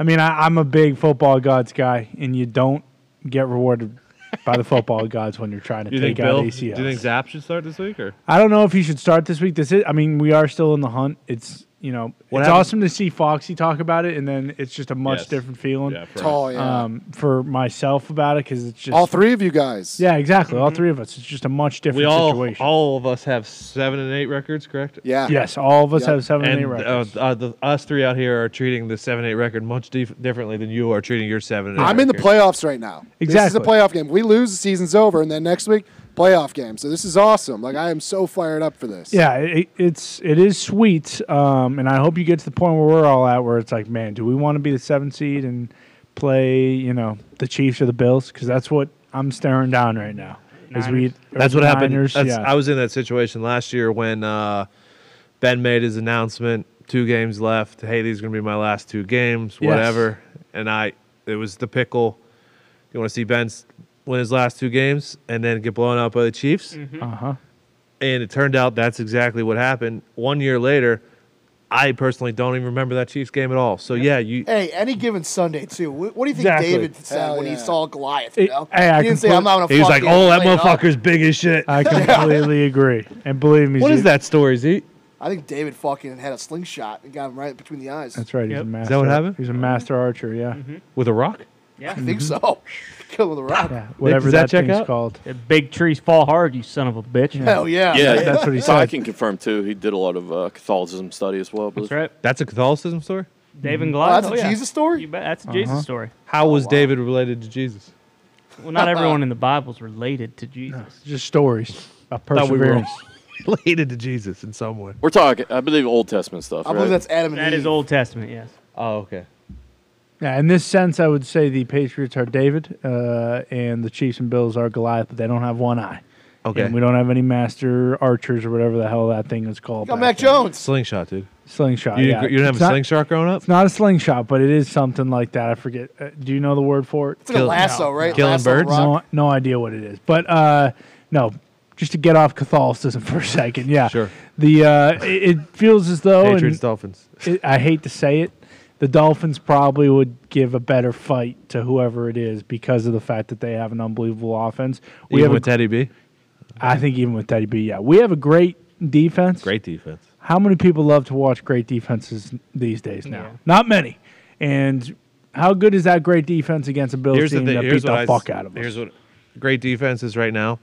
S2: I mean, I, I'm a big football gods guy, and you don't get rewarded by the football gods when you're trying to
S3: do you
S2: take
S3: think
S2: out
S3: Bill?
S2: ACL.
S3: Do you think Zap should start this week or?
S2: I don't know if he should start this week. This is, I mean, we are still in the hunt. It's you know,
S3: What
S2: it's
S3: happened-
S2: awesome to see Foxy talk about it, and then it's just a much
S17: Yes.
S2: different feeling.
S17: Yeah, for us. Tall, yeah.
S2: Um, for myself about it because it's just
S17: All three of you guys.
S2: Yeah, exactly. All three of us. It's just a much different
S3: Mm-hmm. We all,
S2: situation.
S3: all of us have seven and eight records, correct?
S17: Yeah.
S2: Yes, all of us Yep. have seven and eight
S3: uh,
S2: records.
S3: Uh, the, us three out here are treating the seven eight record much dif- differently than you are treating your seven. And eight
S17: I'm in the
S3: record.
S17: playoffs right now. This is a
S3: Exactly.
S17: playoff game. We lose, the season's over, and then next week, playoff game. So this is awesome. Like I am so fired up for this.
S2: Yeah, it, it's it is sweet, um, and I hope you get to the point where we're all at where it's like, man, do we want to be the seventh seed and play, you know, the Chiefs or the Bills? Because that's what I'm staring down right now. Is we
S3: Niners.
S2: or
S3: That's
S2: the
S3: what happened.
S2: Niners,
S3: That's-
S2: yeah.
S3: I was in that situation last year when uh, Ben made his announcement. Two games left. Hey, these are gonna be my last two games.
S2: Yes.
S3: Whatever. And I, it was the pickle. You want to see Ben's win his last two games, and then get blown out by the Chiefs.
S2: Uh huh.
S3: And it turned out that's exactly what happened. One year later, I personally don't even remember that Chiefs game at all. So yeah, you
S11: Hey, any given Sunday too. Wh- What do you think
S3: Exactly.
S11: David said
S3: Hell
S11: when he
S3: yeah.
S11: saw Goliath? You know?
S2: Hey, I
S11: he didn't say
S2: complete-
S11: I'm not gonna.
S3: he was like,
S11: fucking
S3: "Oh, that
S11: play it up."
S3: motherfucker's big as shit."
S2: I completely agree. And believe me,
S3: What
S2: Zeke,
S3: is that story, Z?
S11: I think David fucking had a slingshot and got him right between the eyes.
S2: That's right. He's a master.
S3: Is that what happened? Mm-hmm.
S2: He's a master archer. Yeah. Mm-hmm.
S3: With a rock?
S11: Yeah, I think so. Kill with a rock.
S2: Whatever
S6: that
S2: that,
S6: check
S2: thing's
S6: out?
S2: called.
S6: Big trees fall hard, you son of a bitch.
S11: Hell yeah.
S13: Yeah,
S2: that's what he
S13: I
S2: said.
S13: can confirm too. He did a lot of uh, Catholicism study as well. That's
S6: right.
S3: That's a Catholicism story.
S6: David
S13: Mhm.
S6: Goliath.
S13: Oh, that's a
S6: yeah.
S13: Jesus
S11: story.
S6: You bet. That's a
S2: Uh-huh.
S6: Jesus story.
S2: Oh,
S3: How was David related to Jesus?
S6: Well, not everyone in the Bible's related to Jesus.
S2: Just stories about
S3: Thought we were all
S2: perseverance.
S3: related to Jesus in some way.
S13: We're talking. I believe Old Testament stuff. right?
S11: Adam
S6: That is Old Testament. Yes.
S3: Oh, okay.
S2: Yeah, in this sense, I would say the Patriots are David, uh, and the Chiefs and Bills are Goliath, but they don't have one eye.
S3: Okay.
S2: And we don't have any master archers or whatever the hell that thing is called.
S11: Got
S2: back
S11: Mac
S2: then.
S11: Jones.
S3: Slingshot, dude.
S2: Slingshot.
S3: You
S2: yeah.
S3: didn't, you didn't have
S2: It's
S3: a
S2: not-
S3: slingshot growing up?
S2: It's not a slingshot, but it is something like that. I forget. Uh, do you know the word for it?
S11: It's like a Kill- lasso,
S2: No,
S11: right?
S2: no.
S11: Killing Lasso birds?
S2: No,
S11: rock?
S2: no idea what it is, but uh, no. Just to get off Catholicism for a second, yeah. Sure. The uh, it, it feels as though Oh, and
S3: Patriots, Dolphins.
S2: it, I hate to say it, the Dolphins probably would give a better fight to whoever it is because of the fact that they have an unbelievable offense.
S3: We
S2: have
S3: Even
S2: a
S3: with Teddy B.
S2: I think even with Teddy B, yeah, we have a great defense.
S3: Great defense.
S2: How many people love to watch great defenses these days now? Not many. And how good is that great defense against a Bills
S3: thing-
S2: team that beat the
S3: what I s-
S2: fuck out of them?
S3: Here's what great defense is right now.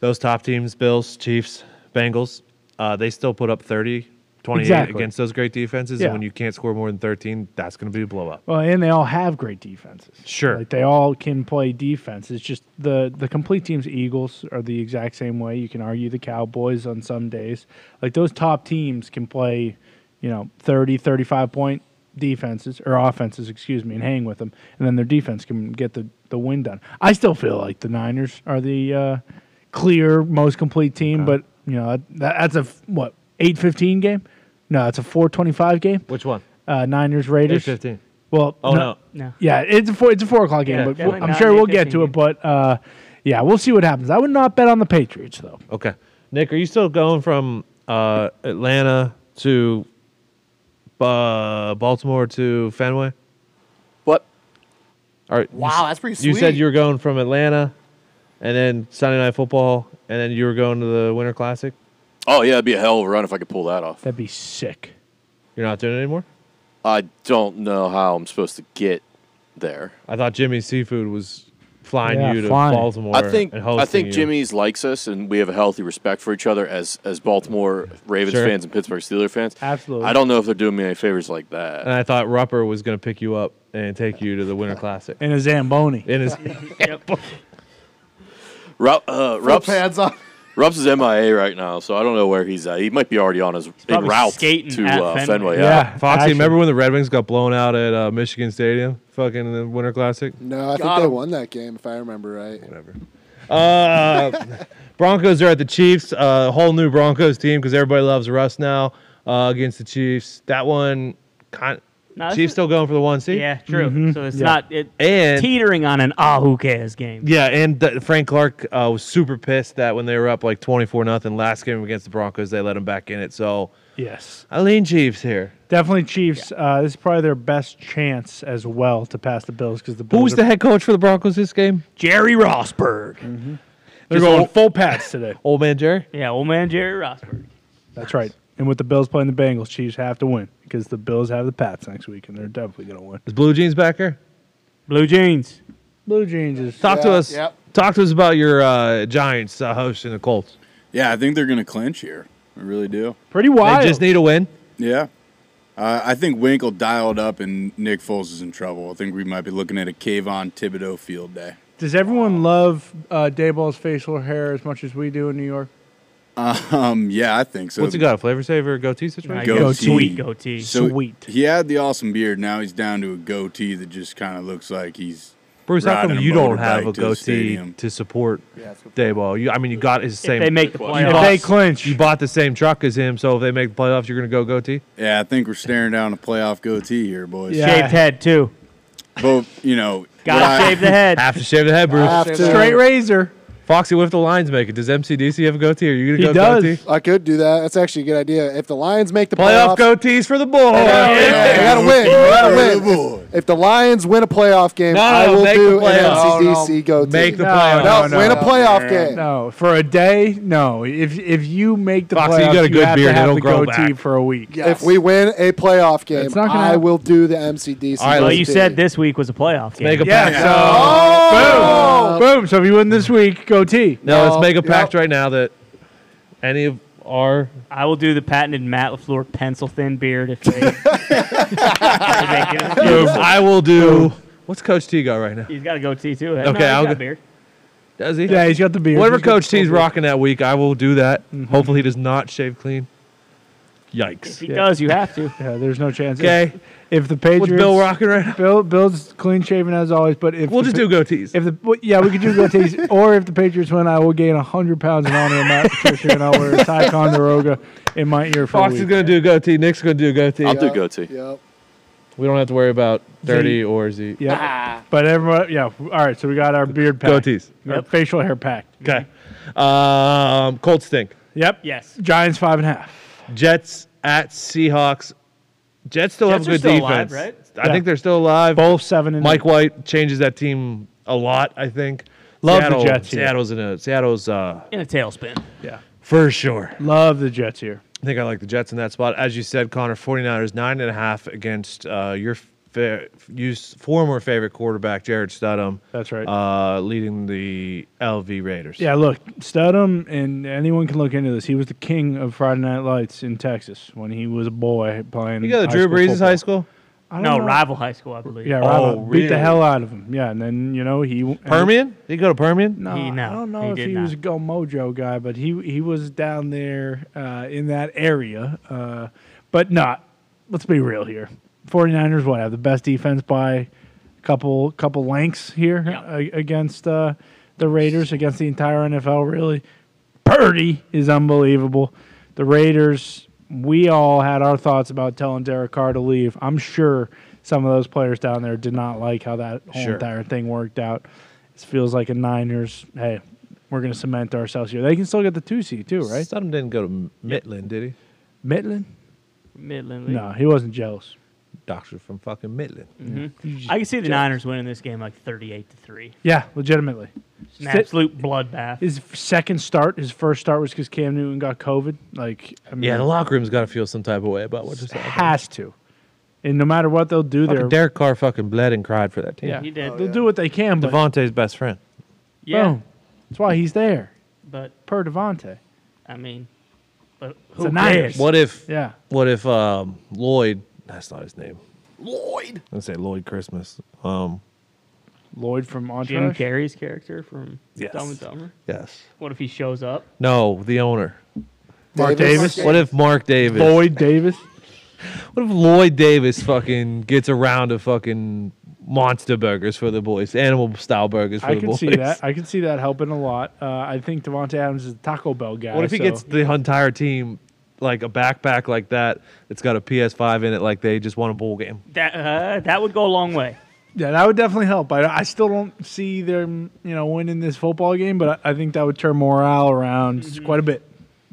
S3: Those top teams, Bills, Chiefs, Bengals, uh, they still put up 30, 28
S2: Exactly.
S3: against those great defenses.
S2: Yeah.
S3: And when you can't score more than 13, that's going to be a blowout.
S2: Well, and they all have great defenses.
S3: Sure.
S2: Like they all can play defense. It's just the the complete teams Eagles are the exact same way. You can argue the Cowboys on some days. Like those top teams can play, you know, 30, 35 point defenses or offenses, excuse me, and hang with them. And then their defense can get the the win done. I still feel like the Niners are the uh, clear most complete team, but you know, that, that's a f- what, 8-15 game? No, it's a 425 game.
S3: Which one?
S2: Uh, Niners Raiders.
S3: 8-15.
S2: Well,
S3: Oh,
S6: no. No.
S2: Yeah, it's a four, it's a four o'clock game,
S3: Yeah,
S2: but
S3: definitely
S2: we'll- I'm
S3: not
S2: sure
S3: an
S2: we'll get
S3: 8:15
S2: to it. But uh, yeah, we'll see what happens. I would not bet on the Patriots though.
S3: Okay. Nick, are you still going from uh, Atlanta to uh, Baltimore to Fenway?
S13: What?
S3: All right. you
S11: Wow,
S3: s-
S11: that's pretty
S3: You said
S11: sweet.
S3: you were going from Atlanta and then Sunday Night Football and then you were going to the Winter Classic.
S13: Oh yeah, it'd be a hell of a run if I could pull that off.
S2: That'd be sick.
S3: You're not doing it anymore?
S13: I don't know how I'm supposed to get there.
S3: I thought Jimmy Seafood was flying
S13: Yeah,
S3: you to
S13: flying.
S3: Baltimore.
S13: I think
S3: and
S13: I
S3: hosting
S13: think
S3: you.
S13: Jimmy's likes us, and we have a healthy respect for each other as as Baltimore Ravens
S3: Sure.
S13: fans and Pittsburgh Steelers fans.
S2: Absolutely.
S13: I don't know if they're doing me any favors like
S3: And
S13: that.
S3: I thought Rupper was going to pick you up and take you to the Winter Classic.
S2: In a Zamboni.
S3: In his
S13: Ru- uh, Rups,
S11: pads on.
S13: Rups is MIA right now, so I don't know where he's at. He might be already on his en
S3: probably
S13: route
S3: skating
S13: to
S3: at
S13: uh,
S3: Fenway.
S13: Fenway.
S3: Foxy, remember when the Red Wings got blown out at uh, Michigan Stadium, fucking in the Winter Classic?
S17: No, I think
S13: Got
S17: they
S13: him.
S17: won that game if I remember right.
S3: Whatever. Uh, Broncos are at the Chiefs. Uh, whole new Broncos team because everybody loves Russ now uh, against the Chiefs. That one, kind
S6: No, this
S3: Chiefs
S6: is-
S3: still going for the one seed.
S6: Mm-hmm. Yeah, true.
S2: Mm-hmm.
S6: So it's not it,
S3: and
S6: teetering on an ah who cares game.
S3: Yeah, and th- Frank Clark uh, was super pissed that when they were up like twenty four nothing last game against the Broncos, they let him back in it. So
S2: Yes.
S3: I lean Chiefs here.
S2: Definitely Chiefs. Uh, this is probably their best chance as well to pass the Bills because the Bills.
S3: Who's
S2: are-
S3: the head coach for the Broncos this game?
S6: Jerry Rossberg.
S3: Mm-hmm.
S2: They're
S6: Just
S2: going
S6: old-
S2: full pats today.
S3: Old man Jerry.
S6: Yeah, old man Jerry Rossberg.
S2: That's right. And with the Bills playing the Bengals, Chiefs have to win because the Bills have the Pats next week, and they're definitely going to win.
S3: Is Blue Jeans back here?
S6: Blue Jeans.
S2: Blue Jeans is
S3: Talk to
S2: Yeah,
S3: us.
S2: yep.
S3: Talk to us about your uh, Giants uh, hosting the Colts.
S18: Yeah, I think they're going to clinch here. I really do.
S2: Pretty
S3: They just need a win.
S18: Yeah. Uh, I think Winkle dialed up and Nick Foles is in trouble. I think we might be looking at a Kayvon Thibodeau field day.
S2: Does everyone love uh, Dayball's facial hair as much as we do in New York?
S18: Um, yeah, I think so.
S3: What's he got? A flavor saver, goatee situation?
S18: Goatee.
S6: goatee.
S18: So
S2: Sweet.
S18: He had the awesome beard. Now he's down to a goatee that just kind of looks like he's.
S3: Bruce, how come
S18: riding a
S3: you don't
S18: motorbike
S3: have a
S18: to the
S3: goatee
S18: stadium.
S3: to support Dayball? You, I mean, you got his same.
S18: they make the
S3: you
S18: playoffs.
S3: bought-
S18: They
S2: clinch.
S3: You bought the same truck as him, so if they make the playoffs, you're going to go goatee.
S18: Yeah, I think we're staring down a playoff goatee here, boys. Oh,
S3: Yeah. Shaved head,
S6: too.
S18: But you know,
S6: Gotta
S3: Right.
S6: shave the head.
S3: Have to shave the head, Bruce.
S6: Have to. Straight
S2: razor.
S3: Foxy, what if the lines make it? Does MCDC have a goatee? Are you gonna go goatee?
S17: I could do that. That's actually a good idea. If the Lions make the
S3: Playoff
S17: playoffs,
S3: goatees for the boys.
S17: they gotta win. They gotta win. If the Lions win a playoff game,
S2: No,
S17: I
S2: no,
S17: will
S2: make
S17: do
S2: the
S17: an
S2: playoff.
S17: MCDC goatee. No, win a playoff game.
S2: No, for a day, no. If if you make the
S17: Foxy,
S2: playoffs,
S17: you got a good
S2: have
S17: beard,
S2: to
S17: it
S2: have
S17: don't
S2: the
S17: grow
S2: goatee
S17: back.
S2: for a week.
S17: If we win a playoff game,
S2: not gonna
S17: I
S2: happen.
S17: will do the MCDC.
S6: All right, well, you
S17: goatee.
S6: said this week was a playoff game.
S3: make a
S2: Yeah,
S3: pact.
S2: so
S3: Oh.
S17: Oh!
S2: boom, boom. So if you win this week, goatee.
S3: No, let's make a pact right now that any of our
S6: I will do the patented Matt Lafleur pencil thin beard if they. if they give it.
S3: Boom. I will do. What's Coach T got right now?
S6: He's got a goatee too.
S3: Okay,
S6: no,
S3: I'll
S6: he's got
S3: go-
S6: beard.
S3: Does he?
S2: Yeah, he's got the beard.
S3: Whatever
S2: He's got
S3: Coach
S2: the
S3: T's
S2: full beard.
S3: rocking that week, I will do that. Hopefully, he does not shave clean. Yikes!
S6: If he does, you have to.
S2: Yeah, there's no chance.
S3: Okay.
S2: If, if the Patriots
S3: Bill rocking right now?
S2: Bill Bill's clean shaven as always, but if
S3: We'll
S2: the
S3: just
S2: Pa-
S3: do goatees.
S2: If the well, yeah, we could do goatees, or if the Patriots win, I will gain hundred pounds in honor of Matt Patricia, and I'll wear a Ticonderoga in my ear for
S3: Fox
S2: a
S3: is
S2: week.
S3: gonna do a goatee. Nick's gonna do a goatee.
S2: I'll do Yep,
S13: goatee.
S17: Yep.
S3: We don't have to worry about dirty
S2: Z.
S3: or Z. Ah.
S2: Yeah, but everyone, yeah. All right, so we got our beard pack,
S3: Goatees.
S2: our facial hair pack.
S3: Okay. Um, Colts stink.
S2: Yep.
S6: Yes.
S2: Giants five and a half.
S3: Jets at Seahawks. Jets still
S2: Jets
S3: have a
S2: are
S3: good
S2: still alive,
S3: defense.
S2: right?
S3: I
S2: Yeah.
S3: think they're still alive.
S2: Both seven and
S3: Mike White changes that team a lot. I think.
S2: Love the
S3: Seattle,
S2: Jets here.
S3: Seattle's in a Seattle's uh,
S6: In a tailspin.
S2: Yeah.
S3: for sure.
S2: Love the Jets here.
S3: I think I like the Jets in that spot. As you said, Connor, 49ers, nine and a half against uh, your fa- your former favorite quarterback, Jared Studham.
S2: That's right.
S3: Uh, leading the LV Raiders.
S2: Yeah, look, Studham, and anyone can look into this. He was the king of Friday Night Lights in Texas when he was a boy playing.
S3: You got
S2: high
S3: the Drew
S2: school
S3: Brees'
S2: football.
S3: high school? Oh.
S2: I don't
S6: No,
S2: know.
S6: rival high school, I believe.
S2: Yeah, right. Beat the hell out of him. Yeah, and then you know he
S3: Permian? Did he go to Permian?
S2: No,
S6: He- no,
S2: I don't
S6: he
S2: know
S6: did
S2: if he was a Go Mojo guy, but he he was down there uh, in that area. Uh, but not. Let's be real here. 49ers what have the best defense by a couple couple lengths here a- against uh, the Raiders against the entire NFL really. Purdy is unbelievable. The Raiders, we all had our thoughts about telling Derek Carr to leave. I'm sure some of those players down there did not like how that whole
S3: Sure.
S2: entire thing worked out. It feels like a Niners. Hey, we're going to cement ourselves here. They can still get the two seed too, right?
S3: Studham didn't go to Midland, did he?
S2: Midland?
S6: Midland.
S2: No, he wasn't jealous.
S3: Doctor from fucking Midland.
S6: hmm I can see the Niners winning this game like 38 to 3.
S2: Yeah, legitimately.
S6: It's an absolute bloodbath.
S2: His second start, his first start was because Cam Newton got COVID. Like, I mean,
S3: Yeah, the locker room's got to feel some type of way about what just happened.
S2: has to. And no matter what they'll do,
S3: Fucking Oh,
S2: they're
S3: Derek Carr fucking bled and cried for that team.
S2: yeah, they'll do what they can. But
S3: Devontae's best friend.
S6: Yeah.
S2: Boom. That's why he's there.
S6: But
S2: per Devontae.
S6: I mean, but
S2: the
S6: who
S2: Niners.
S6: cares?
S3: What if?
S2: Yeah.
S3: What if um, Lloyd? That's not his name. Lloyd. Let's say Lloyd Christmas. Um,
S2: Lloyd from
S6: Jim
S2: Entourage.
S6: Carrey's character from
S3: Yes.
S6: Dumb and Dumber?
S3: Yes.
S6: What if he shows up?
S3: no, the owner.
S2: Mark Davis? Davis?
S3: What if Mark Davis?
S2: Lloyd Davis.
S3: What if Lloyd Davis fucking gets a round of fucking monster burgers for the boys, animal style burgers for
S2: I
S3: the
S2: can
S3: boys?
S2: see that. I can see that helping a lot. Uh, I think Devontae Adams is a Taco Bell guy.
S3: What if he
S2: so-
S3: gets the entire team like a backpack like that that's got a PS5 in it, like they just won a bowl game?
S6: That uh, that would go a long way.
S2: Yeah, that would definitely help. I, I still don't see them, you know, winning this football game, but I, I think that would turn morale around
S6: Mm-hmm.
S2: quite a bit.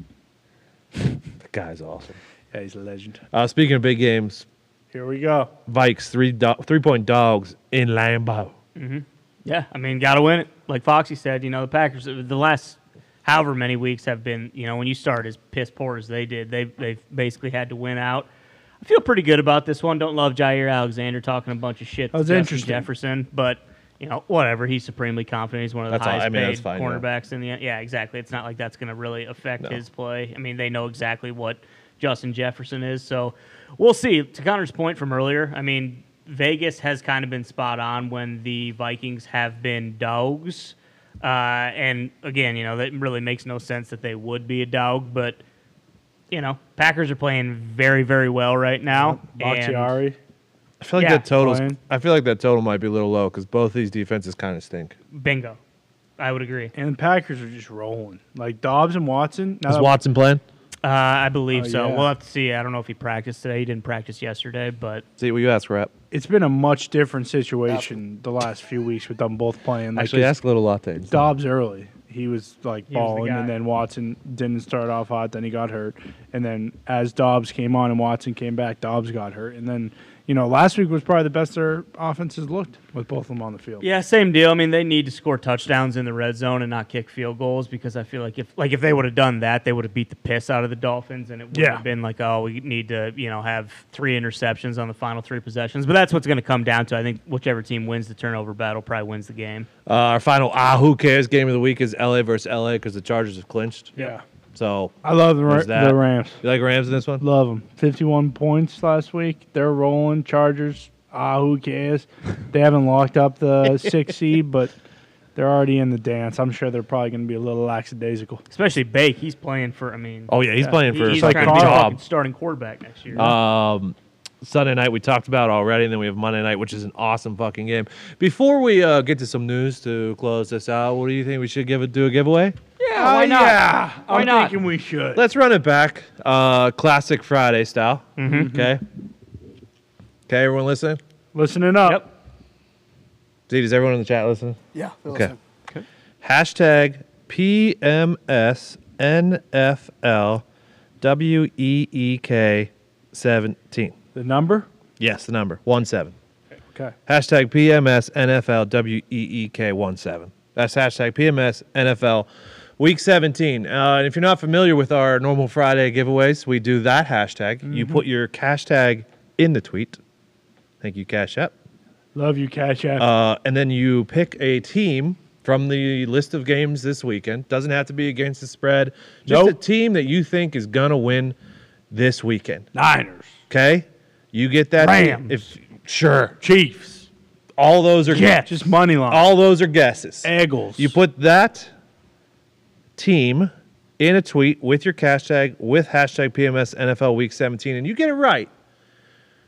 S3: The guy's awesome.
S2: Yeah, he's a legend.
S3: Uh, speaking of big games,
S2: Here we go.
S3: Vikes three do- three point dogs in Lambeau.
S6: hmm Yeah, I mean, gotta win it. Like Foxy said, you know, the Packers uh, the last however many weeks have been, you know, when you start as piss poor as they did, they they've basically had to win out. I feel pretty good about this one. Don't love Jair Alexander talking a bunch of shit.
S2: That was
S6: to Justin
S2: interesting.
S6: Jefferson, but you know, whatever. He's supremely confident. He's one of the
S3: That's all-
S6: highest
S3: I mean,
S6: paid
S3: that's fine, yeah.
S6: cornerbacks in the end. Yeah, exactly. It's not like that's going to really affect
S3: No.
S6: his play. I mean, they know exactly what Justin Jefferson is. So we'll see. To Connor's point from earlier, I mean, Vegas has kind of been spot on when the Vikings have been dogs. Uh, and again, you know, that really makes no sense that they would be a dog, but. You know, Packers are playing very, very well right now. and-
S2: Bakhtiari.
S3: I feel like
S6: Yeah.
S3: that total.
S6: Playing.
S3: I feel like that total might be a little low because both these defenses kind of stink.
S6: Bingo. I would agree.
S2: And Packers are just rolling. Like Dobbs and Watson. now
S3: Is
S2: that-
S3: Watson playing?
S6: Uh, I believe
S2: Oh,
S6: so.
S2: yeah.
S6: We'll have to see. I don't know if he practiced today. He didn't practice yesterday, but
S14: See what you ask, rap.
S2: It's been a much different situation the last few weeks with them both playing. Like
S14: Actually,
S2: it's-
S14: ask Little Latte.
S2: Dobbs early. He was like
S6: He was the
S2: balling,
S6: guy.
S2: and then Watson didn't start off hot. Then he got hurt, and then as Dobbs came on and Watson came back, Dobbs got hurt, and then you know last week was probably the best their offenses looked with both of them on the field.
S6: Yeah, same deal. I mean, they need to score touchdowns in the red zone and not kick field goals because I feel like if like if they would have done that, they would have beat the piss out of the Dolphins, and it would
S2: Yeah.
S6: have been like, oh, we need to you know have three interceptions on the final three possessions. But that's what's going to come down to. I think whichever team wins the turnover battle probably wins the game.
S3: Uh, our final ah who cares game of the week is LA versus LA because the Chargers have clinched.
S2: Yeah.
S3: So
S2: I love the, Ra-
S3: there's that.
S2: the Rams.
S3: You like Rams in this one?
S2: Love them. Fifty-one points last week. They're rolling. Chargers. Ah, who cares? they haven't locked up the six seed, but they're already in the dance. I'm sure they're probably going to be a little lackadaisical.
S6: Especially Bake, he's playing for. I mean,
S3: Oh, yeah, he's playing
S6: he-
S3: for a
S6: he's
S3: fucking
S6: trying to be
S2: Um,
S3: job.
S6: fucking starting quarterback next year.
S2: uh,
S3: Um, Sunday night we talked about already, and then we have Monday night, which is an awesome fucking game. Before we uh, get to some news to close this out, what do you think we should give it do a giveaway?
S2: Yeah,
S6: why not?
S2: Uh, Yeah,
S6: Why
S2: I'm
S6: not?
S2: thinking we should.
S3: Let's run it back, uh, classic Friday style.
S2: Mhm.
S3: Okay. Okay, everyone listening.
S2: Listening up. Yep.
S3: Dude, is everyone in the chat listening?
S11: Yeah, they're
S3: Okay.
S11: listening.
S3: okay. Hashtag E PMSNFLWEEK17.
S2: The number?
S3: Yes, the number. One seven.
S2: Okay.
S3: Hashtag E PMSNFLWEEK17. That's hashtag PMSNFL Week 17. Uh, and if you're not familiar with our normal Friday giveaways, we do that hashtag. You put your cash tag in the tweet. Thank you, Cash App.
S2: Love you, Cash App.
S3: Uh, and then you pick a team from the list of games this weekend. Doesn't have to be against the spread. Just a team that you think is gonna win this weekend.
S2: Niners.
S3: Okay, you get that. team.
S2: Rams.
S3: If sure,
S2: Chiefs.
S3: All those are
S2: yeah,
S3: guesses.
S2: just money line.
S3: All those are guesses.
S2: Eagles.
S3: You put that team in a tweet with your cash tag with hashtag PMS NFL Week 17, and you get it right,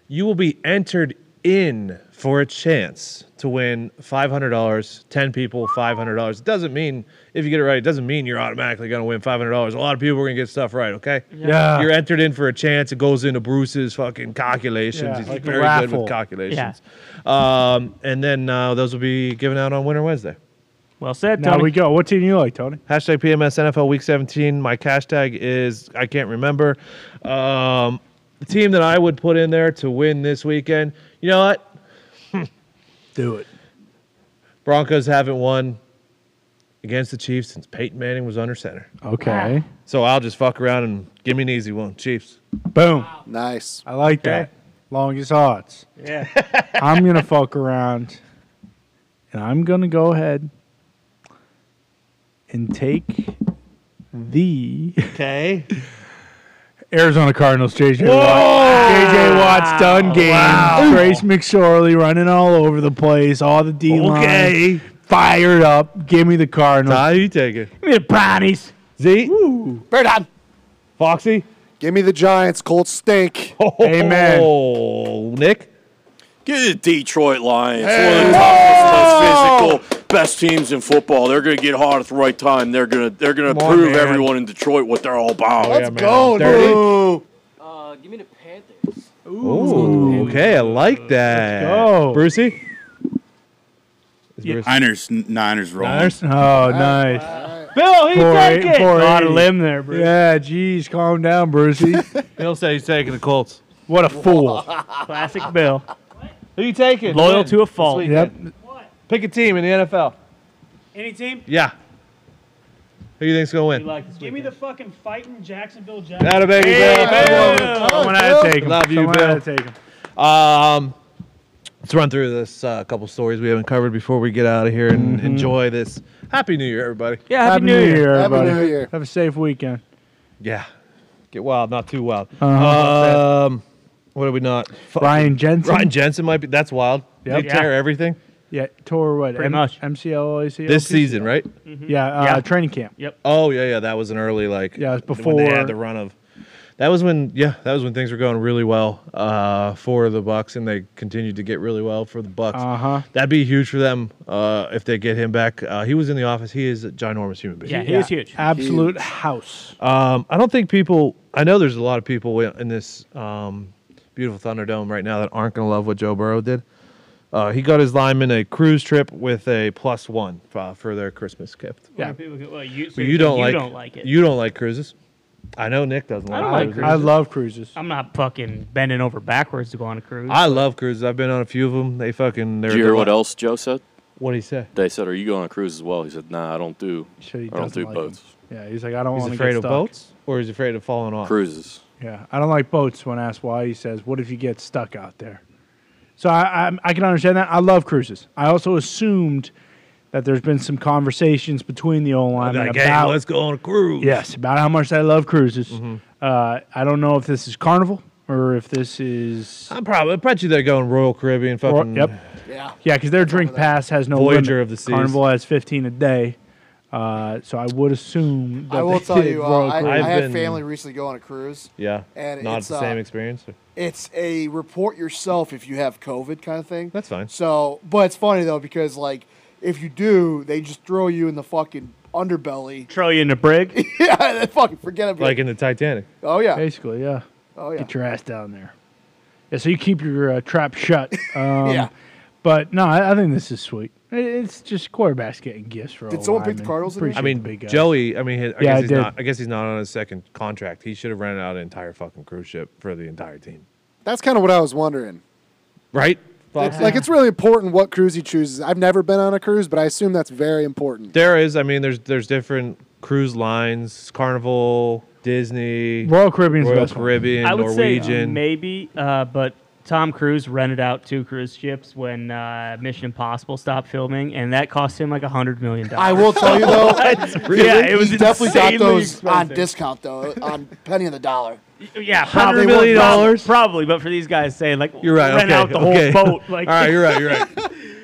S3: you will be entered in for a chance to win $500. 10 people, $500. It doesn't mean, if you get it right, it doesn't mean you're automatically going to win $500. A lot of people are going to get stuff right, okay?
S2: Yeah. Yeah.
S3: You're entered in for a chance. It goes into Bruce's fucking calculations.
S2: Yeah,
S3: He's
S2: like a
S3: very good
S2: raffle.
S3: with calculations. Um, and then uh, those will be given out on Winter Wednesday.
S6: Well said.
S2: Now we go. What team you like, Tony?
S3: Hashtag PMS NFL Week 17. My cash tag is I can't remember. Um, the team that I would put in there to win this weekend. You know what?
S2: Do it.
S3: Broncos haven't won against the Chiefs since Peyton Manning was under center.
S2: Okay.
S3: So I'll just fuck around and give me an easy one. Chiefs.
S2: Boom.
S17: Nice.
S2: I like
S3: Okay.
S2: that. Longest odds.
S6: Yeah.
S2: I'm gonna fuck around, and I'm gonna go ahead and take the
S3: okay
S2: Arizona Cardinals. JJ
S15: Whoa!
S2: Watt. JJ Watt's done game.
S15: Wow.
S2: Grace McSorley running all over the place. All the D line.
S15: Okay.
S2: Fired up. Give me the Cardinals.
S3: How you take it?
S6: Give me the brownies.
S3: Z.
S17: Bird on.
S3: Foxy.
S17: Give me the Giants. Colts stink.
S2: Amen.
S3: Oh, Nick.
S13: Get the Detroit Lions. One of the toughest, most physical, best teams in football. They're going to get hard at the right time. They're going to they're going to
S3: Come on,
S13: prove
S3: man.
S13: everyone in Detroit what they're all about.
S3: Let's Yeah, man. go, 30.
S19: Uh, give me the Panthers.
S3: Ooh, okay, I like that.
S2: go.
S3: Brucey.
S18: Niners, n- Niners roll.
S2: Niners? Oh, nice. Oh,
S3: Bill,
S18: he take it.
S6: Lot of limb there, Bruce.
S2: Yeah, geez, calm down, Brucey.
S3: Bill said he's taking the Colts.
S2: What a fool.
S6: Classic Bill.
S3: Who you taking?
S6: Loyal
S3: Win
S6: to a
S3: this
S6: fault.
S3: weekend. Pick a team in the NFL.
S20: Any team?
S3: Yeah. Who you think's gonna win?
S20: Give me the fucking fighting Jacksonville Jaguars.
S3: That a baby Bill.
S2: Someone had to take him.
S3: Love you,
S2: Someone
S3: Bill.
S2: had to take him.
S3: Um, let's run through this uh, couple stories we haven't covered before we get out of here and enjoy this. Happy New Year, everybody.
S2: Yeah, Happy, New, Year, everybody.
S3: Happy Mm-hmm. New Year.
S2: Have a safe weekend.
S3: Yeah. Get wild, not too wild.
S2: Uh-huh.
S3: Um, what are we not? Fuck.
S2: Ryan Jensen.
S3: Ryan Jensen might be. That's wild.
S2: Yep.
S3: Did he tear
S2: Yeah.
S3: everything
S2: Yeah, tour what?
S3: Pretty
S2: M-
S3: much.
S2: MCLAC.
S3: this season, right?
S2: Yeah, uh, training camp.
S6: Yep.
S3: Oh yeah, yeah. That was an early like.
S2: Yeah, it was
S3: when they
S2: before-
S3: had the run of that was when yeah, that was when things were going really well uh, for the Bucks, and they continued to get really well for the Bucks.
S2: Uh-huh.
S3: That'd be huge for them uh, if they get him back. Uh, he was in the office. He is a ginormous human being.
S2: Absolute house.
S3: Um, I don't think people. I know there's a lot of people in in this um, beautiful Thunderdome right now that aren't going to love what Joe Burrow did. Uh, he got his lineman a cruise trip with a plus one uh, for their Christmas gift.
S20: Where people go, well, you, so
S3: But you don't like
S20: don't like it.
S3: You don't like cruises. I know Nick doesn't like.
S6: I don't like
S3: cruises.
S6: cruises. I
S2: love cruises.
S6: I'm not fucking bending over backwards to go on a cruise.
S3: I love cruises. I've been on a few of them. They fucking. They're
S13: Did you hear what
S3: deli-
S13: else Joe said?
S3: What did he say?
S13: They said, "Are you going on a cruise as well?" He said, "Nah, I don't do.
S2: Sure he
S13: I don't
S2: doesn't
S13: do
S2: like 'em.
S13: boats.
S2: Yeah, he's like, I don't
S3: He's
S2: want to
S3: afraid
S2: get
S3: of
S2: stuck.
S3: boats, or he's afraid of falling off.
S13: Cruises.
S2: Yeah, I don't like boats. When asked why, he says, "What if you get stuck out there?" So I, I, I can understand that. I love cruises. I also assumed that there's been some conversations between the O line
S3: Like, hey,
S2: about
S3: let's go on a cruise. Mm-hmm.
S2: yes about how much I love cruises. Uh, I don't know if this is Carnival or if this is
S3: I'm probably. I bet you they're going Royal Caribbean.
S2: Or-
S3: Fucking.
S2: yep. Yeah. Yeah, because their drink pass has no
S3: Voyager
S2: limit.
S3: of the Seas.
S2: Carnival has 15 a day. Uh, so I would assume that
S11: I will
S2: they
S11: tell
S2: did
S11: you, uh,
S2: Royal
S11: I, I
S2: Caribbean.
S11: had family recently go on a cruise.
S3: Yeah.
S11: and
S3: Not
S11: it's
S3: the
S11: uh,
S3: same experience.
S11: It's a report yourself if you have COVID kind of thing.
S3: That's fine.
S11: So, but it's funny though because like if you do, they just throw you in the fucking underbelly.
S6: Throw you in a brig.
S11: yeah, they fucking forget about
S3: Like
S11: it.
S3: in the Titanic.
S11: Oh yeah.
S2: Basically, yeah.
S11: Oh yeah.
S2: Get your ass down there. Yeah, so you keep your uh, trap shut. Um,
S11: Yeah.
S2: But no, I, I think this is sweet. It- It's just quarterbacks getting gifts for.
S11: Did someone pick the Cardinals in
S2: Pretty
S3: I mean,
S2: big guys.
S3: Joey. I mean, I,
S2: Yeah,
S3: guess
S2: I
S3: he's
S2: did.
S3: not. I guess he's not on his second contract. He should have rented out an entire fucking cruise ship for the entire team,
S17: That's kind of what I was wondering.
S3: right?
S17: It's, like it's really important what cruise he chooses. I've never been on a cruise, but I assume that's very important.
S3: there is. I mean, there's there's different cruise lines: Carnival, Disney,
S2: Royal Caribbean's the
S3: Royal
S2: best one.
S3: Caribbean,
S6: I would say
S3: Norwegian.
S6: maybe, uh, but Tom Cruise rented out two cruise ships when uh, Mission Impossible stopped filming, and that cost him like a hundred million dollars.
S11: I will tell you though,
S6: yeah, it was
S11: you definitely got
S6: insanely
S11: those on
S6: expensive.
S11: discount though, on penny on the dollar.
S6: Yeah,
S11: Probably
S6: hundred
S11: won't
S6: million
S11: drop.
S6: dollars probably, but for these guys saying like
S3: you're right.
S6: rent
S3: okay,
S6: out the
S3: okay.
S6: whole boat. Like,
S3: all right, you're right. You're right.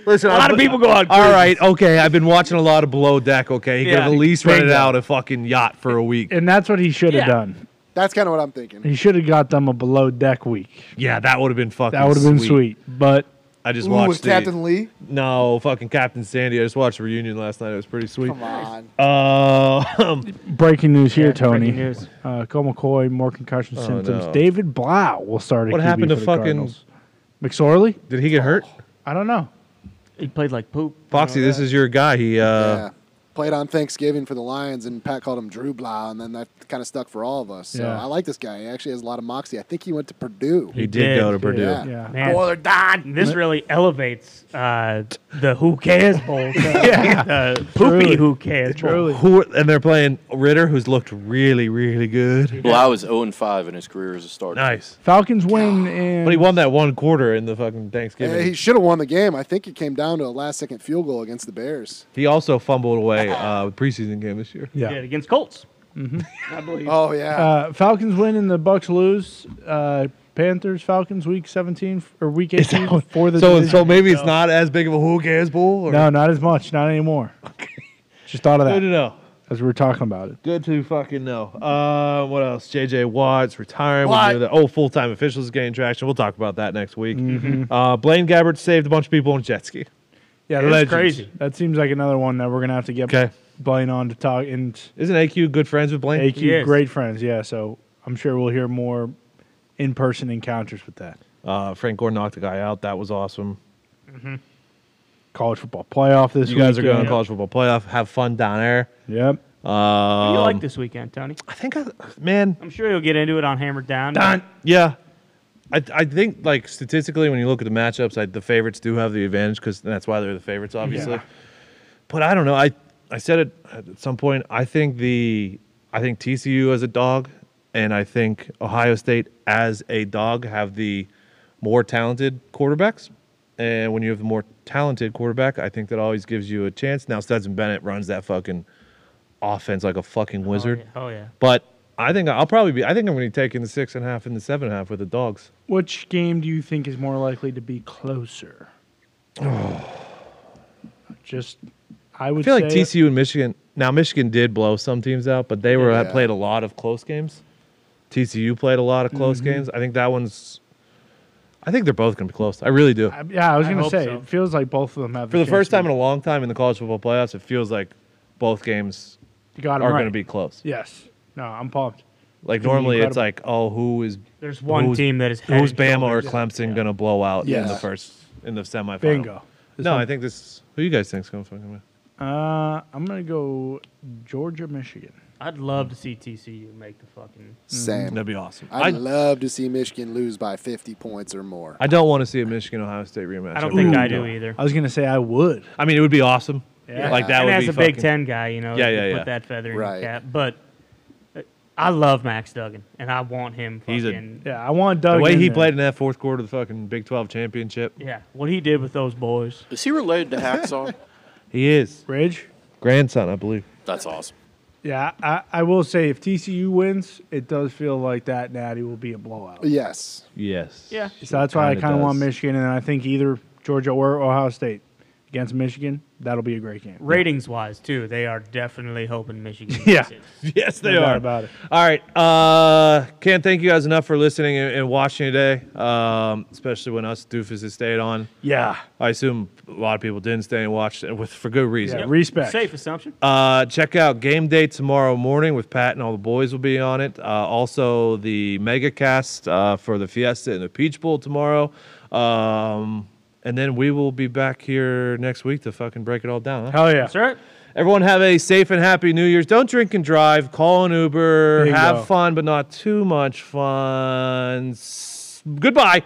S3: Listen,
S6: a lot
S3: I've-
S6: of people go on.
S3: All
S6: cruises.
S3: right, okay. I've been watching a lot of Below Deck. Okay, he could
S6: Yeah.
S3: have at least rented
S2: Bingo.
S3: out a fucking yacht for a week.
S2: and that's what he should have done.
S17: That's kind of what I'm thinking.
S2: He should have got them a below deck week.
S3: Yeah, that would have been fucking.
S2: That would have been
S3: sweet.
S2: sweet. But
S3: I just
S2: Ooh,
S3: watched
S2: was
S3: the-
S2: Captain
S11: Lee.
S3: No, fucking Captain Sandy. I just watched the reunion last night. It was pretty sweet.
S11: Come on.
S3: Um,
S2: breaking news here,
S3: Yeah,
S2: Tony.
S3: breaking
S2: Uh, Cole McCoy, more concussion
S3: Oh,
S2: symptoms.
S3: no.
S2: David Blau will start. At
S3: What
S2: QB
S3: happened to
S2: for the
S3: fucking-
S2: Cardinals. McSorley?
S3: Did he get hurt?
S2: I don't know.
S6: He played like poop.
S3: Foxy, this is your guy. He uh,
S17: yeah. Played on Thanksgiving for the Lions, and Pat called him Drew Blah, and then that kind of stuck for all of us. So
S3: Yeah.
S17: I like this guy. He actually has a lot of moxie. I think he went to Purdue.
S3: He He did did. go to Purdue.
S17: Yeah.
S6: Yeah.
S17: Man.
S6: Boiler Don. This really elevates uh, the Who Cares Bowl. yeah. The poopy
S3: Truly.
S6: Who Cares Bowl.
S3: who and they're playing Ritter, who's looked really, really good.
S13: Blau is 0 and 5 in his career as a starter.
S3: Nice,
S2: Falcons win and
S3: but he won that one quarter in the fucking Thanksgiving.
S17: Yeah, he
S3: he,
S17: should have won the game. I think it came down to a last second field goal against the Bears.
S3: also fumbled away uh, the preseason game this year.
S2: Yeah.
S6: Did against Colts.
S2: Mhm.
S6: I believe.
S17: Oh, yeah.
S2: Uh, Falcons win and the Bucks lose. Uh, Panthers Falcons week 17 f- or week 18 for the
S3: So,
S2: division.
S3: so maybe it's not as big of a who cares bowl. Or?
S2: No, not as much, not anymore. Just thought of that
S3: Good to know.
S2: as we were talking about it.
S3: Good to fucking know. Uh, what else? JJ Watts retiring.
S2: Watt.
S3: We knew that. Oh, full time officials getting traction. We'll talk about that next week.
S2: Mhm.
S3: Uh, Blaine Gabbert saved a bunch of people on jet ski.
S2: Yeah,
S3: It's
S2: legends.
S3: crazy.
S2: That seems like another one that we're gonna have to get
S3: Okay.
S2: Blaine on to talk. And
S3: isn't AQ good friends with Blaine? He
S2: AQ
S3: is.
S2: great friends, yeah. So I'm sure we'll hear more in-person encounters with that.
S3: Uh, Frank Gore knocked a guy out. That was awesome.
S2: College football playoff this.
S3: you guys are going
S2: weekend.
S3: to college football playoff. Have fun down there.
S2: Yep.
S3: Um,
S6: you like this weekend, Tony? I
S3: think, I, man.
S6: I'm sure you'll get into it on Hammered Down.
S3: Done. Yeah. I, I think like statistically when you look at the matchups, I, the favorites do have the advantage because that's why they're the favorites, obviously.
S2: Yeah.
S3: But I don't know. I I said it at some point. I think the I think TCU as a dog, and I think Ohio State as a dog have the more talented quarterbacks. And when you have the more talented quarterback, I think that always gives you a chance. Now Stetson Bennett runs that fucking offense like a fucking wizard.
S6: Oh, yeah.
S3: But I think I'll probably be. I think I'm going to be taking the six and a half and the seven and a half with the dogs.
S2: Which game do you think is more likely to be closer? Just, I would
S3: I feel like
S2: say
S3: TCU and Michigan. Now Michigan did blow some teams out, but they were had
S2: Yeah.
S3: played a lot of close games. TCU played a lot of close
S2: Mm-hmm.
S3: games. I think that one's. I think they're both going to be close. I really do.
S2: I- yeah, I was
S3: I
S2: going to
S3: hope
S2: say
S3: so.
S2: it feels like both of them have
S3: For the
S2: chance
S3: first
S2: to-
S3: time in a long time in the college football playoffs, it feels like both games
S2: You got 'em
S3: are
S2: right.
S3: going to be close.
S2: Yes. No, I'm pumped.
S3: Like
S2: It's gonna be
S3: normally, it's
S2: incredible.
S3: like, oh, who is
S2: There's one
S3: who's-
S2: team that is head
S3: who's
S2: and
S3: Bama or
S2: shoulders.
S3: Clemson going to blow out in the
S2: Yes.
S3: first in the semifinal.
S2: Bingo. This
S3: no,
S2: one-
S3: I think this. Who you guys think's going to fucking win?
S2: Uh, I'm going to go Georgia, Michigan.
S6: I'd love to see TCU make the fucking.
S17: Same.
S3: That'd be awesome.
S17: I'd
S3: I-
S17: love to see Michigan lose by 50 points or more.
S3: I don't want to see a Michigan Ohio State rematch.
S6: I don't think
S3: really
S6: I do either.
S2: I was going to say I would.
S3: I mean, it would be awesome.
S6: Yeah.
S3: Like that
S6: and
S3: would
S6: as
S3: be
S6: a Big
S3: fucking-
S6: Ten guy, you know,
S3: Yeah,
S6: you
S3: yeah,
S6: put
S3: yeah.
S6: that feather
S3: Right.
S6: in your cap. But uh, I love Max Duggan, and I want him. Fucking,
S3: He's a-
S2: Yeah, I want Doug.
S3: the way
S2: in
S3: he
S2: there.
S3: played in that fourth quarter of the fucking Big Twelve championship.
S6: Yeah, what he did with those boys.
S13: Is he related to Hacksaw?
S3: He is
S2: Ridge
S3: grandson, I believe.
S13: That's awesome.
S2: Yeah, I, I will say if TCU wins, it does feel like that Natty will be a blowout.
S17: Yes.
S3: Yes.
S2: Yeah. So that's why I
S3: Kinda
S2: kind of want
S3: does.
S2: Michigan, and I think either Georgia or Ohio State against Michigan, that'll be a great game.
S6: Ratings wise, too, they are definitely hoping Michigan. makes
S2: Yeah.
S6: it.
S3: Yes, they
S2: No doubt
S3: are.
S2: about it.
S3: All right. Uh, can't thank you guys enough for listening and, and watching today, um, especially when us doofuses stayed on.
S2: Yeah.
S3: I assume a lot of people didn't stay and watch it with, for good reason.
S2: Yeah, respect.
S6: Safe assumption.
S3: Uh, check out game day tomorrow morning with Pat and all the boys will be on it. Uh, also, the mega cast uh, for the Fiesta and the Peach Bowl tomorrow. Um, and then we will be back here next week to fucking break it all down. Huh?
S2: Hell yeah. That's
S6: right.
S3: Everyone have a safe and happy New Year's. Don't drink and drive. Call an Uber.
S2: Bingo.
S3: Have fun, but not too much fun. S- goodbye.